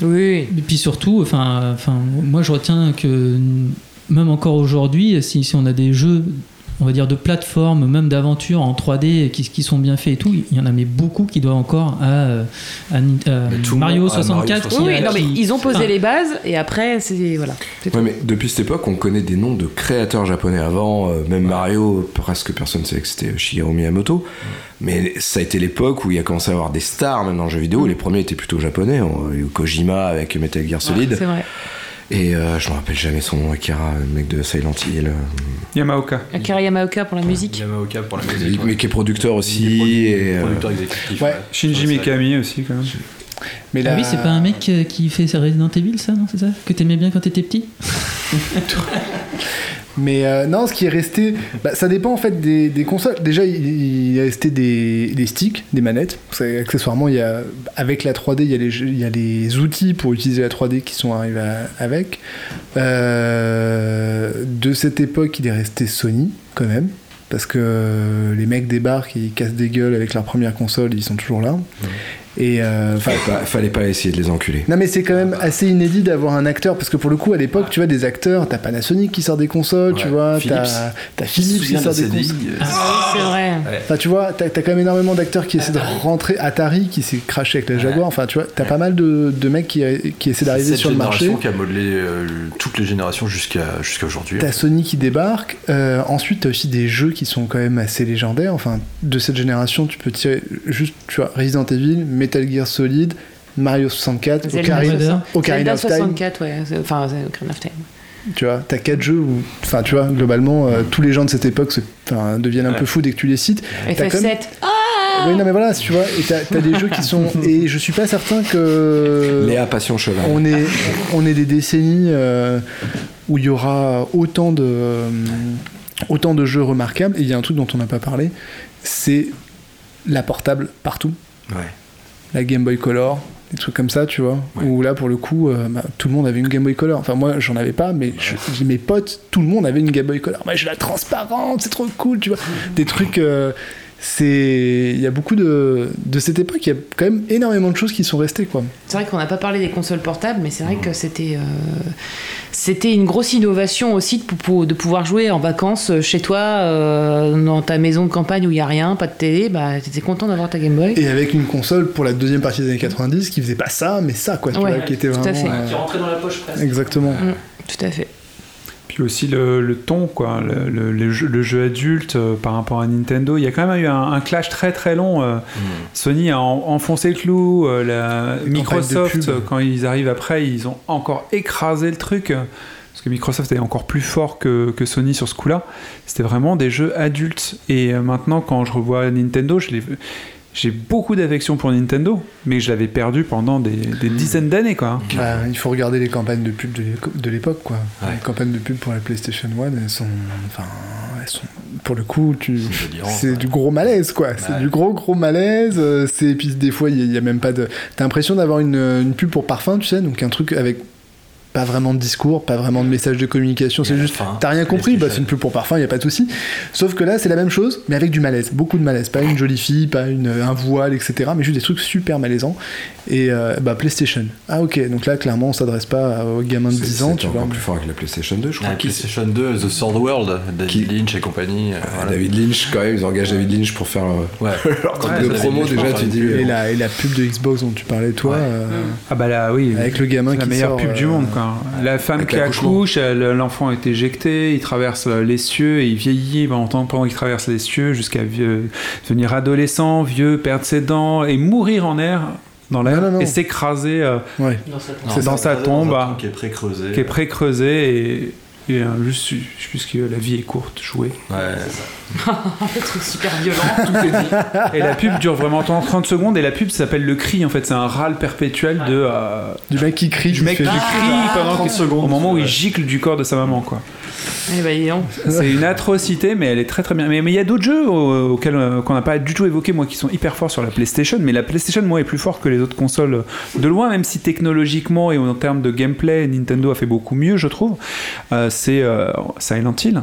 I: Oui.
E: Et puis surtout, enfin, enfin, moi je retiens que même encore aujourd'hui, si, si on a des jeux, on va dire de plateforme, même d'aventure en 3D qui, qui sont bien faits et tout, il y en a mais beaucoup qui doivent encore à, euh, à Ni- à
F: tout le
E: Mario Ah.
F: monde- à
E: 64.
F: Mario
E: qui-
I: Oui, oui, non, mais
E: qui-
I: ils ont posé
E: Enfin,
I: les bases et après, c'est. Voilà. C'est
F: Ouais, mais depuis cette époque, on connaît des noms de créateurs japonais avant, euh, même Mario, presque personne ne savait que c'était Shigeru Miyamoto. Mais ça a été l'époque où il y a commencé à avoir des stars même dans le jeu vidéo. Les premiers étaient plutôt japonais. On a eu Kojima avec Metal Gear Solid.
I: C'est vrai.
F: Et euh, je me rappelle jamais son nom, Akira, le mec de Silent Hill. euh,
D: Yamaoka.
I: Akira Yamaoka pour la musique.
B: Yamaoka pour la
F: mais- mais qui est producteur aussi. et, euh,
B: Producteur exécutif.
D: Ouais. Shinji Mikami aussi, quand même.
C: Mais
E: Ah oui, c'est pas un mec euh, qui fait Resident Evil, ça, non C'est ça Que t'aimais bien quand t'étais petit
C: Mais euh, non, ce qui est resté, bah, ça dépend en fait des, des consoles. Déjà, il, il est resté des, des sticks, des manettes. C'est- Accessoirement, il y a, avec la 3D, il y, a les, jeux- il y a les outils pour utiliser la 3D qui sont arrivés à- avec. Euh, de cette époque, il est resté Sony quand même. Parce que euh, les mecs débarquent, ils cassent des gueules avec leur première console, ils sont toujours là. Et euh, enfin,
F: fallait, pas, fallait pas essayer de les enculer.
C: non mais c'est quand même assez inédit d'avoir un acteur parce que pour le coup à l'époque tu vois des acteurs t'as Panasonic qui sort des consoles tu vois t'as
B: Philips.
F: Bah,
C: t'as Philips qui sort des consoles
F: euh,
E: Ah
I: Ah, C'est vrai.
C: Enfin, tu vois t'as t'as quand même énormément d'acteurs qui essaient de rentrer Atari qui s'est craché avec la Jaguar enfin tu vois t'as pas mal de, de mecs qui, qui essaient
B: C'est
C: d'arriver
B: cette
C: sur le marché
B: génération qui a modelé euh, toutes les générations jusqu'à jusqu'à aujourd'hui.
C: T'as Sony qui débarque. euh, ensuite, t'as aussi des jeux qui sont quand même assez légendaires. Enfin, de cette génération, tu peux tirer juste, tu vois, Resident Evil, Metal Gear Solid, Mario 64,
I: Zelda
C: Ocarina,
I: 60
C: Ocarina
I: Zelda
C: of Time.
I: 64, ouais. c'est- Enfin, c'est Ocarina of Time.
C: Tu vois, t'as quatre jeux où, enfin, tu vois, globalement, euh, tous les gens de cette époque se- enfin, deviennent un peu fous dès que tu les cites. T'as quand même-
I: FF7. Ah
C: Oui, non, mais voilà, tu vois, et t'as t'as des jeux qui sont. Et je suis pas certain que.
F: Léa Passion Cheval.
C: Euh, On est, on est des décennies euh, où il y aura autant de, euh, autant de jeux remarquables. Et il y a un truc dont on n'a pas parlé, c'est la portable partout. La Game Boy Color, des trucs comme ça, tu vois. Où là, pour le coup, euh, bah, tout le monde avait une Game Boy Color. Enfin, moi, j'en avais pas, mais je- j'ai mes potes, tout le monde avait une Game Boy Color. Moi, j'ai la transparente, c'est trop cool, tu vois. Des trucs. euh, c'est il y a beaucoup de de cette époque il y a quand même énormément de choses qui sont restées quoi
I: C'est vrai qu'on n'a pas parlé des consoles portables, mais c'est vrai que c'était euh, c'était une grosse innovation aussi de, pou- pou- de pouvoir jouer en vacances euh, chez toi, euh, dans ta maison de campagne où il n'y a rien, pas de télé. Bah, t'étais content d'avoir ta Game Boy.
C: Et avec une console pour la deuxième partie des années 90 qui faisait pas ça, mais ça, quoi, tu
I: Ouais,
C: vois, qui était
I: tout à
C: vraiment.
I: fait.
C: euh,
I: Qui rentrait dans la [LAUGHS] poche, presque.
C: Exactement.
I: Mm, tout à fait.
D: Puis aussi le, le ton, quoi, le, le- le jeu, le jeu adulte euh, par rapport à Nintendo. Il y a quand même eu un, un clash très très long. euh, Sony a en- enfoncé le clou. euh, la-
C: Les campagnes de
D: Microsoft,
C: pub.
D: euh, quand ils arrivent après, ils ont encore écrasé le truc. euh, Parce que Microsoft est encore plus fort que, que Sony sur ce coup-là. C'était vraiment des jeux adultes. Et euh, maintenant, quand je revois Nintendo, je les- J'ai beaucoup d'affection pour Nintendo, mais je l'avais perdu pendant des, des dizaines d'années, quoi.
C: Bah, il faut regarder les campagnes de pub de l'éco- de l'époque, quoi. Les campagnes de pub pour la PlayStation 1, elles sont. Enfin, elles sont. Pour le coup, tu... c'est du gros malaise, quoi. C'est du gros, gros malaise. euh, C'est... Puis des fois, il n'y a, même pas de. T'as l'impression d'avoir une, une pub pour parfum, tu sais, donc un truc avec. pas vraiment de discours, pas vraiment de message de communication, c'est juste t'as rien compris, bah c'est une pub pour parfum, y a pas de souci. Sauf que là c'est la même chose, mais avec du malaise, beaucoup de malaise, pas une jolie fille, pas une, un voile, etc. Mais juste des trucs super malaisants. Et euh, bah PlayStation. Ah ok, donc là clairement on s'adresse pas aux gamins de 10 ans,
F: C'est
C: tu
F: encore
C: vois.
F: plus fort avec la PlayStation 2, je crois.
B: La PlayStation 2, The Third World, David Lynch et compagnie. euh, voilà.
F: Ah, David Lynch, quand même, ils engagent David Lynch pour faire euh, [LAUGHS] leur truc de promo. Déjà, tu dis. euh,
C: Et la, et la pub de Xbox dont tu parlais, toi. euh,
D: Ah bah là, oui.
C: Avec le gamin
D: C'est la
C: qui
D: meilleure
C: sort,
D: pub du
C: euh,
D: monde, quoi. La femme
C: avec
D: qui
C: l'accouchement.
D: accouche, elle- l'enfant est éjecté, il traverse euh, les cieux et il vieillit pendant, pendant qu'il traverse les cieux jusqu'à vieux- devenir adolescent, vieux, perdre ses dents et mourir en air dans l'air
C: non.
D: et s'écraser euh,
H: Dans sa
D: c'est dans sa tombe
B: Dans un
D: ah,
B: truc qui est pré-creusé.
D: qui est pré-creusée et, et, euh, juste, je sais plus ce que la vie est courte, jouer.
I: Un truc super violent.
C: [LAUGHS]
D: Et la pub dure vraiment 30 secondes et la pub s'appelle le cri en fait, c'est un râle perpétuel de euh,
C: du mec qui crie,
D: du mec qui
I: fait-
D: crie
I: Ah,
D: pendant
I: 30
D: qu'il- au moment où il gicle du corps de sa maman quoi.
I: Eh ben, dis donc.
D: C'est une atrocité mais elle est très très bien. Mais mais il y a d'autres jeux au- auxquels euh, qu'on n'a pas du tout évoqué moi qui sont hyper forts sur la PlayStation, mais la PlayStation moi est plus forte que les autres consoles euh, de loin même si technologiquement et en termes de gameplay Nintendo a fait beaucoup mieux je trouve. Euh, c'est euh, Silent Hill.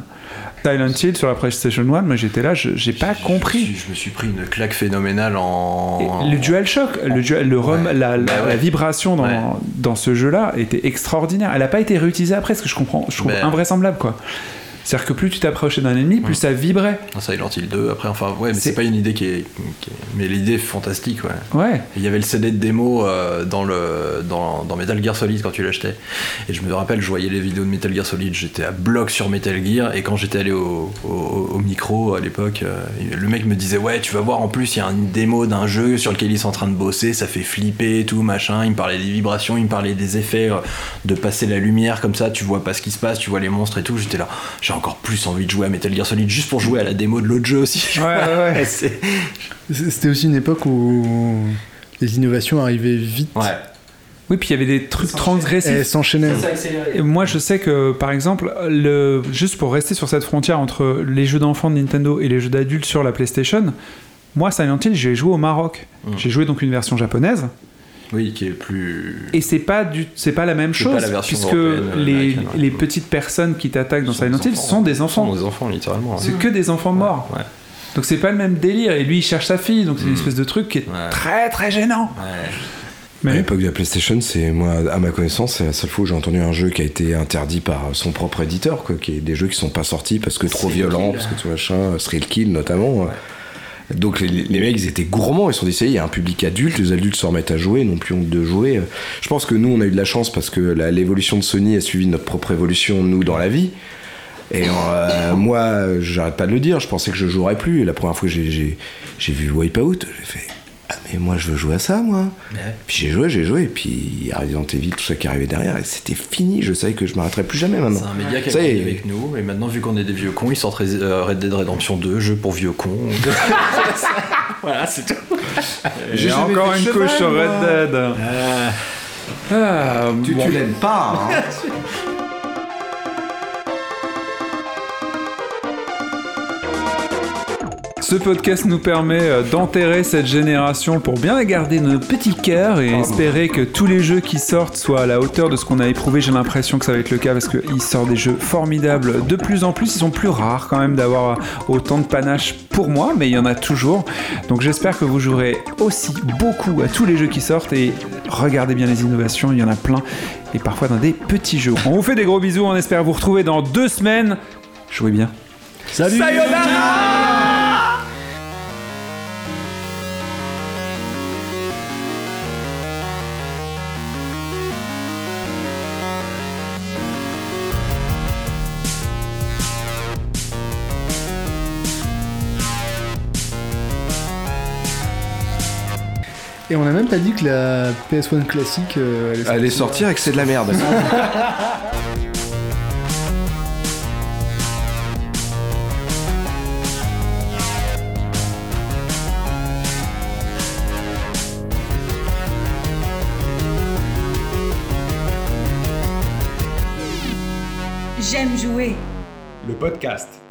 D: Silent Hill sur la PlayStation 1, moi j'étais là, je- j'ai pas compris.
B: Je me suis pris une claque phénoménale en.
D: Le DualShock, le, dual, le rem- la, la-
B: Bah ouais.
D: la vibration dans, dans ce jeu-là était extraordinaire. Elle n'a pas été réutilisée après, ce que je comprends, je trouve
B: Bah. Mm.
D: invraisemblable quoi. C'est-à-dire que plus tu t'approchais d'un ennemi, plus ça vibrait.
B: en Silent Hill 2, après, enfin, ouais, mais c'est pas une idée qui est. qui est- Mais l'idée est fantastique, ouais.
D: Ouais.
B: Il y avait le CD de démo euh, dans, le, dans, dans Metal Gear Solid quand tu l'achetais. Et je me rappelle, je voyais les vidéos de Metal Gear Solid, j'étais à bloc sur Metal Gear. Et quand j'étais allé au, au- au micro à l'époque, euh, le mec me disait Ouais, tu vas voir, en plus, il y a une démo d'un jeu sur lequel ils sont en train de bosser, ça fait flipper et tout, machin. Il me parlait des vibrations, il me parlait des effets, euh, de passer la lumière comme ça, tu vois pas ce qui se passe, tu vois les monstres et tout. J'étais là, j'ai encore plus envie de jouer à Metal Gear Solid juste pour jouer à la démo de l'autre jeu aussi. [LAUGHS] C'est-
C: C'était aussi une époque où les innovations arrivaient vite.
D: Oui, puis il y avait des trucs
C: Et
D: transgressifs.
C: s'enchaînaient.
D: Et moi, je sais que, par exemple, le... juste pour rester sur cette frontière entre les jeux d'enfants de Nintendo et les jeux d'adultes sur la PlayStation, moi, Silent Hill, j'ai joué au Maroc.
B: Mm.
D: J'ai joué donc une version japonaise.
B: Oui, qui est plus.
D: Et c'est pas du, c'est pas la même
B: C'est
D: chose,
B: pas la version
D: puisque
B: européenne,
D: les,
B: américaine, ouais.
D: les petites personnes qui t'attaquent dans Silent Hill sont des enfants.
B: Des enfants, littéralement. ouais.
D: C'est que des enfants morts. Donc c'est pas le même délire. Et lui, il cherche sa fille, donc c'est une
B: Mm.
D: espèce de truc qui est très très gênant.
F: À l'époque de la PlayStation, c'est moi, à ma connaissance, c'est la seule fois où j'ai entendu un jeu qui a été interdit par son propre éditeur, quoi, qui est des jeux qui sont pas sortis parce que trop violents, parce que tout machin, euh, Thrill Kill notamment. hein. Donc les, les mecs, ils étaient gourmands, ils se sont dit, ça y est, il y a un public adulte, les adultes se remettent à jouer, n'ont plus honte de jouer. Je pense que nous, on a eu de la chance parce que la- l'évolution de Sony a suivi notre propre évolution, nous, dans la vie. Et euh, moi, euh, j'arrête pas de le dire, je pensais que je jouerais plus. Et la première fois que j'ai- j'ai j'ai vu Wipeout, j'ai fait Ah, mais moi je veux jouer à ça, moi.
D: [LAUGHS]
F: Puis j'ai joué, j'ai joué, et puis il y a Resident Evil, tout ça qui arrivait derrière, et c'était fini, je savais que je m'arrêterais plus jamais maintenant.
B: C'est un média qui a
F: Ça y
B: grandi
F: est.
B: avec nous, et maintenant, vu qu'on est des vieux cons, ils sortent Rés- euh, Red Dead Redemption 2, jeu pour vieux
D: [LAUGHS]
B: cons. voilà, c'est tout.
D: J'ai encore une couche sur Red Dead. Euh, Ah,
F: tu
D: bon.
F: l'aimes pas,
B: [LAUGHS]
F: hein.
D: [LAUGHS] Ce podcast nous permet euh, d'enterrer cette génération pour bien garder nos petits cœurs et espérer que tous les jeux qui sortent soient à la hauteur de ce qu'on a éprouvé. J'ai l'impression que ça va être le cas parce qu'ils sortent des jeux formidables de plus en plus. Ils sont plus rares quand même d'avoir euh, autant de panache pour moi, mais il y en a toujours. Donc j'espère que vous jouerez aussi beaucoup à tous les jeux qui sortent et regardez bien les innovations, il y en a plein et parfois dans des petits jeux. On vous fait des gros bisous, on espère vous retrouver dans deux semaines. Jouez bien. Salut
C: Et on a même pas dit que la PS1 classique euh,
F: Allez sortir et que c'est de la merde.
P: J'aime jouer.
G: Le podcast